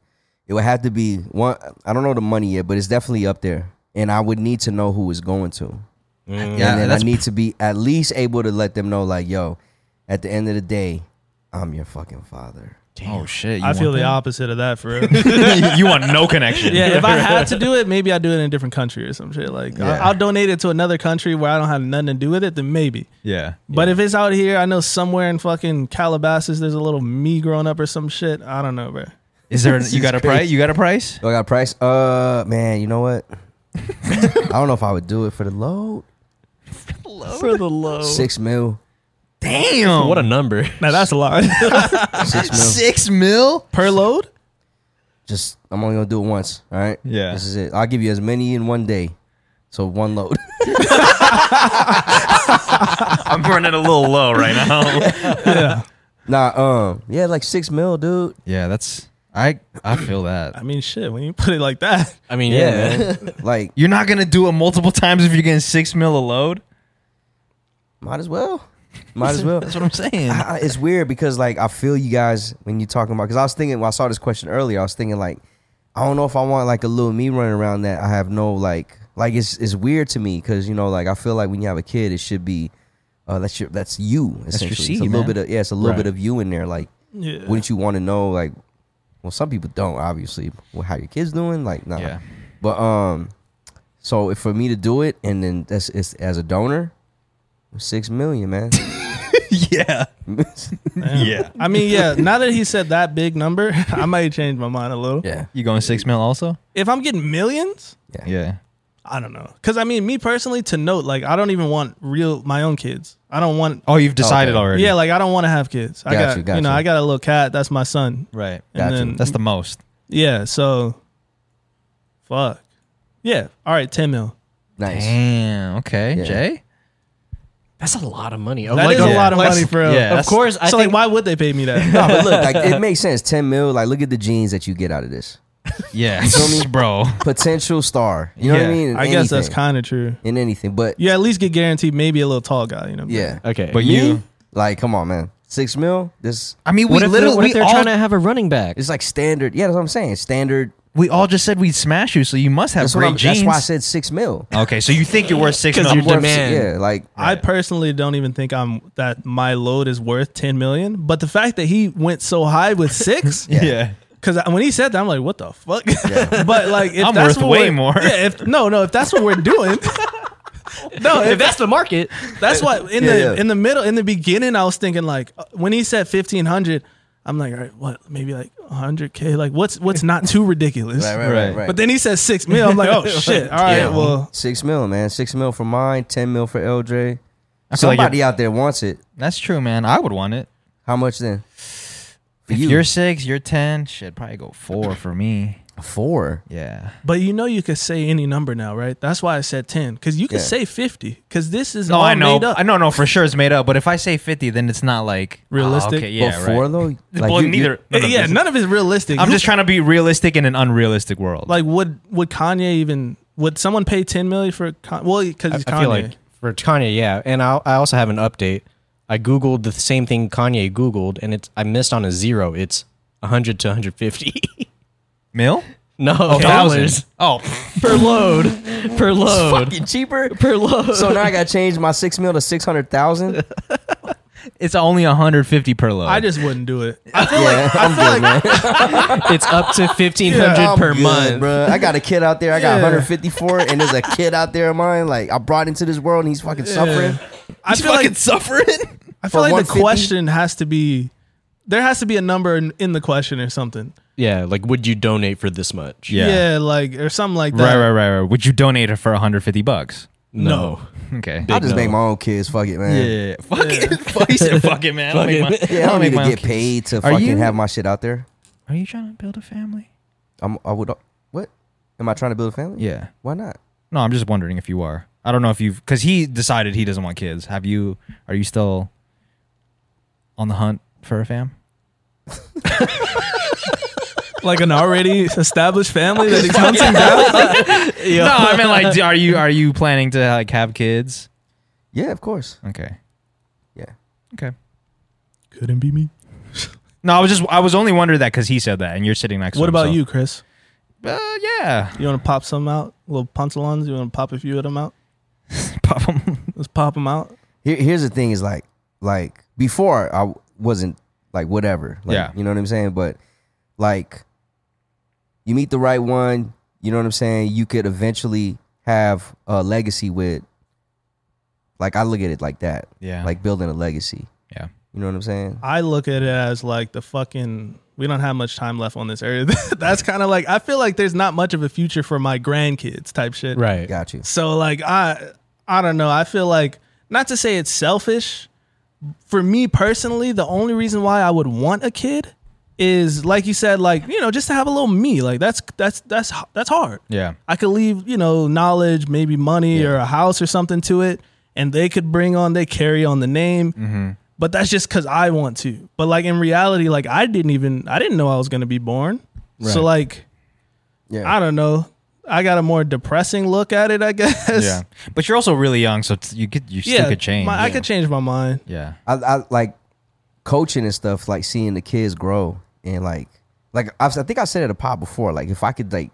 it would have to be one. I don't know the money yet, but it's definitely up there, and I would need to know who it's going to. Yeah, and then I that's- need to be at least able to let them know, like, yo, at the end of the day, I'm your fucking father. Oh shit! You I feel the want opposite of that for real. that? you want no connection. Yeah, if I had to do it, maybe I'd do it in a different country or some shit. Like, I- Yeah. I'll donate it to another country where I don't have nothing to do with it, then maybe. yeah. But if it's out here, I know somewhere in fucking Calabasas, there's a little me growing up or some shit. I don't know, bro. Is there? you got a price? You got a price? Do I got a price? Uh, man, you know what? I don't know if I would do it for the load. For the Oh. low. Six mil. Damn! What a number. Now that's a lot Six mil. six mil? per load. Just, I'm only gonna do it once. All right. Yeah. This is it. I'll give you as many in one day. So one load. I'm running a little low right now. nah. Um. Yeah, like six mil, dude. yeah, that's I I feel that. I mean, shit. When you put it like that, I mean, yeah, man. man. like You're not gonna do it multiple times if you're getting six mil a load. might as well, might as well. That's what I'm saying. I, I- it's weird because like I feel you guys when you're talking about because I was thinking when I saw this question earlier, I was thinking like I don't know if I want like a little me running around that I have no like like it's it's weird to me because you know like I feel like when you have a kid it should be uh, that's your that's you essentially. your it's a seed, little man. bit of yeah, it's a little Right. bit of you in there. Like, yeah. wouldn't you want to know like? Well, some people don't obviously. Well, how your kids doing? Like, nah. yeah. But um, so if for me to do it and then that's it's, as a donor, six million man. yeah. Yeah. I mean, yeah. Now that he said that big number, I might change my mind a little. yeah. You going six mil also? If I'm getting millions, Yeah. I don't know. Because I mean, me personally, to note, like, I don't even want real my own kids. I don't want. Oh, you've decided Okay. already. Yeah, like I don't want to have kids. I Got got, you, you, got know, you. I got a little cat. That's my son. Right. Got And you. then That's the most. yeah. So, fuck. Yeah. All right. Ten mil. Nice. Damn. Okay. Yeah. Jay. That's a lot of money. That is yeah. a lot of Like, money for. yeah, Yeah, that's- of course. I so think- like, why would they pay me that? No, but look, like it makes sense. Ten mil. Like, look at the genes that you get out of this Yeah. feel me? Bro. potential star. You know what I Yeah. mean? In I guess that's anything. kind of true. in anything, but You at least get guaranteed maybe a little tall guy. You know. yeah, Okay, But you. like come on, man, six mil. This I mean, we what if, literally they're, what if we they're all trying to have a running back? it's like standard. Yeah, that's what I'm saying. Standard. we all just said we'd smash you, so you must have That's, what great I'm, genes. that's why I said six mil. okay, so you think you're worth six 'Cause mil? you're I'm worth- demand. Yeah, like I personally don't even think I'm that my load is worth 10 million, but the fact that he went so high with 6 yeah. cuz when he said that I'm like what the fuck? but like if I'm that's worth what way we're- more. Yeah, if no, no, if that's what we're doing. no, if if that's the market, that's what in Yeah, the yeah. in the middle in the beginning I was thinking like uh, when he said 1500 I'm like all right, what? Maybe like 100k. Like what's what's not too ridiculous. right, right, right, Right. right. But then he said 6 mil. I'm like, "Oh shit. All right, Yeah. well, six mil, man, six mil for mine, ten mil for LJ. I feel like Somebody out there wants it. That's true, man. I would want it. How much then? For if you, you. are six, you're ten. Should probably go four for me. four. Yeah. But you know you could say any number now, right? That's why I said ten, because you could say Yeah. fifty, because this is No, all I know. made up. I know. No, for sure, it's made up. But if I say fifty, then it's not like ah, Realistic? okay, yeah, but right. four though. Well, you- you- neither. none of yeah, this. none of it's realistic. I'm You- just trying to be realistic in an unrealistic world. like, would would Kanye even? Would someone pay ten million for? Con- well, because I, he's Kanye. I feel like for Kanye, yeah. And I, I also have an update. I googled the same thing Kanye googled, and it's I missed on a zero. It's 100 to 150. mil? no Thousand. Oh, Oh, dollars per load per load fucking cheaper. per load. So now I got to change my six mil to six hundred thousand. it's only 150 per load. I just wouldn't do it. I feel Yeah, I'm good, man. it's up to 1500 I'm per good, month. bro. I got a kid out there. I got Yeah. 154, and there's a kid out there of mine. Like I brought into this world, and he's fucking suffering. I feel like suffering. I feel for like the 150? question has to be. There has to be a number in, in the question or something. Yeah, like would you donate for this much? Yeah. like or something like that. Right, right, right, right. Would you donate it for 150 bucks? No. Okay. I just make my own kids. Fuck it, man. Yeah, Fuck it. Fuck, he said, fuck it, man. I'll make my- I I'll don't need make to my own get kids. paid to Are fucking you- have my shit out there. Are you trying to build a family? I'm. I would. What? Am I trying to build a family? Yeah. Why not? No, I'm just wondering if you are. I don't know if you've because he decided he doesn't want kids. Have you? Are you still on the hunt for a fam? Like an already established family that he's hunting down. No, I mean like, do- are you are you planning to like have kids? Yeah, of course. Okay. Yeah. Okay. Couldn't be me. No, I was just I was only wondering that because he said that, and you're sitting next. to What him, about so- you, Chris? Uh, yeah. You want to pop some out? Little punsalons? You want to pop a few of them out? Pop 'em. Let's pop them out. Here, here's the thing: is like, like before I wasn't like whatever. Like, Yeah. You know what I'm saying? But like, you meet the right one. You know what I'm saying? You could eventually have a legacy with. Like I look at it like that. Yeah. Like building a legacy. Yeah. You know what I'm saying? I look at it as like the fucking. We don't have much time left on this area. That's kind of like I feel like there's not much of a future for my grandkids type shit. Right. Got you. So like I I don't know. I feel like not to say it's selfish. For me personally, the only reason why I would want a kid is like you said, like you know, just to have a little me. Like that's that's that's that's hard. Yeah. I could leave, you know, knowledge, Mm-hmm. maybe money or a house or something to it, and they could bring on, they carry on the name. But that's just because I want to. But like in reality, like I didn't even I didn't know I was gonna be born. So like Yeah. I don't know. I got a more depressing look at it, I guess. yeah. But you're also really young, so t- you could you still could change. my- I could change my mind. yeah. I, I like coaching and stuff, like seeing the kids grow and like, like I've, I think I said it a pod before. Like if I could like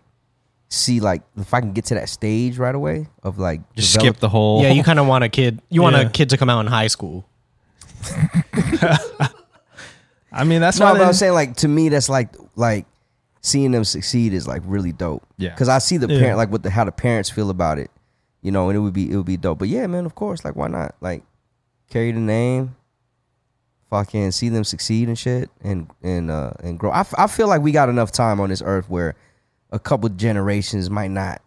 see like if I can get to that stage right away of like Just develop- skip the whole. Yeah, you kind of want a kid. You want Yeah. a kid to come out in high school. I mean, that's No, why but they- I'm saying like to me that's like like seeing them succeed is like really dope. Yeah. Cause I see the Yeah. parent like what the how the parents feel about it. You know, and it would be it would be dope. But yeah, man, of course. Like why not? Like carry the name, fucking see them succeed and shit and and uh and grow. I, f- I feel like we got enough time on this earth where a couple generations might not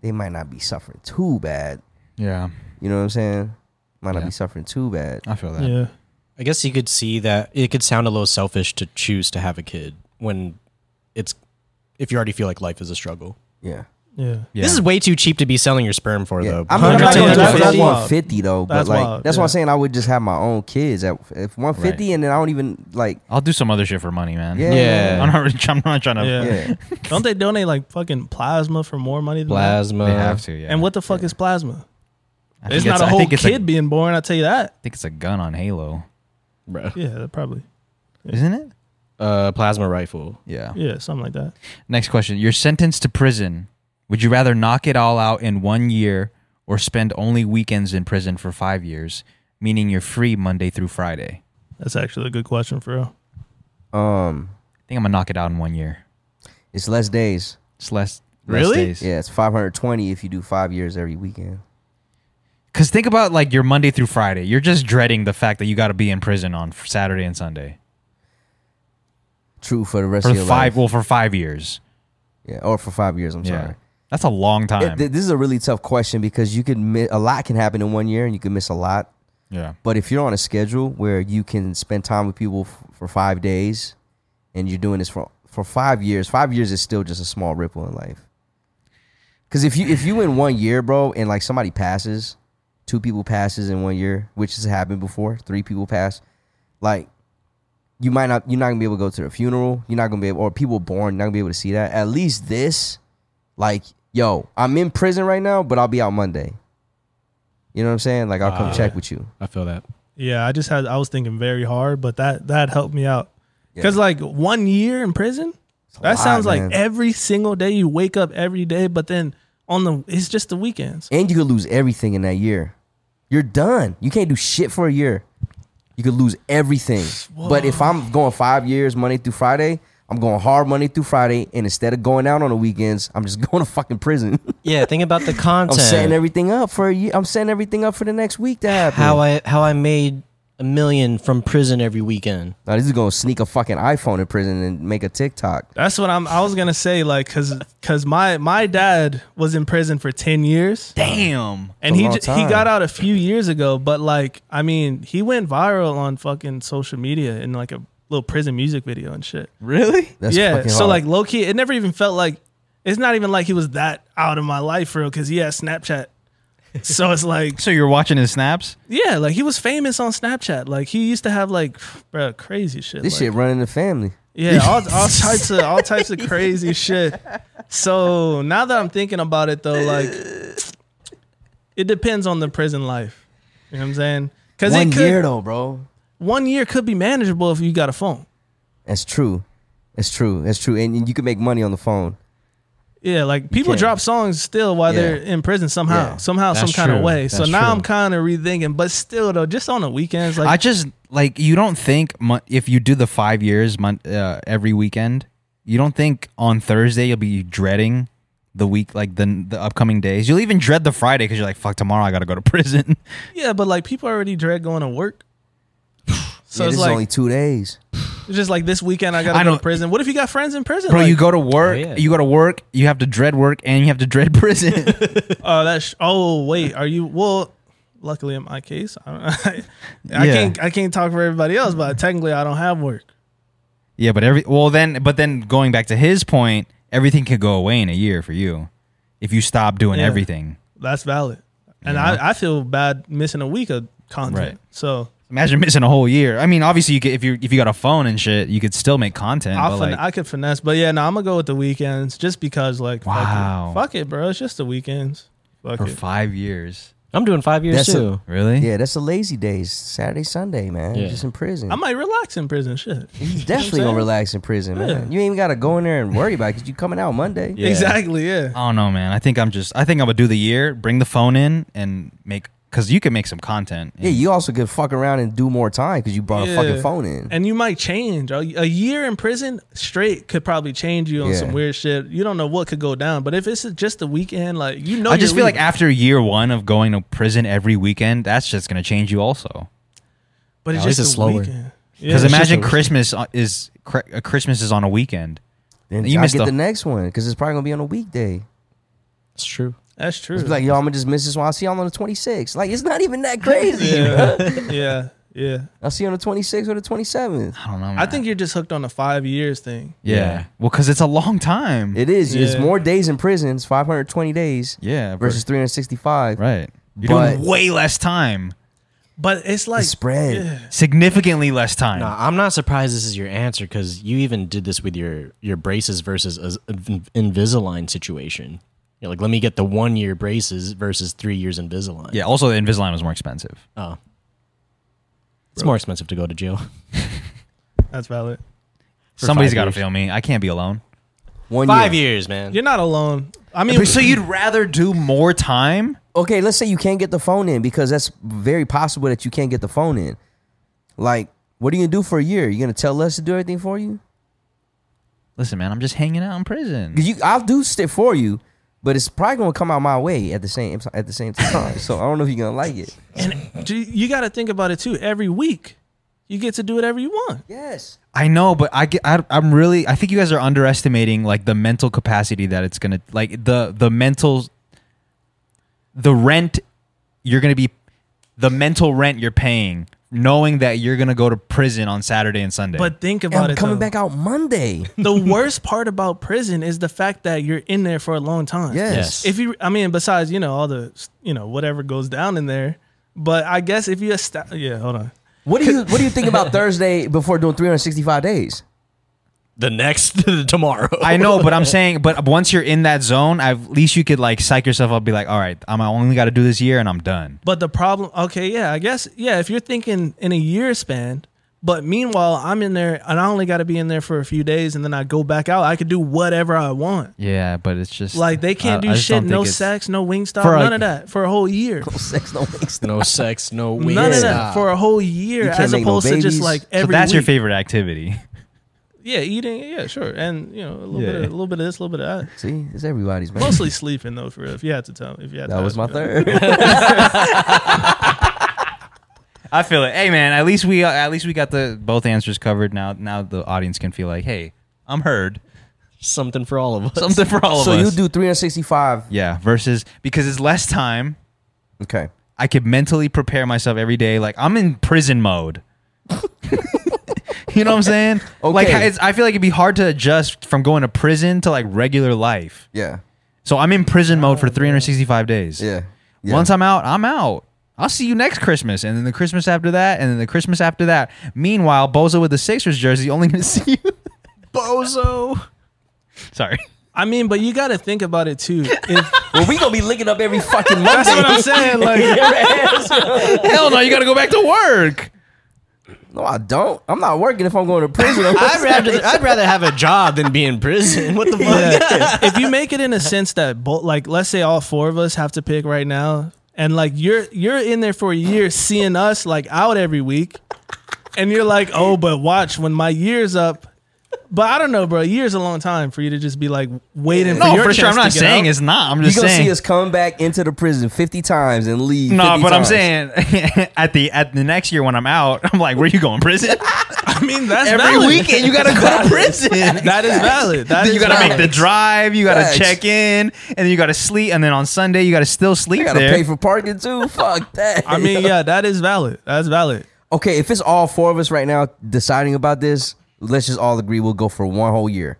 they might not be suffering too bad. yeah, You know what I'm saying? Might not Yeah. be suffering too bad. I feel that. yeah. I guess you could see that it could sound a little selfish to choose to have a kid when it's if you already feel like life is a struggle. Yeah. Yeah. Yeah. This is way too cheap to be selling your sperm for though. I mean, I'm not 100 gonna do it that's for that wild. 150 though, but That's like wild, that's yeah. what I'm saying. I would just have my own kids at if 150, and then I don't even like. I'll do some other shit for money, man. Yeah. Yeah. I'm not. Really, I'm not trying to. Yeah. Yeah, Don't they donate like fucking plasma for more money than that? Plasma. They have to. Yeah. And what the fuck is plasma? I think It's not a I whole think it's kid A, being born, I tell you that. I think it's a gun on Halo, Bruh. Yeah, that probably. isn't it? Uh, plasma rifle. Yeah. Yeah, something like that. Next question. You're sentenced to prison. Would you rather knock it all out in one year or spend only weekends in prison for five years, meaning you're free Monday through Friday? That's actually a good question for real. um, I think I'm gonna knock it out in one year. it's less days. It's less. Really? Less days. Yeah, it's 520 if you do five years every weekend. Cause think about like your Monday through Friday. You're just dreading the fact that you got to be in prison on f- Saturday and Sunday True for the rest for of your five. life. Well, for five years. Yeah, or for five years. I'm Yeah, sorry. that's a long time. It- th- this is a really tough question because you could mi- a lot can happen in one year, and you can miss a lot. yeah, But if you're on a schedule where you can spend time with people f- for five days, and you're doing this for for five years, five years is still just a small ripple in life. Because if you if you in one year, bro, and like somebody passes, two people passes in one year, which has happened before, three people pass, like you might not you're not gonna be able to go to the funeral, you're not gonna be able, or people born, you're not gonna be able to see that. At least this, like, yo, I'm in prison right now, but I'll be out Monday. You know what I'm saying? Like I'll come Ah. check with you. I feel that. Yeah, I just had I was thinking very hard, but that that helped me out. Cuz like 1 year in prison? That lot, sounds like man. every single day you wake up every day, but then on the it's just the weekends. And you could lose everything in that year. You're done. You can't do shit for a year. You could lose everything. But if I'm going five years Monday through Friday, I'm going hard Monday through Friday, and instead of going out on the weekends, I'm just going to fucking prison. Yeah, think about the I'm content. setting everything up for a year. I'm setting everything up for the next week to happen. how I how I made a million from prison every weekend. now this is gonna sneak a fucking iPhone in prison and make a TikTok. That's what I'm I was going to say like cuz cuz my my dad was in prison for 10 years. damn. and a he long j- he time. got out a few years ago, but like I mean, he went viral on fucking social media in like a little prison music video and shit. Really? That's yeah, fucking so hard. like low key, it never even felt like it's not even like he was that out of my life for real because he had Snapchat. so it's like So you're watching his snaps? yeah, like he was famous on Snapchat. Like he used to have like bro crazy shit. this like- shit running the family. yeah, all, all types of all types of crazy shit. So now that I'm thinking about it though, like it depends on the prison life. You know what I'm saying? Because One it could year though, bro. one year could be manageable if you got a phone. That's true. That's true. That's true. And, and you can make money on the phone. Yeah, like people can. drop songs still while Yeah. they're in prison somehow, Yeah. somehow, some That's kind of true. way. So That's now true. I'm kind of rethinking, but still though, just on the weekends, like I just like you don't think mon- if you do the five years mon- uh, every weekend, you don't think on Thursday you'll be dreading the week like the the upcoming days. You'll even dread the Friday because you're like, fuck, tomorrow I gotta go to prison. yeah, but like people already dread going to work. So yeah, it's this like is only two days. it's just like this weekend I gotta I go know- to prison. What if you got friends in prison? Bro, Like, you go to work, yeah. you go to work, you have to dread work, and you have to dread prison. Oh, that's. Oh, wait. Are you? Well, luckily in my case, I, don't, I, Yeah. can't. I can't talk for everybody else, but technically, I don't have work. yeah, but every well then, but then going back to his point, everything could go away in a year for you if you stop doing Yeah. everything. That's valid, and I, I feel bad missing a week of content. Right. So Imagine missing a whole year. I mean, obviously, you could, if you if you got a phone and shit, you could still make content. I'll but fin- like, I could finesse, but yeah, no, I'm gonna go with the weekends just because, like, fuck it. Wow. fuck it, bro, it's just the weekends. Fuck for it. five years, I'm doing five years That's a- too. really? Yeah, that's a lazy days. Saturday, Sunday, man. Yeah. Just in prison. I might relax in prison. Shit, He's definitely gonna relax in prison, man. Yeah. You ain't even gotta go in there and worry about it because you coming out Monday. Yeah. exactly. Yeah, I don't know, man. I think I'm just. I think I'm gonna do the year. Bring the phone in and make because you can make some content. Yeah, you also could fuck around and do more time because you brought Yeah. a fucking phone in. and you might change. A, a year in prison straight could probably change you on Yeah. some weird shit. You don't know what could go down, but if it's just the weekend, like you know, I just you're feel like leaving. after year one of going to prison every weekend, that's just gonna change you also. but it's No, just it's the just slower. weekend. Yeah, Because it's just imagine the- Christmas on- is cre- uh, Christmas is on a weekend. Then You I missed get the- the next one because it's probably gonna be on a weekday. It's true. That's true. It's like, yo, I'm gonna just miss this one. I'll see y'all on the 26th. Like, it's not even that crazy. yeah, yeah, yeah. I'll see you on the 26th or the 27th. I don't know. Man. I think you're just hooked on the five years thing. yeah. Well, because it's a long time. It is. It's Yeah. more days in prison. It's 520 days yeah. bro. versus 365. right. You're But- doing way less time. But it's like It's spread. yeah. Significantly less time. No, I'm not surprised this is your answer because you even did this with your your braces versus a, Inv- Invisalign situation. You're like, let me get the one year braces versus three years Invisalign. Yeah. Also, the Invisalign was more expensive. Oh. It's more expensive to go to jail. That's valid. For Somebody's five got to years. feel me. I can't be alone. One Five year. years, man. You're not alone. I mean, so you'd rather do more time? Okay, let's say you can't get the phone in because that's very possible that you can't get the phone in. Like, what are you gonna do for a year? You gonna tell us to do everything for you? Listen, man, I'm just hanging out in prison. 'Cause you, I'll do shit for you, but it's probably gonna come out my way at the same at the same time. so I don't know if you're gonna like it. and do- you got to think about it too. Every week, you get to do whatever you want. Yes. I know, but I, get- I I'm really I think you guys are underestimating like the mental capacity that it's gonna like the the mental the rent you're gonna be the mental rent you're paying knowing that you're gonna go to prison on Saturday and Sunday. But think And about I'm it. coming though. back out Monday. The worst part about prison is the fact that you're in there for a long time. Yes. Yes. If you, I mean, besides you know all the you know whatever goes down in there, but I guess if you esta- yeah, hold on. What do you What do you think about Thursday before doing 365 days? the next tomorrow. I know, but I'm saying, but once you're in that zone, I've, at least you could like psych yourself up, be like, all right, I'm I only got to do this year and I'm done. But the problem, okay, yeah, I guess yeah. If you're thinking in a year span, but meanwhile I'm in there and I only got to be in there for a few days and then I go back out. I could do whatever I want. Yeah, but it's just Like they can't I- do I just shit, don't no think it's- sex, no wing stop, For a- none of that for a whole year. Sex no weeks. no sex, no weed. None of that Stop. for a whole year, You can't as make no opposed to just babies. like So every. that's your week. favorite activity. Yeah, eating. Yeah, sure, and you know a little Yeah. bit, of, a little bit of this, a little bit of that. See, it's everybody's man. Mostly sleeping though, for real. If you had to tell, if you had to that ask was my me that. third. I feel it. Hey man, at least we at least we got the both answers covered. Now now the audience can feel like, hey, I'm heard. Something for all of us. Something for all so of you us. do 365. yeah. Versus because it's less time. Okay. I could mentally prepare myself every day. Like I'm in prison mode. you know what I'm saying? Like Okay. it's, I feel like it'd be hard to adjust from going to prison to like regular life. Yeah. So I'm in prison mode for 365 days. Oh, Yeah. Yeah. Once I'm out, I'm out. I'll see you next Christmas, and then the Christmas after that, and then the Christmas after that. Meanwhile, Bozo with the Sixers jersey only gonna see you. bozo. Sorry. I mean, but you got to think about it too. If, well, we gonna be linking up every fucking Monday. that's what I'm saying. Like, Hell no, you gotta go back to work. No, I don't. I'm not working if I'm going to prison. I'd rather I'd rather have a job than be in prison. What the fuck? if you make it in a sense that, bo- like, let's say all four of us have to pick right now, and like you're you're in there for a year, seeing us like out every week, and you're like, oh, but watch when my year's up. But I don't know, bro. A year's a long time for you to just be like waiting. for No, your for sure. I'm chance not to get saying out. it's not. I'm You're just gonna saying. see us come back into the prison 50 times and leave. no, 50 but I'm times. saying at the at the next year when I'm out, I'm like, where you going, prison? I mean, that's Every valid. weekend you gotta go to prison. That is valid. That you is gotta make valid. the drive. You gotta Facts. check in, and then you gotta sleep, and then on Sunday you gotta still sleep I gotta there. pay for parking too. Fuck that. I mean, yeah, that is valid. That's valid. okay, if it's all four of us right now deciding about this, let's just all agree we'll go for one whole year.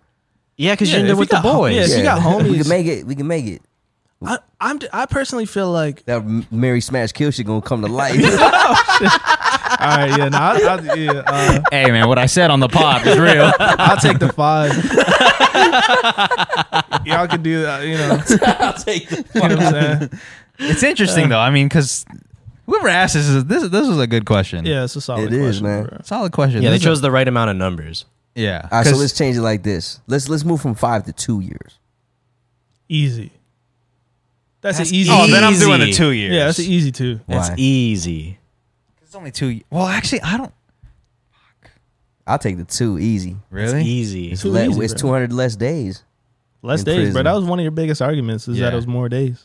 Yeah, because Yeah, you're in there if with you the got- boys. yeah, if you got We homies. can make it. We can make it. I, I'm. I personally feel like That Mary Smash Kill shit gonna come to life. All right, yeah, no, I'll, I'll, yeah, uh, hey man, what I said on the pod is real. I'll take the five. Y'all can do that, you know. I'll take the You know what I'm saying? it's interesting though. I mean, because whoever asked this is this this was a good question. Yeah, it's a solid. It is, question, man. bro. solid question. Yeah, they This is a- chose the right amount of numbers. Yeah, All right, so 'Cause- let's change it like this. Let's let's move from five to two years. Easy. That's, That's an easy. oh, then I'm doing a Easy. two years. yeah, that's an easy two. That's Why? easy. e- It's only two. ye- Well, actually, I don't I'll take the two easy. It's e- easy. It's, Too le- easy, it's bro. two hundred less days. Less In days, bro. prison. That was one of your biggest arguments is Yeah. that it was more days.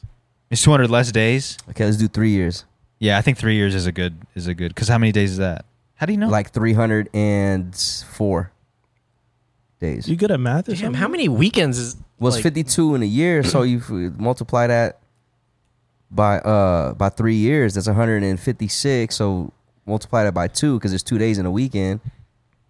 It's 200 less days. Okay, let's do three years. Yeah, I think three years is a good is a good. Because how many days is that? How do you know? Like three hundred and four days. You good at math or Damn, something? how many weekends is was like, 52 in a year so you f- multiply that by uh by three years that's 156 so multiply that by two because it's two days in a weekend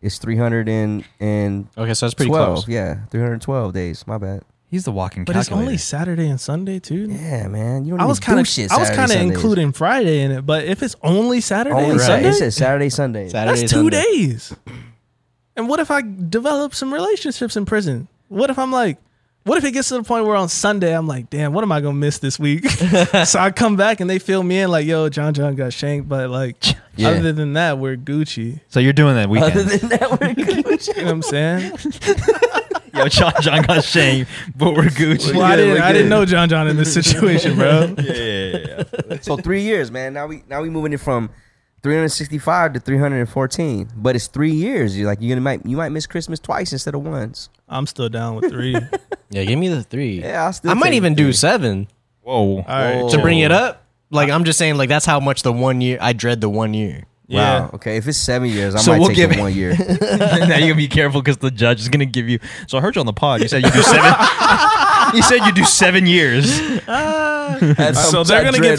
it's 300 and and Okay, so that's pretty 12 close. yeah 312 days my bad He's the walking But it's calculator. only Saturday and Sunday too. yeah man you don't I was kind of I was kind of including Friday in it, but if it's only Saturday, only and Sunday. Sunday, it says saturday sunday Saturday, that's two Sunday. days. And what if I develop some relationships in prison? What if I'm like, what if it gets to the point where on Sunday I'm like, damn, what am I gonna miss this week? so I come back and they fill me in like, yo, John John got shanked, but like, Yeah. other than that, we're Gucci. so you're doing that other weekend. than that we're good You know what I'm saying? Yo, John John got shamed, but we're Gucci. Well, I good, didn't, we're I didn't good. know John John in this situation, bro. so three years man now we now we moving it from 365 to 314 but it's three years you're like you're gonna might you might miss christmas twice instead of once I'm still down with three. All Yeah, give me the three. yeah i'll still I might take even three. do seven Whoa. right. to bring it up. Like I'm just saying, like that's how much the one year I dread the one year. Yeah. Wow. Okay. If it's seven years, I So might we'll take give it it- one year. now you gotta be careful because the judge is gonna give you. So I heard you on the pod. You said you do seven. you said you do seven years. So they're gonna get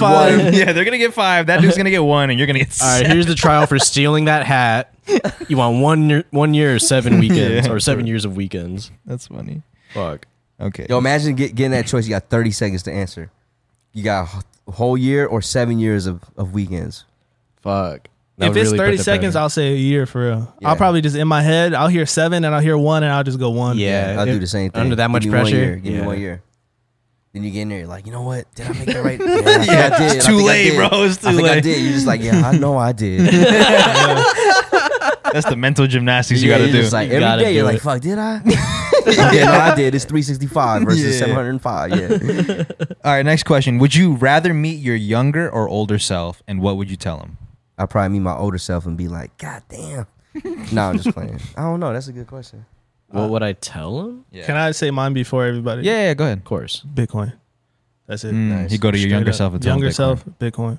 five. yeah, they're gonna get five. That dude's gonna get one, and you're gonna get. All Seven. right, here's the trial for stealing that hat. You want one year, one year or seven weekends or seven years of weekends? That's funny. Fuck. Okay. Yo, imagine get, getting that choice. You got 30 seconds to answer. You got a wh- whole year or seven years of, of weekends. Fuck. if That would it's really put 30 the seconds, pressure. I'll say a year for real. Yeah. I'll probably just in my head, I'll hear seven and I'll hear one and I'll just go one. yeah, I'll if- do the same thing. Under that Give much me pressure, One year. Give yeah. me one year. Then you get in there, you're like, you know what? Did I make that right? Yeah, I think I did. It's I too think I late, did. bro. It's too I think I late. did. You're just like, yeah, I know I did. That's the mental gymnastics you Yeah, gotta you're do. Just like, You every gotta day, you're do like, it. fuck, did I? yeah, no, I did. It's 365 versus 705. Yeah. All right, next question. Would you rather meet your younger or older self, and what would you tell him? I'll probably meet my older self and be like, God damn. no, I'm just playing. I don't know. That's a good question. What would I tell him? Yeah, Can I say mine before everybody? Yeah, yeah, go ahead. of course. Bitcoin. That's it. Mm, You go to your Straight younger up. self and tell him younger Bitcoin. self, Bitcoin.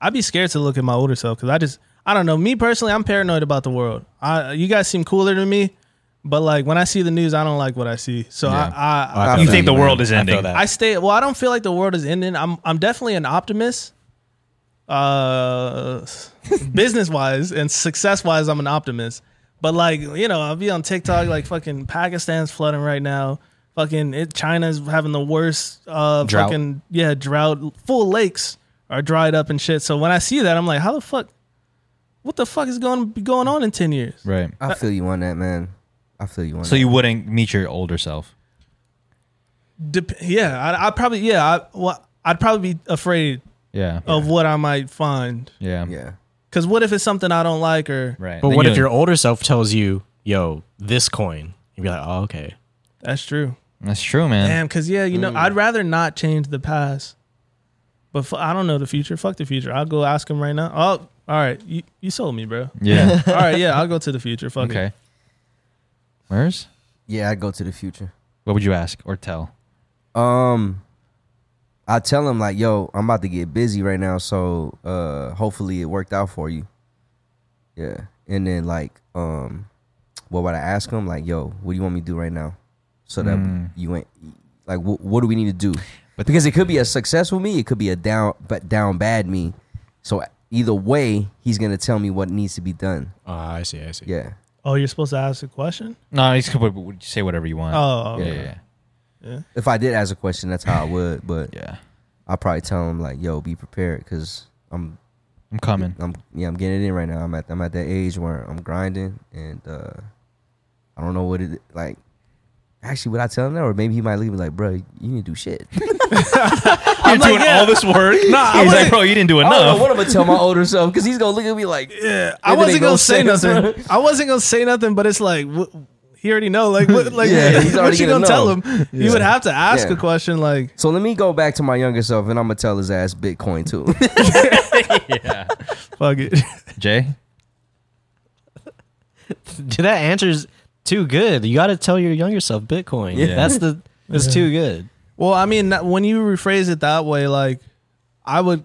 I'd be scared to look at my older self because I just, I don't know. Me personally, I'm paranoid about the world. I, you guys seem cooler than me, but like when I see the news, I don't like what I see. So Yeah. Oh, I, I, I You feel think you, the man. world is ending? that. I stay well. I don't feel like the world is ending. I'm I'm definitely an optimist. Uh, business wise and success wise, I'm an optimist. But like you know, I'll be on TikTok like fucking Pakistan's flooding right now. Fucking it, China's having the worst uh Drought. fucking yeah drought. Full lakes are dried up and shit. So when I see that, I'm like, how the fuck? What the fuck is going to be going on in ten years? Right. I feel you on that, man. I feel Uh, you on So that. you wouldn't meet your older self. Dep- yeah, I, I probably yeah. I well, I'd probably be afraid Yeah. of what I might find. Yeah. yeah. Because what if it's something I don't like or Right. But Then what you- if your older self tells you, "Yo, this coin"? You'd be like, "Oh, okay." that's true? That's true, man. Damn, because yeah, you know, I'd rather not change the past, but fu- I don't know the future. Fuck the future. I'll go ask him right now. Oh, all right, you, you sold me, bro. Yeah. All right, yeah, I'll go to the future. Fuck it. okay. Where's? Yeah, I go to the future. What would you ask or tell? Um, I tell him like, yo, I'm about to get busy right now, so uh, hopefully it worked out for you. Yeah, and then like, um, what would I ask him? Like, yo, what do you want me to do right now, so that Mm. you ain't like, wh- what do we need to do? But- because it could be a successful me, it could be a down but down bad me. So either way, he's gonna tell me what needs to be done. Oh, I see. I see. Yeah, Oh, you're supposed to ask a question. No, you could- would you say whatever you want. Oh, yeah, okay. yeah, yeah, if I did ask a question, that's how I would. But yeah. I'll probably tell him like, yo, be prepared, because I'm I'm I'm coming. I'm yeah, I'm getting it in right now. I'm at I'm at that age where I'm grinding and uh I don't know what it like. Actually, would I tell him that, or maybe he might leave me like, bro, you didn't do shit. You're doing all this work. Nah, I he's like, wasn't- bro, you didn't do I don't know enough. what I'm gonna tell my older self because he's gonna look at me like, yeah, I wasn't gonna say nothing. I wasn't gonna say nothing, but it's like wh- he already know. Like what? Like Yeah, he's what already you gonna gonna tell know. him? You would have to ask Yeah. a question like, So let me go back to my younger self, and I'm gonna tell his ass Bitcoin too. "Fuck it." Jay, Dude, that answer's too good. You got to tell your younger self Bitcoin. Yeah. That's the. It's too good. well, I mean, that- when you rephrase it that way, like I would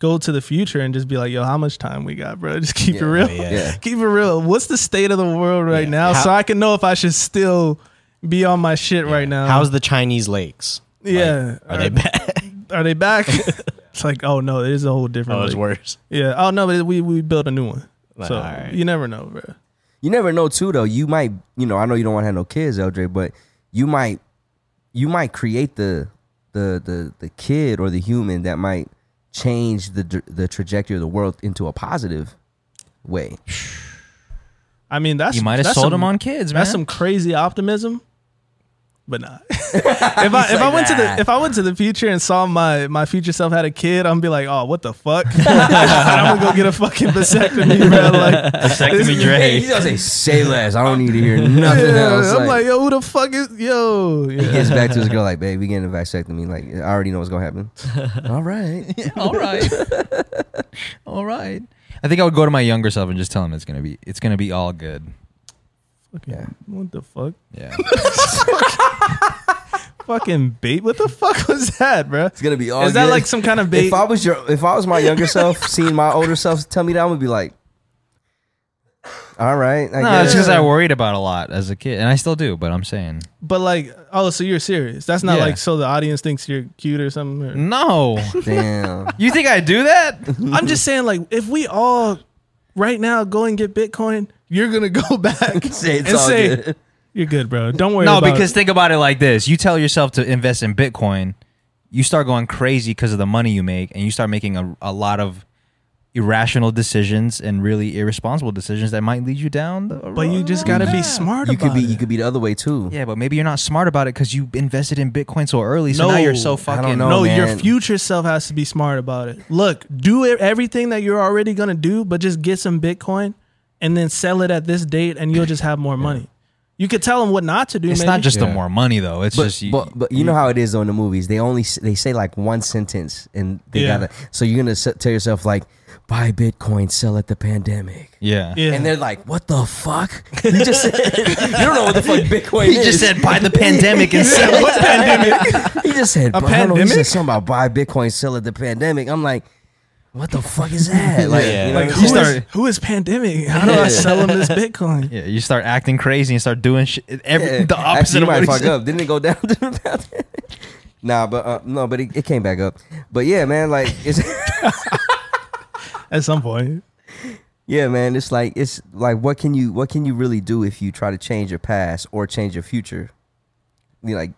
go to the future and just be like, "Yo, how much time we got, bro? Just keep it Yeah, real. yeah. keep it real. What's the state of the world right Yeah. now, so How- I can know if I should still be on my shit right now." How's the Chinese lakes? yeah? Are they bad? are they back? it's like, oh no, it is a whole different. Oh, it's like- worse. Yeah. Oh no, but we we built a new one. Like, so alright. you never know, bro. you never know too, though. You might, you know, I know you don't want to have no kids, LJ, but you might, you might create the the the the kid or the human that might change the dr- the trajectory of the world into a positive way. I mean, that's you might have that's sold some- him on kids, man. That's some crazy optimism, but nah. if I if I went to the if I went to the future and saw my my future self had a kid, I'm be like, oh, what the fuck? And I'm gonna go get a fucking vasectomy, bro. Like, Vasectomy Hey, Dre. he's gonna say, "Say less. I don't need to hear nothing yeah, else." I'm like, Like, yo, who the fuck is yo? he Yeah. gets back to his girl like, "Babe, we getting a vasectomy. Like, I already know what's gonna happen." All right. all right, all right. I think I would go to my younger self and just tell him it's gonna be it's gonna be all good. Fucking- Yeah. What the fuck? Yeah, Fucking bait. What the fuck was that, bro? It's gonna be all. is that good. like some kind of bait? Oh, If I was your, if I was my younger self, seeing my older self tell me that, I would be like, "All right, I no, it's guess." because I worried about a lot as a kid, and I still do. But I'm saying But like, oh, so you're serious? That's not Yeah. like so the audience thinks you're cute or something. or- no. Damn, You think I do that? I'm just saying, like, if we all right now go and get Bitcoin, you're gonna go back Say it's and all say good. you're good, bro. Don't worry. No, about because think about it like this: you tell yourself to invest in Bitcoin, you start going crazy because of the money you make, and you start making a, a lot of irrational decisions and really irresponsible decisions that might lead you down. The but you just gotta be smart. you about could be, it. you could be the other way too. Yeah, but maybe you're not smart about it because you invested in Bitcoin so early. So No, now you're so I fucking. don't know. no, man. your future self has to be smart about it. Look, do e- everything that you're already gonna do, but just get some Bitcoin and then sell it at this date, and you'll just have more money. You could tell them what not to do. It's maybe. not just the Yeah. more money though. It's But, just you, but but you know how it is though in the movies they only s- they say like one sentence and they Yeah. gotta so you're gonna s- tell yourself like buy Bitcoin sell at the pandemic yeah. Yeah. and they're like what the fuck you just said you don't know what the fuck Bitcoin He is just said buy the pandemic and sell it. he just said, A but I don't know, he pandemic? said something about buy Bitcoin, sell at the pandemic. I'm like, what the fuck is that? Like, Yeah. you know Like, what who I'm is- start- who is pandemic? How do I sell them this Bitcoin? Yeah, you start acting crazy and start doing shit. Every, saying? The opposite Actually, you of what might he fuck said. up. Didn't it go down to the pandemic? Nah, but uh, no, but it, it came back up. But yeah, man, like it's At some point, yeah, man, it's like it's like what can you what can you really do if you try to change your past or change your future? You like,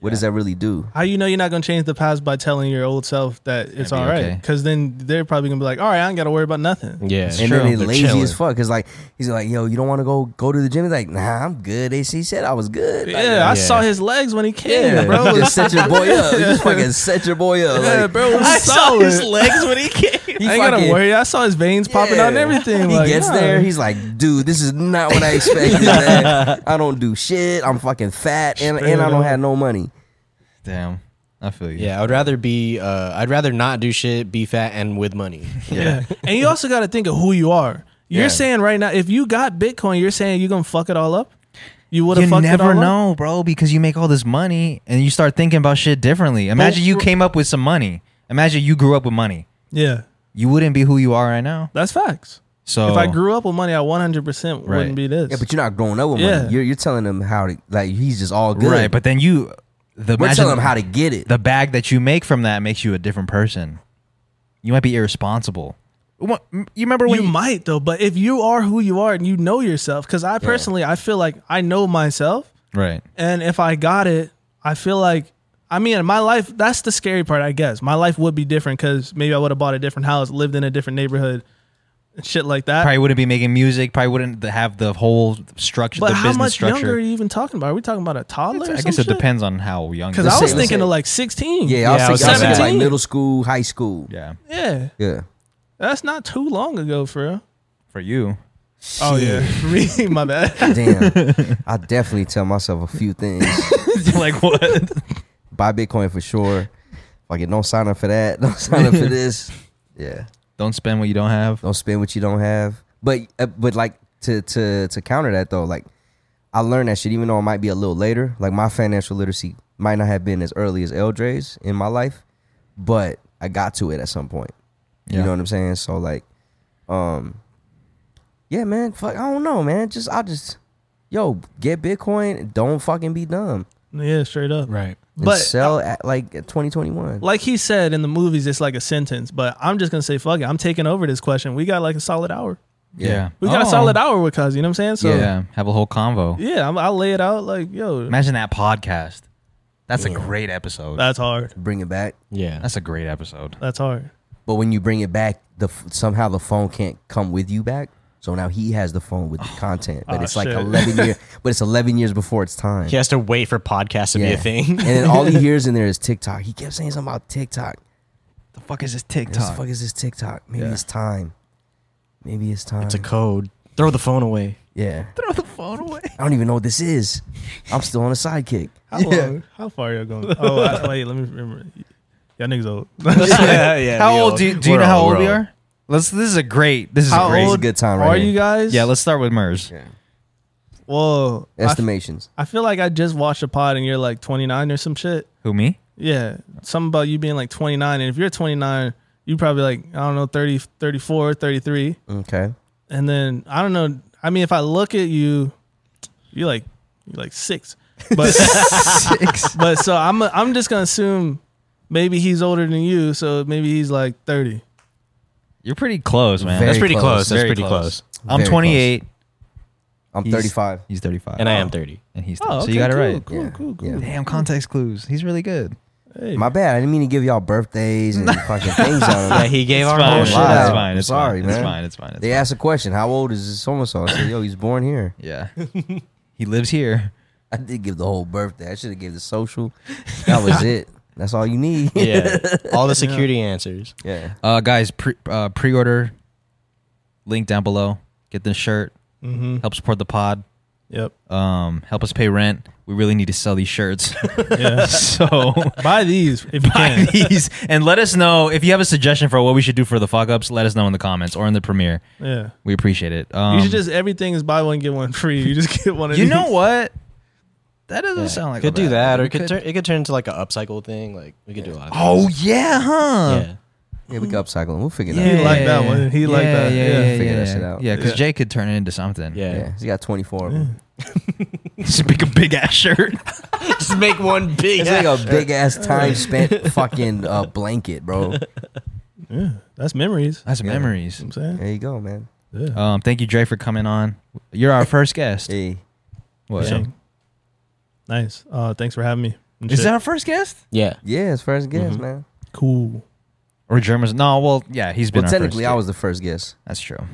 what does that really do? How you know you're not gonna change the past by telling your old self that it's be all right? okay. Because then they're probably gonna be like, "All right, I ain't gotta worry about nothing." Yeah, And True. then they They're lazy chilling. as fuck. It's like he's like, yo, you don't want to go go to the gym. He's like, nah, I'm good. AC said I was good. Yeah, Like, I Yeah. saw his legs when he came, Yeah, bro. bro. You just set your boy up. You just fucking set your boy up. yeah, Like, bro, it was solid. legs when he came. he I ain't gotta fucking- worry. I saw his veins popping out and Yeah. everything. He like, gets nah. there. He's like, dude, this is not what I expected. man. I don't do shit. I'm fucking fat, and, and I Straight up. don't have no money. Damn, I feel you. Yeah, I would rather be. Uh, I'd rather not do shit, be fat, and with money. yeah. and you also gotta think of who you are. You're Yeah. saying right now, if you got Bitcoin, you're saying you're gonna fuck it all up. You would have You fucked it all never up? know, bro, because you make all this money and you start thinking about shit differently. Imagine you came up with some money. Imagine you grew up with money. Yeah, You wouldn't be who you are right now. that's facts. So If I grew up with money, I 100 percent wouldn't Oh. Right. be this. Yeah, but you're not growing up with Yeah. money. You're, you're telling him how to like. He's just all good. right, but then you the we're imagine telling him how to get it. the bag that you make from that makes you a different person. You might be irresponsible. What- You remember when you might though but if you are who you are and you know yourself because i personally i feel like i know myself right? and if i got it i feel like I mean, my life, that's the scary part, I guess. My life would be different because maybe I would have bought a different house, lived in a different neighborhood, and shit like that. Probably wouldn't be making music. Probably wouldn't have the whole structure, but the how business much structure. younger are you even talking about? Are we talking about a toddler? I guess it depends on how young. Because they I are. was say- thinking say- of like 16. Yeah, I was Yeah, I was thinking- I was thinking thinking like that. middle school, high school. Yeah, Yeah. Yeah. That's not too long ago, for real. for you. Oh, yeah. Really? My bad. Damn. I definitely tell myself a few things. like what? Buy Bitcoin for sure. Fucking don't sign up for that. Don't sign up for this. Yeah. Don't spend what you don't have. Don't spend what you don't have. But uh, but like to to to counter that though, like I learned that shit even though it might be a little later. Like my financial literacy might not have been as early as Eldra's in my life, but I got to it at some point. You Yeah. know what I'm saying? So like, um, yeah, man. Fuck, I don't know, man. Just I just yo get Bitcoin. Don't fucking be dumb. yeah, straight up. Right. And But sell at like 2021. like he said in the movies, it's like a sentence, but I'm just going to say, fuck it. I'm taking over this question. We got like a solid hour. Yeah, We got a Oh. solid hour with Cuz, you know what I'm saying? So, Yeah. yeah, have a whole convo. I'm, I'll lay it out like, yo, Imagine that podcast. That's a great episode. that's hard. bring it back. Yeah. That's a great episode. That's hard. But when you bring it back, the f- somehow the phone can't come with you back. So now he has the phone with the content, but Aw, it's like shit. 11 years. But it's 11 years before its time. He has to wait for podcasts to be Yeah. a thing. and then all he hears in there is TikTok. He kept saying something about TikTok. The fuck is this What the fuck is this TikTok? Maybe Yeah. it's time. Maybe it's time. It's a code. Throw the phone away. yeah. Throw the phone away. I don't even know what this is. I'm still on a sidekick. How long? How far y'all going? Oh, I, wait, let me remember. Y'all niggas old. yeah, yeah. How old do you, do you know how old we we are? Let's. This is a great. This is How great. It's a old good time, right? Are here. you guys? Yeah, let's start with Mers. Whoa. I f- Estimations. I feel like I just watched a pod and you're like 29 or some shit. Who me? Yeah. Something about you being like 29. And if you're 29, you probably like, I don't know, 30, 34, 33. Okay. And then I don't know. I mean, if I look at you, you're like, you're like six. But, Six. but so I'm, I'm just going to assume maybe he's older than you. So maybe he's like 30. You're pretty close, man. Very That's pretty close. close. That's Very pretty close. close. I'm Very 28. I'm He's- 35. He's 35. And I am 30. And he's 30. Oh, so you got it cool, right. Cool, Yeah, cool, cool. yeah. Damn context clues. He's really good. Hey, My bad. I didn't mean to give y'all birthdays and fucking things out of Yeah, that. he gave It's our fine. whole It's shit Wow. fine. out. It's fine. Sorry, it's man. fine. It's fine. It's They fine. asked a question. How old is this so and so? I said, yo, he's born here. Yeah. he lives here. I did give the whole birthday. I should have gave the social. That was it. That's all you need. Yeah. All the security answers. yeah. Uh, guys, pre uh, pre order link down below. Get the shirt. Mm-hmm. Help support the pod. Yep. Um, help us pay rent. We really need to sell these shirts. Yeah. so Buy these if you buy can. these and let us know if you have a suggestion for what we should do for the fuck ups. Let us know in the comments or in the premiere. Yeah. We appreciate it. Um, You should just everything is buy one get one free. You just get one. Of You these. know what? That doesn't sound like could a do bad that, idea. or it could, turn, it could turn into like an upcycle thing. Like we could do a lot. Of Oh yeah, huh? things. Yeah, we can upcycle and we'll figure it He out. liked that one. He liked that. Yeah, Yeah. yeah, yeah. Figure that yeah. shit out. Yeah, because Yeah. Jay could turn it into something. yeah, yeah. Yeah. He got 24 of them. just make a big ass shirt. Just make one big. It's like a big ass time spent fucking uh, blanket, bro. That's memories. That's Yeah. memories. You know what I'm saying. There you go, man. Yeah. Um, thank you, Dre, for coming on. You're our first guest. Hey. What? Dang. Nice. Uh, thanks for having me. and Is shit. that our first guest? yeah. Yeah, it's first guess, man. cool? Or Germans? No. Well, yeah, he's been. Well, our technically, first I guest. was the first guess. That's true.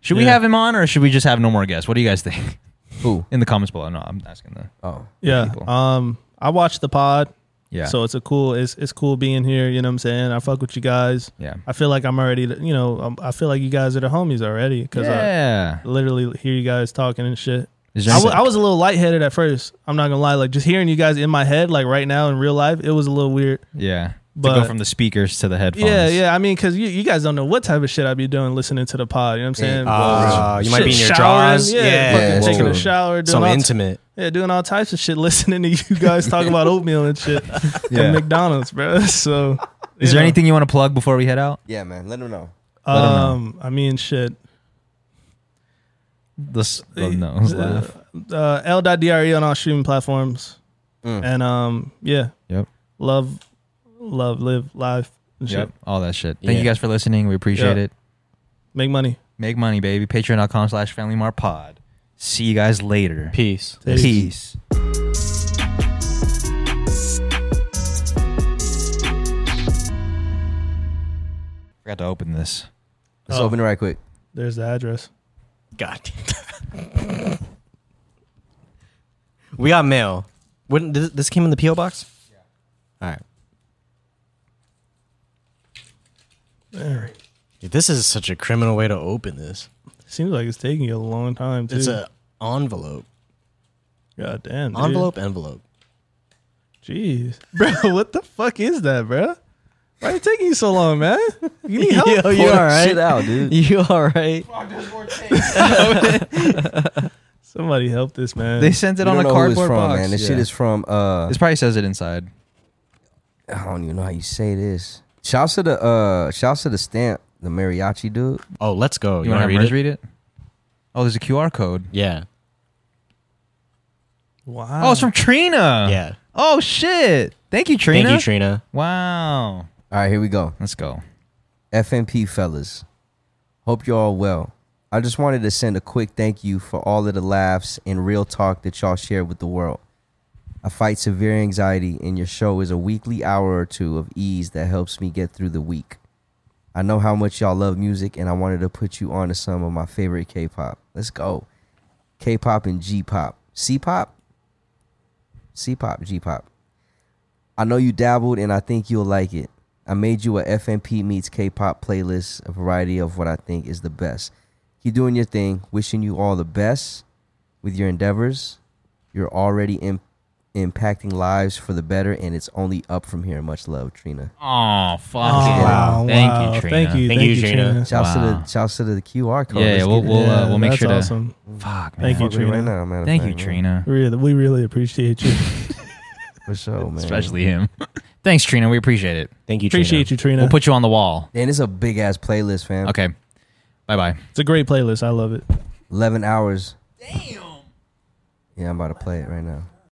Should we Yeah. have him on, or should we just have no more guests? What do you guys think? Who? In the comments below. No, I'm asking the. Oh. Yeah. People. Um, I watched the pod, Yeah. so it's a cool. It's it's cool being here. You know what I'm saying. I fuck with you guys. yeah. I feel like I'm already. You know, I'm, I feel like you guys are the homies already because Yeah. I literally hear you guys talking and shit. Is I there wa- I was a little lightheaded at first. I'm not gonna lie. Like just hearing you guys in my head, like right now in real life, it was a little weird. yeah. to go but- from the speakers to the headphones. Yeah, yeah. I mean, because you, you guys don't know what type of shit I be doing listening to the pod. You know what I'm saying? Ah, Shit, you might be in your showering, drawers. Yeah, Yeah, fucking that's taking a true. shower, doing Some all, intimate. yeah, doing all types of shit, listening to you guys talk about oatmeal and shit Yeah. at McDonald's, bro. So, Is you there know, anything you want to plug before we head out? Yeah, man. Let him know. Let 'em know. Um, I mean, shit. This oh, no, his laugh. Uh, L.dre on all streaming platforms, Mm. and um, yeah, Yep. love, love, live, live, and shit. Yep. All that shit. Thank you Yeah. guys for listening. We appreciate Yeah. it. Make money. Make money, baby. Patreon.com slash family mart pod. See you guys later. Peace. Peace. forgot to open this. Let's Oh. open it right quick. There's the address. God. we got mail. Wouldn't this, this came in the PO box? Yeah. All right. There. Dude, this is such a criminal way to open this. Seems like it's taking you a long time too. It's a envelope, God damn. dude. envelope, envelope. Jeez. Bro, what the fuck is that, bro? Why are it taking you so long, man? You need help. Yo, Pull you all that right? Shit out, dude. You all right? Somebody help this man. They sent it You on a don't know who it's cardboard from, box. man. This Yeah. shit is from. Uh, This probably says it inside. I don't even know how you say this. Shouts to the uh, shouts to the stamp, the mariachi dude. Oh, let's go. You, You, want to want read it? to read read it? it? Oh, there's a QR code. Yeah. wow. Oh, it's from Trina. yeah. Oh shit! Thank you, Trina. Thank you, Trina. Wow. All right, here we go. Let's go. FMP fellas, hope you're all well. I just wanted to send a quick thank you for all of the laughs and real talk that y'all share with the world. I fight severe anxiety, and your show is a weekly hour or two of ease that helps me get through the week. I know how much y'all love music, and I wanted to put you on to some of my favorite K pop. Let's go. K pop and G pop. C pop? C pop, G pop. I know you dabbled, and I think you'll like it. I made you a FNP meets K-pop playlist, a variety of what I think is the best. Keep doing your thing. Wishing you all the best with your endeavors. You're already im- impacting lives for the better, and it's only up from here. Much love, Trina. Oh fuck! Wow, Thank wow. you, Trina. Thank you, Thank you, Trina. Shouts to Wow. the shouts to the QR code. Yeah, Let's yeah, we'll- get it. we'll, uh, make that's sure to- awesome. Fuck, man. Thank you, Fuck with me Trina. right now, matter of Thank you, fact, man. Trina. Really, we really appreciate you. For sure, man. Especially him. Thanks, Trina. We appreciate it. Thank you, appreciate you, Trina. We'll put you on the wall. And it's a big ass playlist, fam. Okay. Bye bye. it's a great playlist. I love it. Eleven hours. Damn. Yeah, I'm about to play it right now.